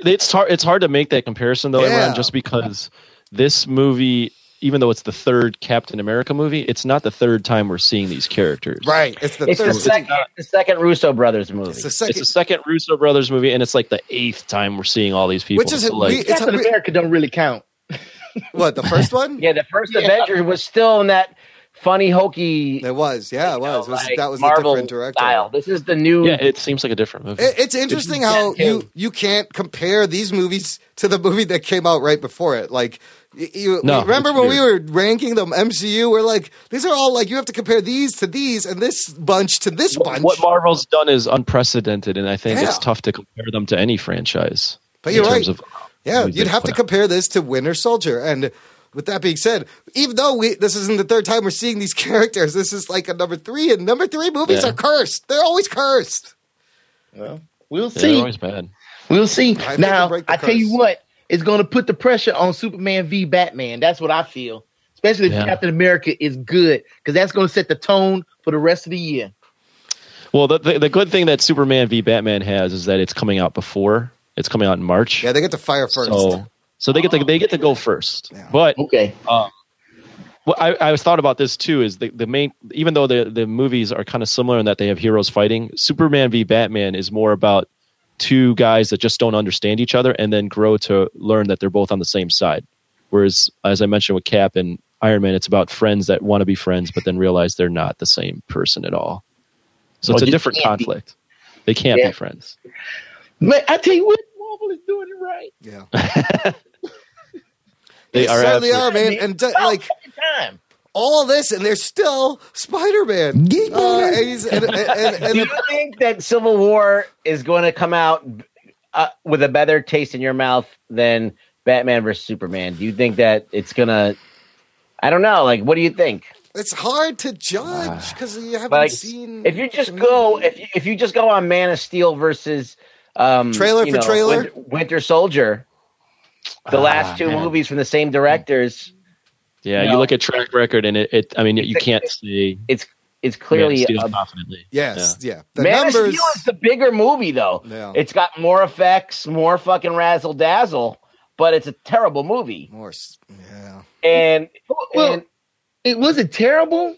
Speaker 5: it's hard. It's hard to make that comparison though,
Speaker 1: Yeah.
Speaker 5: Imran, just because this movie even though it's the third Captain America movie, it's not the third time we're seeing these characters.
Speaker 1: Right. It's the
Speaker 2: It's
Speaker 1: third.
Speaker 2: the second, the second Russo brothers movie.
Speaker 1: it's the second.
Speaker 5: It's the second Russo brothers movie, and it's like the eighth time we're seeing all these people.
Speaker 1: Which is
Speaker 5: So, like,
Speaker 1: we- it's a
Speaker 6: Captain
Speaker 1: re-
Speaker 6: America don't really count.
Speaker 1: what the first one?
Speaker 2: <laughs> yeah, the first
Speaker 6: Yeah.
Speaker 2: Avenger was still in that funny, hokey.
Speaker 1: It was. Yeah, it
Speaker 2: you know,
Speaker 1: was. It was-
Speaker 2: like,
Speaker 1: that was
Speaker 2: Marvel
Speaker 1: a different director.
Speaker 2: Style. This is the new.
Speaker 5: yeah, it seems like a different movie.
Speaker 1: It- It's interesting how you you can't compare these movies to the movie that came out right before it. Like y- you
Speaker 5: No,
Speaker 1: remember
Speaker 5: it's
Speaker 1: when we were ranking them MCU, we're like these are all like you have to compare these to these and this bunch to this bunch.
Speaker 5: what Marvel's done is unprecedented, and I think it's
Speaker 1: Yeah.
Speaker 5: tough to compare them to any franchise.
Speaker 1: But
Speaker 5: in
Speaker 1: you're
Speaker 5: terms
Speaker 1: right.
Speaker 5: of-
Speaker 1: Yeah,
Speaker 5: Who's
Speaker 1: you'd
Speaker 5: they
Speaker 1: have to
Speaker 5: play?
Speaker 1: compare this to Winter Soldier. And with that being said, even though we this isn't the third time we're seeing these <laughs> characters, this is like a number three, and number three movies
Speaker 5: Yeah.
Speaker 1: are cursed. They're always cursed.
Speaker 6: Well, we'll
Speaker 5: Yeah, they're
Speaker 6: see.
Speaker 5: always bad.
Speaker 6: We'll see.
Speaker 1: I think
Speaker 6: now,
Speaker 1: it'll break the
Speaker 6: I tell you
Speaker 1: curse.
Speaker 6: what, it's going to put the pressure on Superman v Batman. That's what I feel. Especially if
Speaker 5: Yeah.
Speaker 6: Captain America is good, because that's going to set the tone for the rest of the year.
Speaker 5: Well, the, the the good thing that Superman v Batman has is that it's coming out before. It's coming out in March.
Speaker 1: Yeah, they get to fire first.
Speaker 5: so so they get to they get to go first.
Speaker 1: Yeah.
Speaker 5: But
Speaker 6: Okay.
Speaker 5: well, I I was thought about this too. Is the, the main even though the the movies are kind of similar in that they have heroes fighting, Superman v Batman is more about two guys that just don't understand each other and then grow to learn that they're both on the same side. Whereas, as I mentioned with Cap and Iron Man, it's about friends that want to be friends but then realize they're not the same person at all. So
Speaker 6: Or
Speaker 5: it's a
Speaker 6: just
Speaker 5: different
Speaker 6: can't be.
Speaker 5: conflict. They can't
Speaker 6: Yeah.
Speaker 5: be friends.
Speaker 6: Man, I tell you what, Marvel is doing it right.
Speaker 1: yeah,
Speaker 5: They are
Speaker 1: certainly
Speaker 5: absolutely-
Speaker 1: are, man. And d-
Speaker 6: About
Speaker 1: like
Speaker 6: fucking time.
Speaker 1: all this, and there's still Spider Man. Uh, and he's and, and, and,
Speaker 2: Do you <laughs>
Speaker 1: and
Speaker 2: think that Civil War is going to come out uh, with a better taste in your mouth than Batman versus Superman? Do you think that it's gonna? I don't know. Like, what do you think?
Speaker 1: it's hard to
Speaker 5: Ah.
Speaker 1: judge because you haven't
Speaker 2: Like,
Speaker 1: seen.
Speaker 2: If you just go, if you, if you just go on Man of Steel versus um,
Speaker 1: Trailer
Speaker 2: you
Speaker 1: for
Speaker 2: know,
Speaker 1: trailer? Ah,
Speaker 2: Winter, Winter Soldier, the last two
Speaker 5: man.
Speaker 2: movies from the same directors,
Speaker 5: Yeah,
Speaker 2: No.
Speaker 5: you look at track record and it, it I mean, you
Speaker 2: It's-
Speaker 5: can't see
Speaker 2: it's clearly
Speaker 5: Man of Steel
Speaker 2: a
Speaker 5: confidently.
Speaker 1: yes, yeah, the
Speaker 2: Man
Speaker 1: numbers.
Speaker 2: of Steel is the bigger movie, though.
Speaker 1: Yeah.
Speaker 2: It's got more effects, more fucking razzle dazzle, but it's a terrible movie.
Speaker 1: more, s- yeah.
Speaker 2: And,
Speaker 6: Well,
Speaker 2: and-
Speaker 6: it was it terrible,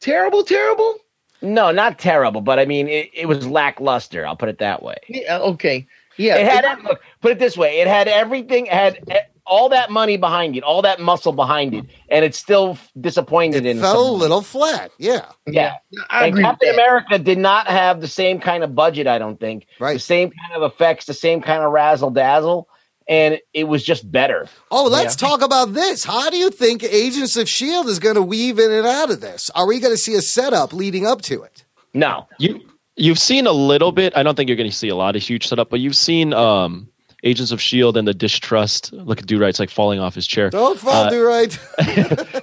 Speaker 6: terrible, terrible.
Speaker 2: no, not terrible, but I mean, it, it was lackluster. I'll put it that way.
Speaker 6: Yeah, okay. Yeah.
Speaker 2: It had look, put it this way: it had everything, it had eh, all that money behind it, all that muscle behind it, and it's still f- disappointed
Speaker 1: It
Speaker 2: in
Speaker 1: fell a
Speaker 2: some-
Speaker 1: little flat. Yeah,
Speaker 2: Yeah,
Speaker 6: I
Speaker 2: And
Speaker 6: agree. with
Speaker 2: Captain
Speaker 6: that.
Speaker 2: America did not have the same kind of budget, I don't think. The
Speaker 1: right.
Speaker 2: same kind of effects, the same kind of razzle dazzle, and it was just better.
Speaker 1: Oh, let's talk about this. How do you think Agents of S.H.I.E.L.D. E is going to weave in and out of this? Are we going to see a setup leading up to it?
Speaker 2: No,
Speaker 5: You you've seen a little bit. I don't think you're going to see a lot of huge setup, but you've seen um Agents of Shield and the distrust. Look at Do Right's like falling off his chair.
Speaker 1: Don't fall,
Speaker 5: Uh,
Speaker 1: do right.
Speaker 5: <laughs>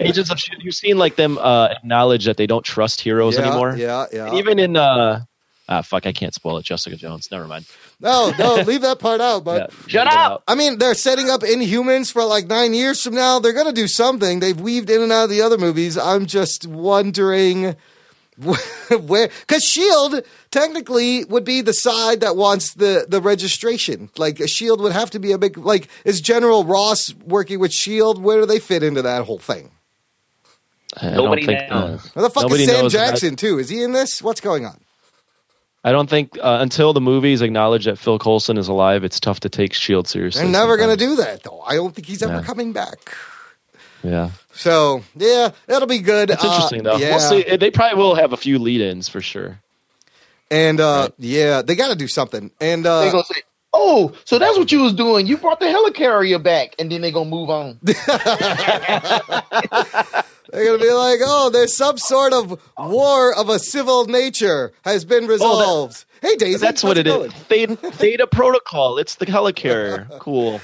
Speaker 5: Agents of Shield. E You've seen like them uh acknowledge that they don't trust
Speaker 1: <laughs>
Speaker 5: heroes
Speaker 1: yeah,
Speaker 5: anymore.
Speaker 1: Yeah, yeah.
Speaker 5: And even in uh ah fuck, I can't spoil it. Jessica Jones. Never mind.
Speaker 1: no, no, leave that part
Speaker 5: <laughs>
Speaker 1: out. But
Speaker 5: Yeah,
Speaker 2: Shut
Speaker 5: leave it
Speaker 2: up!
Speaker 5: out.
Speaker 1: I mean, they're setting up Inhumans for like nine years from now. They're going to do something. They've weaved in and out of the other movies. I'm just wondering <laughs> where, because Shield E technically would be the side that wants the the registration. Like Shield E would have to be a big like. Is General Ross working with Shield? E Where do they fit into that whole thing?
Speaker 5: I don't
Speaker 2: Nobody
Speaker 5: think, uh,
Speaker 2: knows.
Speaker 1: Where the fuck
Speaker 5: Nobody
Speaker 1: is Sam
Speaker 5: knows about-
Speaker 1: Jackson too? Is he in this? What's going on?
Speaker 5: I don't think uh, until the movies acknowledge that Phil Coulson is alive, it's tough to take Shield E seriously.
Speaker 1: They're never going to
Speaker 5: sometimes.
Speaker 1: do that though. I don't think he's ever
Speaker 5: No.
Speaker 1: coming back.
Speaker 5: Yeah,
Speaker 1: So yeah, that'll be good.
Speaker 5: it's
Speaker 1: Uh,
Speaker 5: interesting though.
Speaker 1: yeah.
Speaker 5: We'll see. They probably will have a few lead-ins for sure.
Speaker 1: And uh, yeah, they got to do something. And
Speaker 6: They
Speaker 1: uh,
Speaker 6: gonna say, "Oh, so that's what you was doing? You brought the helicarrier back, and then they gonna move on."
Speaker 1: they're gonna be like, "Oh, there's some sort of war of a civil nature has been resolved." hey, Daisy,
Speaker 5: Oh, That's
Speaker 1: how's
Speaker 5: what it
Speaker 1: going?
Speaker 5: is. Theta, Theta Protocol. It's the helicarrier. Cool.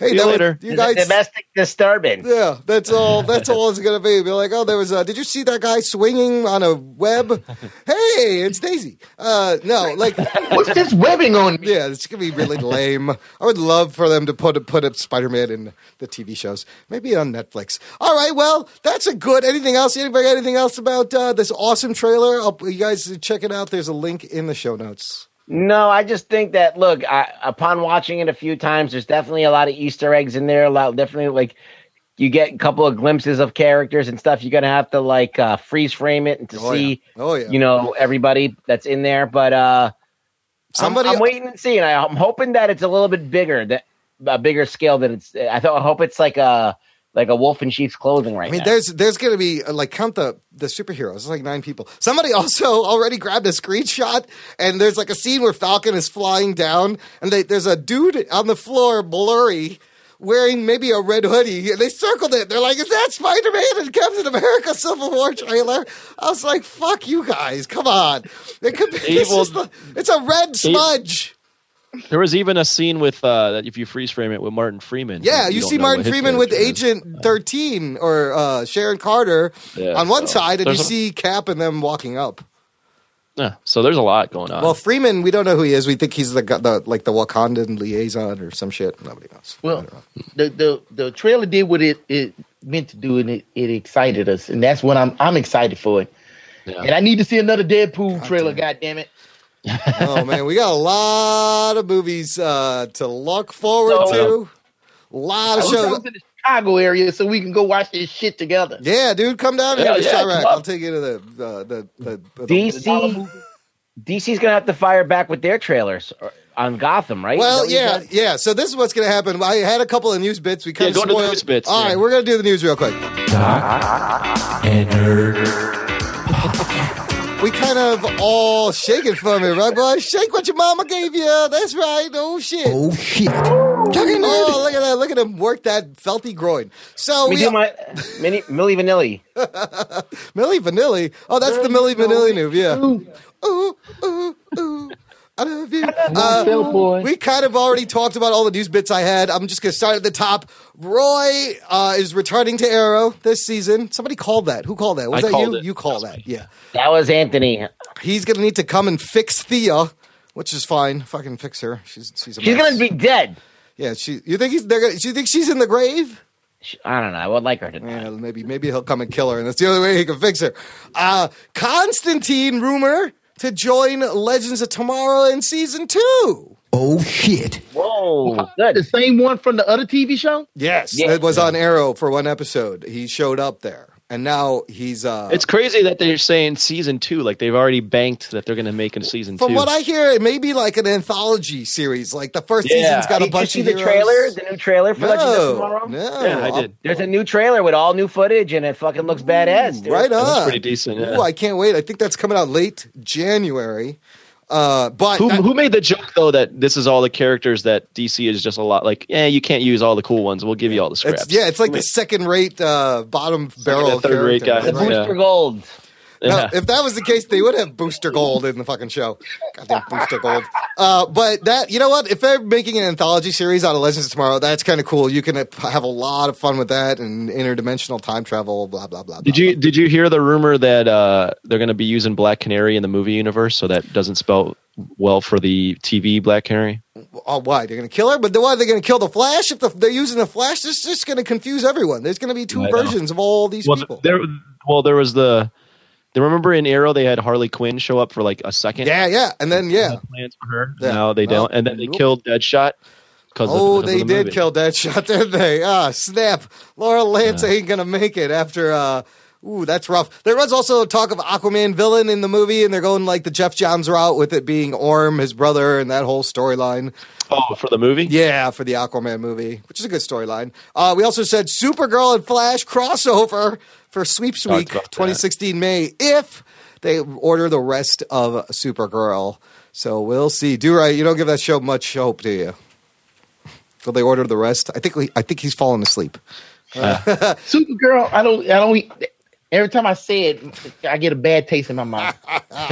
Speaker 1: Hey,
Speaker 5: See you
Speaker 1: that was-
Speaker 5: later.
Speaker 1: you
Speaker 2: It's a
Speaker 1: guys.
Speaker 2: domestic disturbance.
Speaker 1: Yeah, that's
Speaker 5: <laughs>
Speaker 1: all. That's all it's gonna be. Be like, oh, there was. A, did you see that guy swinging on a
Speaker 5: <laughs>
Speaker 1: web? Hey, it's Daisy. Uh, no, like,
Speaker 6: <laughs> What's this webbing on me?
Speaker 1: yeah, it's gonna be really lame. I would love for them to put put up Spider Man in the TV shows, maybe on Netflix. All right, well, that's a good. Anything else? Anybody got anything else about uh, this awesome trailer? I'll, you guys check it out. There's a link in the show notes.
Speaker 2: No, I just think that look, I, upon watching it a few times, there's definitely a lot of Easter eggs in there. A lot, definitely like you get a couple of glimpses of characters and stuff. You're gonna have to like uh, freeze frame it and to
Speaker 1: Oh, yeah.
Speaker 2: see
Speaker 1: Oh yeah.
Speaker 2: you know everybody that's in there. But uh,
Speaker 1: Somebody-
Speaker 2: I'm, I'm waiting and seeing. I, I'm hoping that it's a little bit bigger, that a bigger scale than it's. I thought I hope it's like a like a wolf in sheep's clothing right
Speaker 1: I mean,
Speaker 2: now.
Speaker 1: there's there's gonna be uh, like count the the superheroes. It's like nine people. Somebody <laughs> also already grabbed a screenshot, and there's like a scene where Falcon is flying down, and they, there's a dude on the floor, blurry, wearing maybe a red hoodie. They circled it. They're like, "Is that Spider Man and Captain America Civil War trailer?" I was like, "Fuck you guys! Come on! It could be, <laughs> it's,
Speaker 5: Evil-
Speaker 1: just the- it's a red smudge."
Speaker 5: There was even a scene with uh, that if you freeze frame it with Martin Freeman.
Speaker 1: Yeah,
Speaker 5: if
Speaker 1: you,
Speaker 5: don't
Speaker 1: see
Speaker 5: know
Speaker 1: Martin
Speaker 5: what his
Speaker 1: Freeman with
Speaker 5: character is.
Speaker 1: Agent 13 or uh, Sharon Carter
Speaker 5: Yeah,
Speaker 1: on one
Speaker 5: so
Speaker 1: side, and you
Speaker 5: there's a-
Speaker 1: see Cap and them walking up.
Speaker 5: Yeah, so there's a lot going on.
Speaker 1: Well, Freeman, we don't know who he is. We think he's the, gu- the like the Wakandan liaison or some shit. Nobody knows. I
Speaker 6: Well,
Speaker 1: don't know.
Speaker 6: the the the trailer did what it it meant to do, and it, it excited us, and that's what I'm I'm excited for it.
Speaker 5: Yeah.
Speaker 6: And I need to see another Deadpool trailer. God damn it!
Speaker 1: oh man, we got a lot of movies uh, to look forward
Speaker 2: So-
Speaker 1: to. A lot
Speaker 6: I
Speaker 1: of
Speaker 6: wish I was
Speaker 1: shows.
Speaker 6: in the Chicago area so we can go watch this shit together.
Speaker 1: Yeah, dude, come down
Speaker 5: Yeah,
Speaker 1: here to
Speaker 5: yeah,
Speaker 1: Chirac.
Speaker 5: come up.
Speaker 1: I'll take you to the the the, the, the
Speaker 2: DC DC's gonna have to fire back with their trailers or- on Gotham, right?
Speaker 1: Well,
Speaker 2: Is that what
Speaker 1: yeah,
Speaker 2: you said?
Speaker 1: yeah. So this is what's going to happen. I had a couple of news bits. We kind
Speaker 5: Yeah,
Speaker 1: of
Speaker 5: go to the news bits,
Speaker 1: All right,
Speaker 5: yeah.
Speaker 1: we're going to do the news real quick.
Speaker 4: And nerd.
Speaker 1: We kind of all shaking from it, right, boy? Shake what your mama gave you. That's right. Oh shit.
Speaker 4: Oh shit.
Speaker 1: Oh, look at that! Look at him work that felty groin. So
Speaker 2: Let
Speaker 1: we,
Speaker 2: me do my mini, Millie Vanilli.
Speaker 1: Millie Vanilli. Oh, that's the Millie Vanilli move. Yeah. Ooh, ooh, ooh. I love you. Uh,
Speaker 6: Phil boy.
Speaker 1: we kind of already talked about all the news bits I had. I'm just going to start at the top. Roy uh, is returning to Arrow this season. Somebody called that. Who called that? Was
Speaker 5: I
Speaker 1: that
Speaker 5: called
Speaker 1: you?
Speaker 5: it.
Speaker 1: You called that. Yeah.
Speaker 2: That was Anthony.
Speaker 1: He's going to need to come and fix Thea, which is fine. Fucking fix her. She's she's a
Speaker 2: She's
Speaker 1: mess.
Speaker 2: gonna be dead.
Speaker 1: Yeah, she You think he's they're gonna, you think she's in the grave?
Speaker 2: She- I don't know. I would like her to die.
Speaker 1: Yeah, maybe maybe he'll come and kill her, and that's the only way he can fix her. Uh, Constantine rumor to join Legends of Tomorrow in season two.
Speaker 4: Oh shit.
Speaker 2: Whoa,
Speaker 6: The
Speaker 2: good.
Speaker 6: same one from the other TV show.
Speaker 1: Yes,
Speaker 2: Yeah.
Speaker 1: it was on Arrow for one episode. He showed up there, and now he's. Uh,
Speaker 5: it's crazy that they're saying season two. Like they've already banked that they're going to make a season
Speaker 1: from
Speaker 5: two.
Speaker 1: what I hear, it may be like an anthology series. Like the first season's got
Speaker 2: Did
Speaker 1: a
Speaker 2: you
Speaker 1: bunch
Speaker 2: see
Speaker 1: of
Speaker 2: the
Speaker 1: heroes.
Speaker 2: trailer? The new trailer for Legends of
Speaker 1: No,
Speaker 2: Tomorrow.
Speaker 1: no,
Speaker 5: yeah, I did.
Speaker 2: There's a new trailer with all new footage, and it fucking looks badass. Dude.
Speaker 1: Right
Speaker 5: That's
Speaker 1: on.
Speaker 5: pretty decent. yeah.
Speaker 1: Ooh, I can't wait. I think that's coming out late January. Uh, but
Speaker 5: who,
Speaker 1: that-
Speaker 5: who made the joke though that this is all the characters that DC is just a lot like yeah you can't use all the cool ones we'll give you all the scraps
Speaker 1: It's, yeah, it's like the second rate uh, bottom barrel
Speaker 5: the third-rate
Speaker 1: character.
Speaker 5: guy.
Speaker 1: Right?
Speaker 2: Booster Gold.
Speaker 1: Now,
Speaker 5: Yeah.
Speaker 1: if that was the case, they would have Booster Gold in the fucking show. Goddamn Booster Gold. Uh, but that, you know what? If they're making an anthology series out of Legends of Tomorrow, that's kind of cool. You can uh, have a lot of fun with that and interdimensional time travel, blah, blah, blah.
Speaker 5: did
Speaker 1: blah,
Speaker 5: you did you hear the rumor that uh, they're going to be using Black Canary in the movie universe so that doesn't spell well for the TV Black Canary
Speaker 1: blah. Oh, why? They're going to kill her? But then why are they going to kill the Flash? If the, they're using the Flash, it's just going to confuse everyone. There's going to be two
Speaker 5: I know.
Speaker 1: versions of all these
Speaker 5: well
Speaker 1: people.
Speaker 5: there well there was the they remember in Arrow they had Harley Quinn show up for like a second
Speaker 1: Yeah, yeah. And then, yeah.
Speaker 5: had plans for her
Speaker 1: Yeah.
Speaker 5: no they
Speaker 1: Well,
Speaker 5: don't and then they
Speaker 1: nope.
Speaker 5: killed Deadshot 'cause of-
Speaker 1: Oh,
Speaker 5: because of
Speaker 1: they
Speaker 5: the
Speaker 1: did
Speaker 5: movie.
Speaker 1: kill Deadshot, <laughs> didn't they? Ah, snap. Laura Lance ain't gonna make it after uh Ooh, that's rough. There was also talk of Aquaman villain in the movie, and they're going like the Jeff Johns route with it being Orm, his brother, and that whole storyline.
Speaker 5: oh for the movie
Speaker 1: Yeah, for the Aquaman movie, which is a good storyline. Uh, we also said Supergirl and Flash crossover for Sweeps
Speaker 5: Talked
Speaker 1: Week
Speaker 5: about that.
Speaker 1: 2016 May if they order the rest of Supergirl. So we'll see. Do right, you don't give that show much hope, do you? Will they order the rest? I think we, I think he's fallen asleep.
Speaker 6: Supergirl. I don't. I don't. Every time I say it, I get a bad taste in my
Speaker 1: <laughs>
Speaker 6: mouth.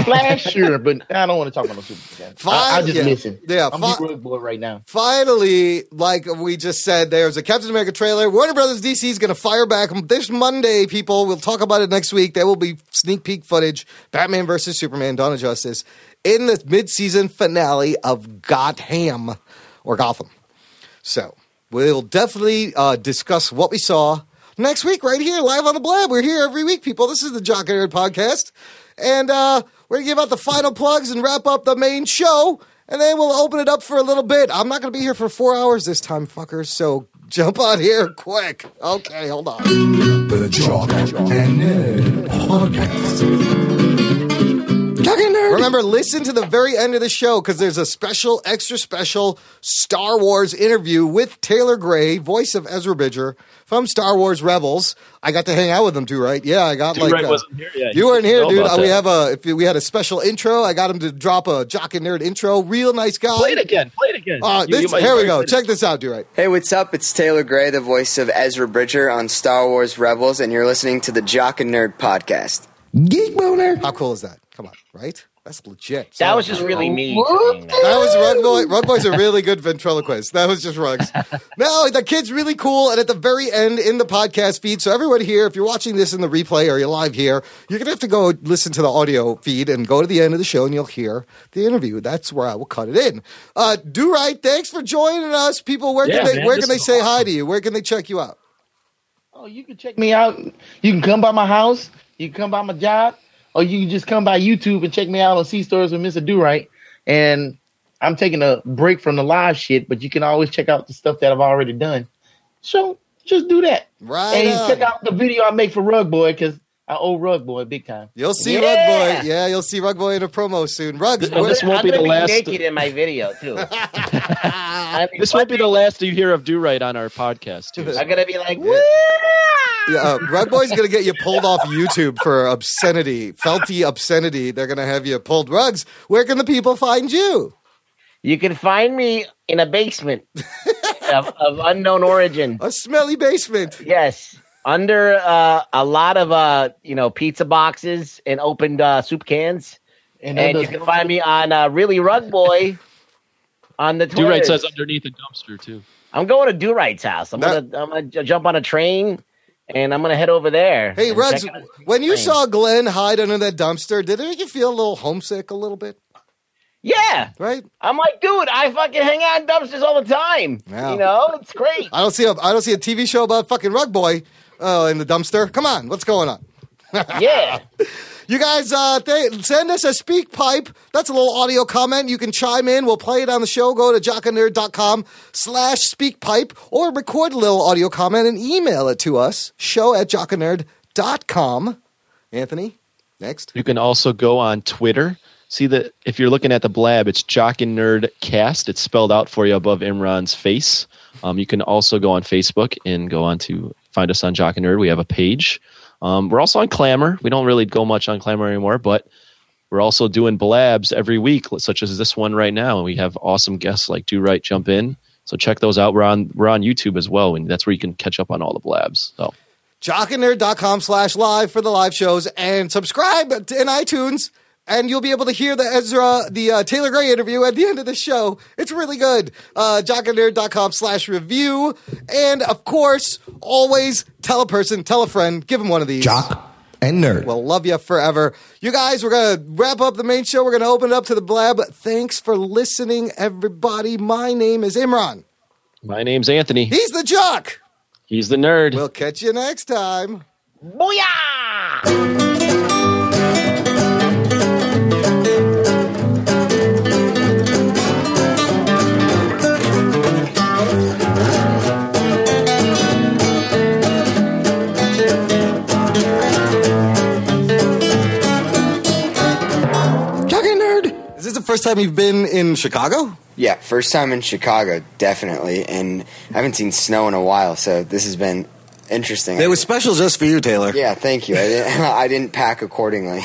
Speaker 6: Flash, sure, but I don't want to talk about no Supergirl. I, I'll
Speaker 1: Fine,
Speaker 6: just
Speaker 1: yeah.
Speaker 6: listen.
Speaker 1: Yeah,
Speaker 6: I'm
Speaker 1: fi-
Speaker 6: a rug boy right now.
Speaker 1: finally, like we just said, there's a Captain America trailer. Warner Brothers DC is going to fire back this Monday, people. We'll talk about it next week. There will be sneak peek footage Batman versus Superman, Dawn of Justice, in the mid season finale of Gotham or Gotham. So we'll definitely uh, discuss what we saw next week right here, live on the blab. We're here every week, people. This is the Jock and Nerd podcast. And uh, we're going to give out the final plugs and wrap up the main show. And then we'll open it up for a little bit. I'm not going to be here for four hours this time, fuckers. So Jump on here quick. Okay, hold on.
Speaker 4: The Jock and Nerd Podcast.
Speaker 1: Remember, listen to the very end of the show because there's a special, extra special Star Wars interview with Taylor Gray, voice of Ezra Bridger from Star Wars Rebels. I got to hang out with him too, right? Yeah, I got
Speaker 5: Dude,
Speaker 1: like
Speaker 5: right,
Speaker 1: uh,
Speaker 5: wasn't here. Yeah,
Speaker 1: You weren't here,
Speaker 5: know
Speaker 1: dude.
Speaker 5: about
Speaker 1: Uh, We
Speaker 5: that.
Speaker 1: have a if you- we had a special intro. I got him to drop a jock and nerd intro. Real nice guy.
Speaker 5: Play it again. Play it again.
Speaker 1: Uh,
Speaker 5: You- you
Speaker 1: this-
Speaker 5: might-
Speaker 1: here we go. Check this out, dude. Right.
Speaker 3: Hey, what's up? It's Taylor Gray, the voice of Ezra Bridger on Star Wars Rebels, and you're listening to the Jock and Nerd Podcast.
Speaker 4: Geek Boner.
Speaker 1: How cool is that? Come on, right? That's legit.
Speaker 2: That was just really mean.
Speaker 1: That was Rug Boy. Rug Boy's a really good ventriloquist. That was just Rugs. no, the kid's really cool. And at the very end in the podcast feed, so everyone here, if you're watching this in the replay or you're live here, you're going to have to go listen to the audio feed and go to the end of the show and you'll hear the interview. That's where I will cut it in. Uh, Do right. Thanks for joining us, people. Where
Speaker 5: Yeah,
Speaker 1: can they,
Speaker 5: man,
Speaker 1: where
Speaker 5: this
Speaker 1: can they
Speaker 5: is
Speaker 1: say hi to you? Where can they check you out?
Speaker 6: Oh, you can check me out. You can come by my house. You can come by my job, or you can just come by YouTube and check me out on C Stories with Mister Do Right. And I'm taking a break from the live shit, but you can always check out the stuff that I've already done. So just do that,
Speaker 1: Right.
Speaker 6: and
Speaker 1: on.
Speaker 6: check out the video I make for Rug Boy because I owe Rug Boy big time.
Speaker 1: You'll see
Speaker 2: Yeah.
Speaker 1: Rug Boy. Yeah, you'll see Rug Boy in a promo soon. Rugs,
Speaker 5: Th- Well,
Speaker 1: where-
Speaker 5: this won't
Speaker 2: I'm
Speaker 5: be
Speaker 2: gonna
Speaker 5: the last-
Speaker 2: naked in my video
Speaker 1: <laughs>
Speaker 2: too. I mean,
Speaker 5: This won't be the last you hear of Do Right on our
Speaker 1: <laughs>
Speaker 5: podcast. Too.
Speaker 2: I'm gonna be like,
Speaker 1: Yeah, uh, Rug Boy's gonna get you pulled off YouTube for obscenity, felty obscenity. They're gonna have you pulled. Rugs, where can the people find you?
Speaker 2: you can find me in a basement of, of unknown origin.
Speaker 1: A smelly basement.
Speaker 2: Yes, under uh, a lot of uh, you know pizza boxes and opened uh, soup cans, and
Speaker 6: And, that
Speaker 2: you
Speaker 6: does-
Speaker 2: can find me on uh, really rug boy on the
Speaker 5: Do
Speaker 2: Twitter.
Speaker 5: Right says underneath a dumpster too.
Speaker 2: I'm going to Do Right's house. I'm
Speaker 1: That-
Speaker 2: gonna I'm gonna j- jump on a train and I'm gonna head over there.
Speaker 1: Hey,
Speaker 2: and
Speaker 1: Rugs,
Speaker 2: check out-
Speaker 1: when you
Speaker 2: Thanks.
Speaker 1: saw Glenn hide under that dumpster, did it make you feel a little homesick a little bit?
Speaker 2: Yeah,
Speaker 1: Right?
Speaker 2: I'm like, dude, I fucking hang out in dumpsters all the time.
Speaker 1: Yeah.
Speaker 2: You know,
Speaker 1: <laughs>
Speaker 2: it's great.
Speaker 1: I don't see a I don't see a TV show about fucking Rug Boy uh, in the dumpster. Come on, what's going on?
Speaker 2: yeah.
Speaker 1: You guys, uh, th- send us a speak pipe. That's a little audio comment. You can chime in. We'll play it on the show. Go to jockanerd.com slash speak pipe or record a little audio comment and email it to us. Show at jockanerd.com. Anthony, next.
Speaker 5: You can also go on Twitter. See that if you're looking at the blab, it's Jock and Nerd Cast. It's spelled out for you above Imran's face. Um, you can also go on Facebook and go on to find us on Jock and Nerd. We have a page. Um, we're also on Clamor. We don't really go much on Clamor anymore, but we're also doing blabs every week, such as this one right now. And we have awesome guests like Do Right Jump In. So check those out. We're on we're on YouTube as well, and that's where you can catch up on all the blabs. So
Speaker 1: Jockanerd.com slash live for the live shows and subscribe to- in iTunes. And you'll be able to hear the Ezra, the uh, Taylor Gray interview at the end of the show. It's really good. Uh, jockanerd.com slash review. And of course, always tell a person, tell a friend, give them one of these.
Speaker 4: Jock and Nerd.
Speaker 1: We'll love you forever. You guys, we're going to wrap up the main show. We're going to open it up to the blab. Thanks for listening, everybody. My name is Imran.
Speaker 5: my name's Anthony.
Speaker 1: He's the jock.
Speaker 5: He's the nerd.
Speaker 1: We'll catch you next time.
Speaker 2: Booyah!
Speaker 4: Jock and Nerd.
Speaker 1: Is this the first time you've been in Chicago?
Speaker 3: Yeah, first time in Chicago, definitely, and I haven't seen snow in a while, so this has been interesting.
Speaker 1: It was special just for you, Taylor.
Speaker 3: yeah, thank you. I didn't, <laughs> I didn't pack accordingly.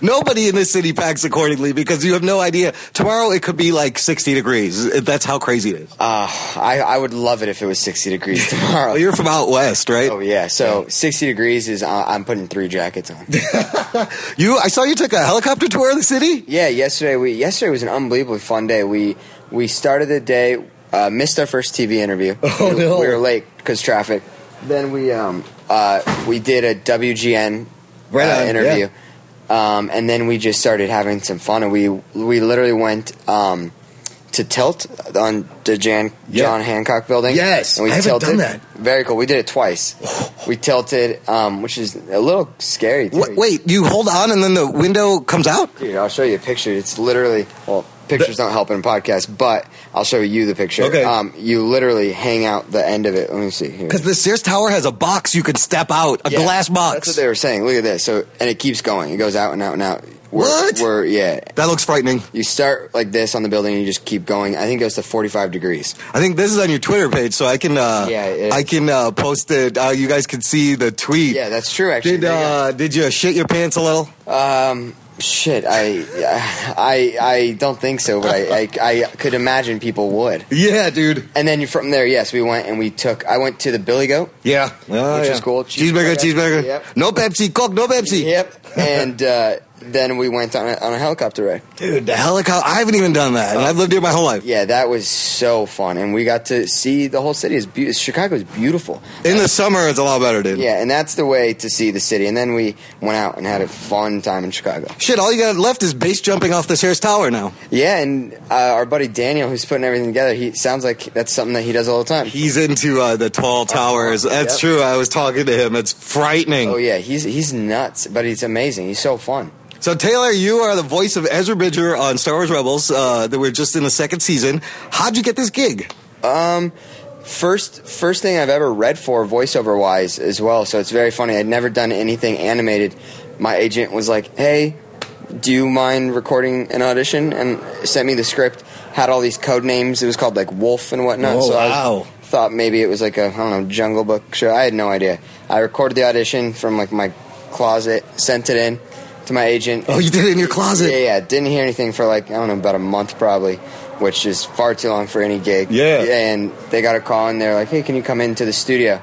Speaker 1: Nobody in this city packs accordingly because you have no idea. Tomorrow it could be like 60 degrees. That's how crazy it is.
Speaker 3: Ah, I, I would love it if it was 60
Speaker 1: <laughs>
Speaker 3: degrees tomorrow.
Speaker 1: Well, you're from out west, right?
Speaker 3: oh, yeah, so 60 degrees is uh, I'm putting three jackets on.
Speaker 1: You, I saw you took a helicopter tour of the city.
Speaker 3: Yeah, yesterday we yesterday was an unbelievably fun day. We we started the day, uh, missed our first
Speaker 1: <laughs>
Speaker 3: TV interview. Oh we,
Speaker 1: no.
Speaker 3: we were late because traffic. Then we um uh we did a WGN
Speaker 1: Right
Speaker 3: uh,
Speaker 1: on,
Speaker 3: interview, um and then we just started having some fun. And we we literally went um to Tilt on the Jan
Speaker 1: Yeah.
Speaker 3: John Hancock building.
Speaker 1: Yes,
Speaker 3: and we
Speaker 1: I haven't
Speaker 3: tilted.
Speaker 1: done that.
Speaker 3: Very cool. We did
Speaker 1: <sighs>
Speaker 3: it twice. we tilted, um, which is a little scary. too.
Speaker 1: Wait, wait, you hold on and then the window comes out?
Speaker 3: Dude, I'll show you a picture. It's literally well, pictures don't help in a podcast, but I'll show you the picture.
Speaker 1: Okay.
Speaker 3: Um, you literally hang out the end of it. Let me see here.
Speaker 1: Because the Sears Tower has a box you can step out, a
Speaker 3: Yeah,
Speaker 1: glass
Speaker 3: That's
Speaker 1: box.
Speaker 3: what they were saying. Look at this. So and it keeps going. It goes out and out and out. We're,
Speaker 1: What?
Speaker 3: We're yeah.
Speaker 1: That looks frightening.
Speaker 3: You start like this on the building, and you just keep going. I think it goes to forty-five degrees.
Speaker 1: I think this is on your Twitter page, so I can uh,
Speaker 3: Yeah, it is.
Speaker 1: I can uh, post it. Uh, you guys can see the tweet.
Speaker 3: Yeah, that's true. Actually,
Speaker 1: Did
Speaker 3: They got-
Speaker 1: uh, did you shit your pants a little?
Speaker 3: Um, shit, I, I, I don't think so, but I, I, I could imagine people would.
Speaker 1: Yeah, dude.
Speaker 3: And then from there, yes, we went and we took. I went to the Billy Goat,
Speaker 1: Yeah, oh,
Speaker 3: Which
Speaker 1: yeah.
Speaker 3: is cool.
Speaker 1: Cheeseburger,
Speaker 3: Cheeseburger.
Speaker 1: cheeseburger.
Speaker 3: Yep.
Speaker 1: No Pepsi, Coke, no Pepsi.
Speaker 3: <laughs> Yep. and uh, then we went on a, on a helicopter ride.
Speaker 1: Dude, the helicopter. I haven't even done that, and I've lived here my whole life.
Speaker 3: Yeah, that was so fun, and we got to see the whole city. It's be- Chicago is beautiful.
Speaker 1: In the summer, it's a lot better, dude.
Speaker 3: Yeah, and that's the way to see the city. And then we went out and had a fun time in Chicago.
Speaker 1: Shit, all you got left is base jumping off the Sears Tower now.
Speaker 3: Yeah, and uh, our buddy Daniel, who's putting everything together, he sounds like that's something that he does all the time.
Speaker 1: He's into uh, the tall towers. That's
Speaker 3: Yep.
Speaker 1: true. I was talking to him. It's frightening.
Speaker 3: Oh yeah, he's he's nuts, but he's amazing. He's so fun.
Speaker 1: So Taylor, you are the voice of Ezra Bridger on Star Wars Rebels. Uh, that we're just in the second season. How'd you get this gig?
Speaker 3: First first thing I've ever read for voiceover wise as well. So it's very funny. I'd never done anything animated. My agent was like, "Hey, do you mind recording an audition?" and sent me the script. Had all these code names. It was called like Wolf and whatnot.
Speaker 1: Oh,
Speaker 3: so I
Speaker 1: wow.
Speaker 3: thought maybe it was like a I don't know Jungle Book show. I had no idea. I recorded the audition from like my closet, sent it in to my agent.
Speaker 1: Oh, you did it in your closet.
Speaker 3: Yeah, yeah. Didn't hear anything for like I don't know about a month probably, which is far too long for any gig.
Speaker 1: Yeah.
Speaker 3: And they got a call and they're like, "Hey, can you come into the studio?"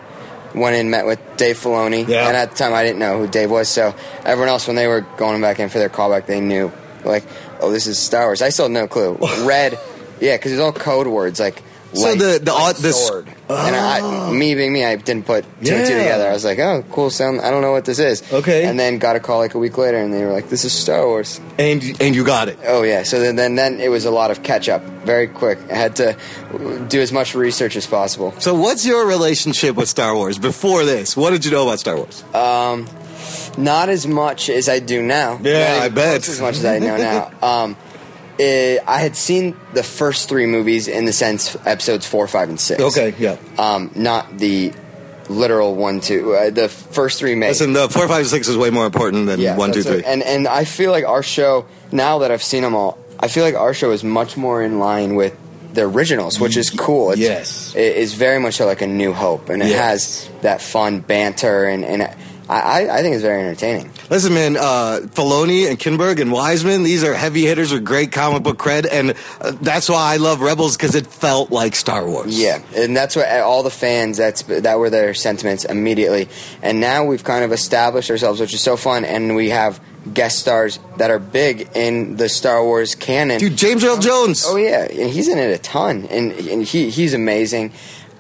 Speaker 3: Went in, met with Dave Filoni.
Speaker 1: Yeah.
Speaker 3: And at the time, I didn't know who Dave was, so everyone else when they were going back in for their callback, they knew like, "Oh, this is Star Wars." I still had
Speaker 1: <laughs>
Speaker 3: no clue. Red, yeah, because it's all code words like.
Speaker 1: So
Speaker 3: light,
Speaker 1: Oh, the- the-
Speaker 3: light
Speaker 1: the-
Speaker 3: sword. and I, me being me, I didn't put two and two
Speaker 1: Yeah.
Speaker 3: together. I was like, "Oh, cool sound. I don't know what this is."
Speaker 1: Okay.
Speaker 3: And then got a call like a week later, and they were like, "This is Star Wars."
Speaker 1: And and you got it.
Speaker 3: Oh yeah. So then, then then it was a lot of catch up, very quick. I had to do as much research as possible.
Speaker 1: So what's your relationship with Star Wars before this? What did you know about Star Wars?
Speaker 3: Not as much as I do now.
Speaker 1: Yeah,
Speaker 3: Not
Speaker 1: I
Speaker 3: even
Speaker 1: bet.
Speaker 3: close as much as
Speaker 1: <laughs>
Speaker 3: I know now. Um, eh, I had seen the first three movies in the sense episodes four, five, and six.
Speaker 1: yeah.
Speaker 3: Um, not the literal one, two. Uh, the first three made.
Speaker 1: Listen, the four, five, six is way more important than one, two,
Speaker 3: that's
Speaker 1: three.
Speaker 3: it. And and I feel like our show now that I've seen them all, I feel like our show is much more in line with the originals, which is cool. It's,
Speaker 1: yes.
Speaker 3: it is very much like a new hope, and it
Speaker 1: Yes.
Speaker 3: has that fun banter, and and I- I I think it's very entertaining.
Speaker 1: Listen, man, uh, Filoni and Kinberg and Wiseman, these are heavy hitters with great comic book cred, and uh, that's why I love Rebels because it felt like Star Wars.
Speaker 3: Yeah, and that's what eh, all the fans that's that were their sentiments immediately. And now we've kind of established ourselves, which is so fun, and we have guest stars that are big in the Star Wars canon.
Speaker 1: Dude, James Earl Jones.
Speaker 3: Oh yeah, and he's in it a ton, and and he he's amazing.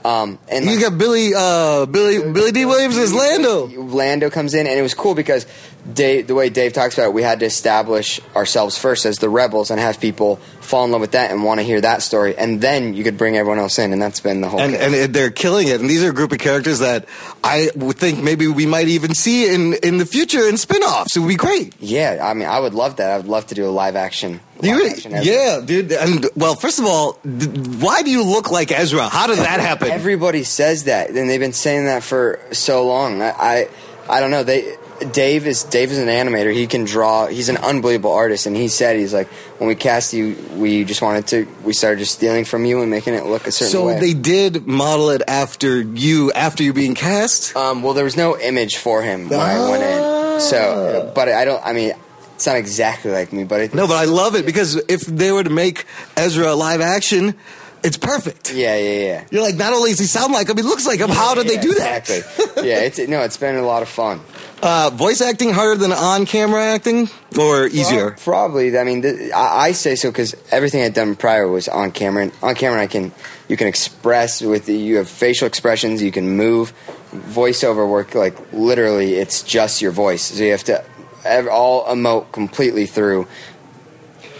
Speaker 3: Um, and
Speaker 1: You
Speaker 3: like,
Speaker 1: got Billy, uh, Billy, Billy D. Williams as Lando.
Speaker 3: Lando comes in, and it was cool because Dave, the way Dave talks about it, we had to establish ourselves first as the rebels and have people fall in love with that and want to hear that story, and then you could bring everyone else in, and that's been the whole.
Speaker 1: And,
Speaker 3: thing.
Speaker 1: and it- they're killing it. And these are a group of characters that I would think maybe we might even see in, in the future in spin offs. It would be great.
Speaker 3: yeah, I mean, I would love that. I would love to do a live action.
Speaker 1: Do you
Speaker 3: live
Speaker 1: really-
Speaker 3: action Ezra.
Speaker 1: yeah, dude. And well, first of all, d- why do you look like Ezra? How did that happen?
Speaker 3: Everybody says that, and they've been saying that for so long. I, I, I don't know. They, Dave is Dave is an animator. He can draw. He's an unbelievable artist, and he said he's like when we cast you, we just wanted to. We started just stealing from you and making it look a certain
Speaker 1: so
Speaker 3: way.
Speaker 1: they did model it after you, after you being cast.
Speaker 3: um, well, there was no image for him when I went in. So, but I don't. I mean, it's not exactly like me, but it,
Speaker 1: Ah. No, but I love it because if they were to make Ezra live action, it's perfect.
Speaker 3: yeah, yeah, yeah.
Speaker 1: You're like, not only does he sound like him, he looks like him. How did they
Speaker 3: Yeah,
Speaker 1: do that? <laughs>
Speaker 3: Exactly. yeah, it's no. It's been a lot of fun.
Speaker 1: Uh, voice acting harder than on camera acting or easier?
Speaker 3: Probably. I mean, th- I, I say so because everything I'd done prior was on camera. And on camera, I can you can express with you have facial expressions, you can move. Voiceover work, like literally, it's just your voice. So you have to ev- all emote completely through.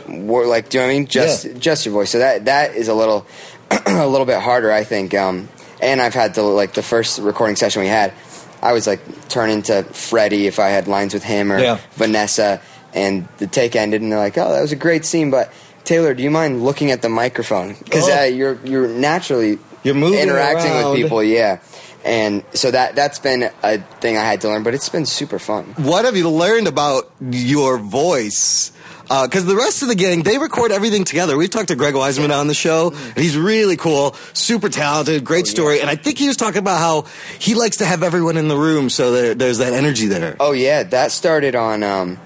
Speaker 3: Wor- like, do you know what I mean? Just just your voice. So that that is a little <clears throat> a little bit harder, I think. Um, and I've had to like the first recording session we had. I was like turn into Freddie if I had lines with him or
Speaker 1: Yeah.
Speaker 3: Vanessa, and the take ended, and they're like, "Oh, that was a great scene," but Taylor, do you mind looking at the microphone? Because
Speaker 1: Oh.
Speaker 3: uh, you're you're naturally
Speaker 1: You're moving
Speaker 3: interacting
Speaker 1: around.
Speaker 3: with people, yeah. And so that that's been a thing I had to learn, but it's been super fun.
Speaker 1: What have you learned about your voice? Because the rest of the gang, they record everything together. We've talked to Greg Wiseman on the show, and he's really cool, super talented,
Speaker 3: Oh,
Speaker 1: great story. And I think he was talking about how he likes to have everyone in the room, so there, there's that energy there.
Speaker 3: Oh yeah, that started on um,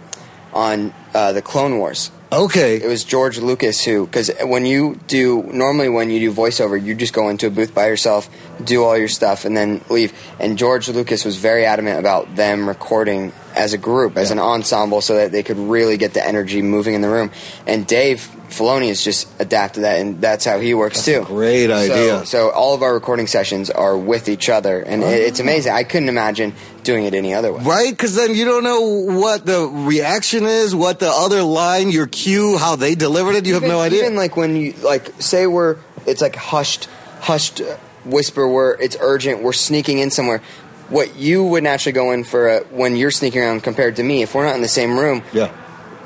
Speaker 3: on uh, the Clone Wars. It
Speaker 1: Okay.
Speaker 3: was George Lucas who, because when you do normally when you do voiceover, you just go into a booth by yourself, do all your stuff, and then leave. And George Lucas was very adamant about them recording as a group, as an ensemble, so that they could really get the energy moving in the room. And Dave Filoni has just adapted that, and that's how he works too.
Speaker 1: great
Speaker 3: So-
Speaker 1: idea.
Speaker 3: So, all of our recording sessions are with each other, and it, it's amazing. I couldn't imagine doing it any other way.
Speaker 1: Right? Because then you don't know what the reaction is, what the other line, your cue, how they delivered it. You have
Speaker 3: even,
Speaker 1: no idea.
Speaker 3: Even like when you like say we're it's like hushed, hushed uh, whisper. We're it's urgent. We're sneaking in somewhere. What you would naturally go in for uh when you're sneaking around compared to me. If we're not in the same room,
Speaker 1: yeah.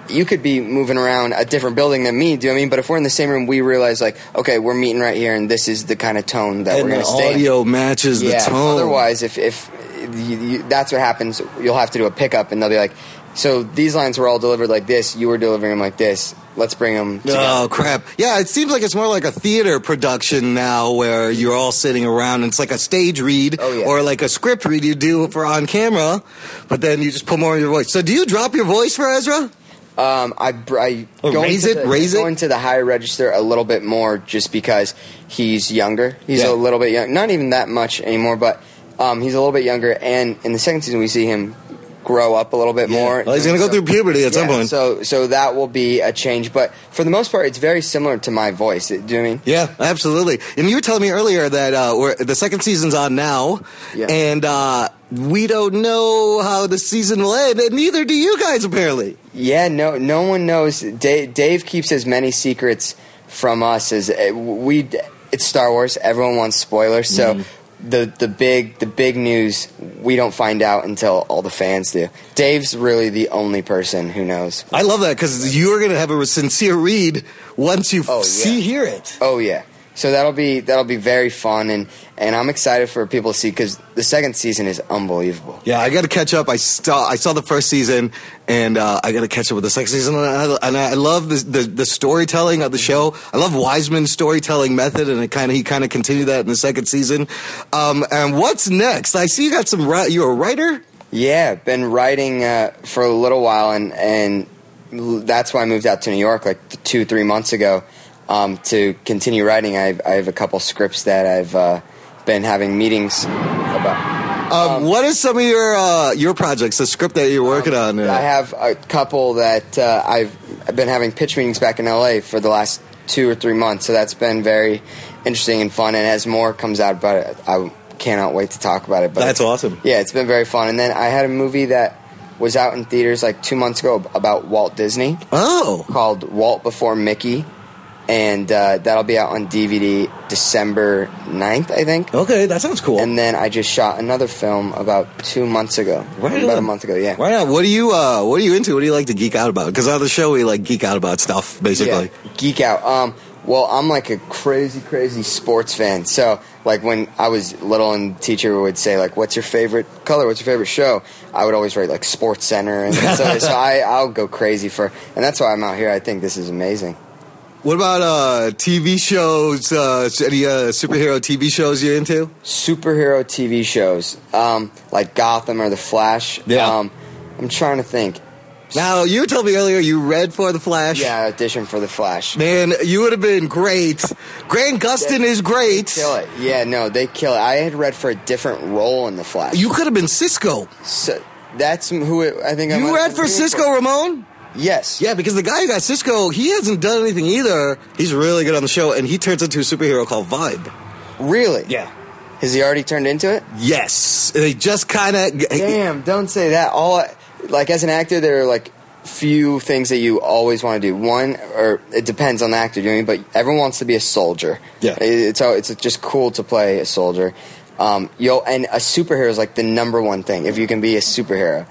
Speaker 3: you could be moving around a different building than me. Do you know what I mean? But if we're in the same room, we realize like okay, we're meeting right here, and this is the kind of tone that
Speaker 1: And
Speaker 3: we're
Speaker 1: the
Speaker 3: going to stay. in.
Speaker 1: audio matches
Speaker 3: yeah.
Speaker 1: the tone.
Speaker 3: Otherwise, if if you, you, that's what happens, you'll have to do a pickup, and they'll be like. So these lines were all delivered like this. You were delivering them like this. Let's bring them. Together.
Speaker 1: Oh crap! Yeah, it seems like it's more like a theater production now, where you're all sitting around and it's like a stage read
Speaker 3: Oh, yeah.
Speaker 1: or like a script read you do for on camera, but then you just put more of your voice. So, do you drop your voice for Ezra?
Speaker 3: Um, I, br- I
Speaker 1: Or
Speaker 3: go
Speaker 1: Oh, raise
Speaker 3: into
Speaker 1: it,
Speaker 3: the,
Speaker 1: raise
Speaker 3: go
Speaker 1: it?
Speaker 3: into the higher register a little bit more just because he's younger. He's
Speaker 1: Yeah.
Speaker 3: a little bit young, not even that much anymore, but um, he's a little bit younger. And in the second season, we see him grow up a little bit more.
Speaker 1: Well, he's gonna
Speaker 3: And
Speaker 1: go
Speaker 3: so-
Speaker 1: through puberty at some
Speaker 3: yeah,
Speaker 1: point.
Speaker 3: So, so that will be a change, but for the most part, it's very similar to my voice. Do you know what I mean?
Speaker 1: yeah, absolutely. And you were telling me earlier that uh, we're, the second season's on now,
Speaker 3: Yeah.
Speaker 1: and uh, we don't know how the season will end, and neither do you guys apparently.
Speaker 3: Yeah, no, no one knows. Dave, Dave keeps as many secrets from us as eh, we. It's Star Wars. Everyone wants spoilers, so the the big the big news we don't find out until all the fans do. Dave's really the only person who knows.
Speaker 1: I love that because you're gonna have a sincere read once you
Speaker 3: Oh, yeah.
Speaker 1: see hear it.
Speaker 3: Oh yeah, so that'll be that'll be very fun, and and I'm excited for people to see because the second season is unbelievable.
Speaker 1: Yeah, I got to catch up. I saw I saw the first season, and uh, I got to catch up with the second season. And I, and I love the, the the storytelling of the show. I love Wiseman's storytelling method, and it kind of he kind of continued that in the second season. Um, and what's next? I see you got some. ri- You're a writer.
Speaker 3: Yeah, been writing uh, for a little while, and and l- that's why I moved out to New York like th- two three months ago um, to continue writing. I've, I have a couple scripts that I've uh, been having meetings about.
Speaker 1: Um, what is some of your uh, your projects? The script that you're working on. Uh,
Speaker 3: I have a couple that uh, I've I've been having pitch meetings back in LA for the last two or three months, so that's been very interesting and fun. And as more comes out about it, I cannot wait to talk about it. But
Speaker 1: That's awesome.
Speaker 3: yeah, it's been very fun. And then I had a movie that was out in theaters like two months ago about Walt Disney
Speaker 1: Oh,
Speaker 3: called Walt Before Mickey. And uh, that'll be out on DVD December 9th, I think.
Speaker 1: okay, that sounds cool.
Speaker 3: And then I just shot another film about two months ago.
Speaker 1: Right
Speaker 3: about a
Speaker 1: on.
Speaker 3: month ago, yeah.
Speaker 1: Why not? What do you uh, What are you into? What do you like to geek out about? Because on the show we like geek out about stuff basically.
Speaker 3: Yeah, geek out. Um, well, I'm like a crazy, crazy sports fan. So, like when I was little and teacher would say like, "What's your favorite color? What's your favorite show?" I would always write like Sports Center, and so, so I I'll go crazy for, and that's why I'm out here. I think this is amazing.
Speaker 1: What about uh, TV shows? Uh, any uh, superhero TV shows you're into?
Speaker 3: superhero TV shows, um, like Gotham or The Flash.
Speaker 1: Yeah.
Speaker 3: Um, I'm trying to think.
Speaker 1: Now you told me earlier you read for the Flash.
Speaker 3: Yeah, audition for The Flash.
Speaker 1: man, you would have been great. Grant Gustin is great.
Speaker 3: Kill it. Yeah, no, they kill it. I had read for a different role in The Flash.
Speaker 1: You could have been Cisco.
Speaker 3: So, that's who it, I think I might
Speaker 1: You
Speaker 3: have
Speaker 1: read
Speaker 3: been
Speaker 1: for
Speaker 3: thinking
Speaker 1: Cisco Ramon?
Speaker 3: Yes.
Speaker 1: Yeah, because the guy who got Cisco, he hasn't done anything either. He's really good on the show, and he turns into a superhero called Vibe.
Speaker 3: Really? Has he already turned into it?
Speaker 1: Yes, they just kind of.
Speaker 3: Damn, don't say that. All I- like as an actor, there are like few things that you always want to do. One, or it depends on the actor, you know, what I mean? but everyone wants to be a soldier.
Speaker 1: Yeah.
Speaker 3: It- it's all, it's just cool to play a soldier. Um, yo, and a superhero is like the number one thing if you can be a superhero.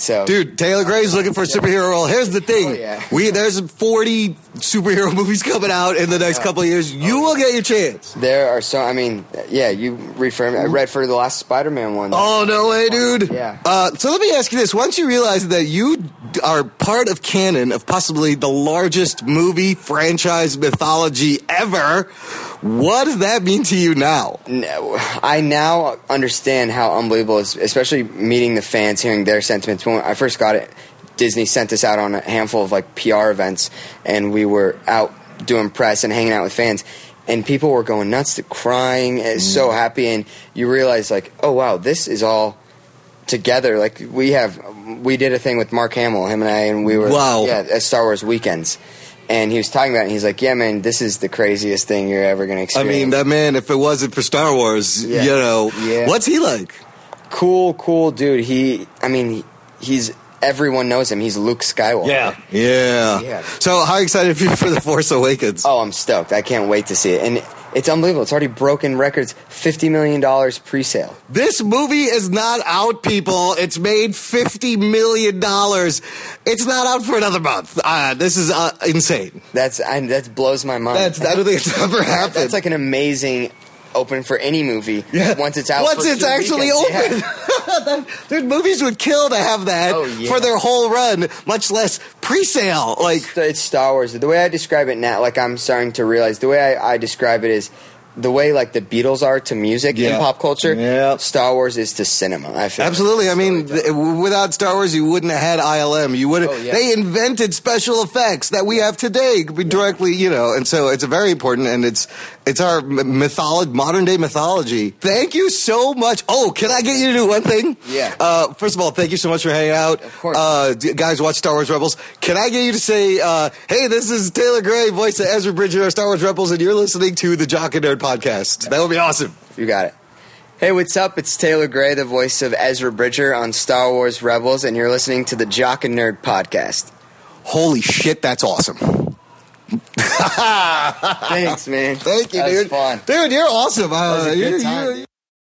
Speaker 3: So,
Speaker 1: Dude, Taylor Gray's looking for a superhero role. Here's the thing:
Speaker 3: Oh, yeah.
Speaker 1: we there's 40 superhero <laughs> movies coming out in the next couple of years. You will get your chance.
Speaker 3: There are so. I mean, yeah. You refer. I read for the last Spider-Man one.
Speaker 1: Oh no way, dude!
Speaker 3: Yeah.
Speaker 1: Uh, so let me ask you this: Once you realize that you d- are part of canon of possibly the largest movie franchise mythology ever, what does that mean to you now?
Speaker 3: No, I now understand how unbelievable, it's, especially meeting the fans, hearing their sentiments. When I first got it, Disney sent us out on a handful of like PR events, and we were out doing press and hanging out with fans, and people were going nuts, to crying,
Speaker 1: Mm.
Speaker 3: and so happy, and you realize like, oh wow, this is all together. Like we have, we did a thing with Mark Hamill, him and I, and we were
Speaker 1: Wow.
Speaker 3: yeah at Star Wars weekends. And he was talking about it, and he's like, Yeah, man, this is the craziest thing you're ever going to
Speaker 1: I
Speaker 3: experience.
Speaker 1: mean, that man, if it wasn't for Star Wars,
Speaker 3: Yeah.
Speaker 1: you know,
Speaker 3: Yeah.
Speaker 1: what's he like?
Speaker 3: cool, cool dude. He, I mean, he- he's everyone knows him. He's Luke Skywalker.
Speaker 1: Yeah.
Speaker 3: Yeah.
Speaker 1: So, how excited are you for The Force Awakens?
Speaker 3: Oh, I'm stoked. I can't wait to see it. And it's unbelievable. It's already broken records. Fifty million dollars pre-sale.
Speaker 1: This movie is not out, people. It's made $50 million. It's not out for another month. Uh, this is uh, insane.
Speaker 3: That's I, that blows my mind.
Speaker 1: That's, I don't think it's <laughs> ever happened.
Speaker 3: That's like an amazing open for any movie. Once it's out.
Speaker 1: Once
Speaker 3: for
Speaker 1: it's
Speaker 3: two
Speaker 1: actually
Speaker 3: weekends. Yeah.
Speaker 1: open. <laughs> Dude, movies would kill to have that
Speaker 3: Oh, yeah.
Speaker 1: for their whole run, much less pre sale. Like,
Speaker 3: St- it's Star Wars. The way I describe it now, like I'm starting to realize, the way I, I describe it is the way like the Beatles are to music
Speaker 1: Yeah.
Speaker 3: in pop culture.
Speaker 1: Yeah.
Speaker 3: Star Wars is to cinema. I feel
Speaker 1: Absolutely. I mean, th- without Star Wars, you wouldn't have had ILM. You would. have
Speaker 3: Oh, yeah.
Speaker 1: They invented special effects that we have today, could be directly, you know. And so it's very important, and it's it's our mythology, modern day mythology. Thank you so much. Oh, can I get you to do one thing?
Speaker 3: Yeah.
Speaker 1: Uh, first of all, thank you so much for hanging out. Of
Speaker 3: course.
Speaker 1: Uh, d- guys, watch Star Wars Rebels. Can I get you to say, uh, "Hey, this is Taylor Gray, voice of Ezra Bridger, of Star Wars Rebels, and you're listening to the Jock and Nerd podcast." That would be awesome.
Speaker 3: You got it. Hey, what's up? It's Taylor Gray, the voice of Ezra Bridger on Star Wars Rebels, and you're listening to the Jock and
Speaker 1: <laughs>
Speaker 3: Nerd podcast.
Speaker 1: Holy shit, that's awesome.
Speaker 3: Thanks, man.
Speaker 1: Thank you,
Speaker 3: That was
Speaker 1: dude.
Speaker 3: fun.
Speaker 1: Dude, you're awesome. Uh,
Speaker 3: was a good
Speaker 1: you're- Uh,
Speaker 3: time,
Speaker 1: you're-
Speaker 3: dude.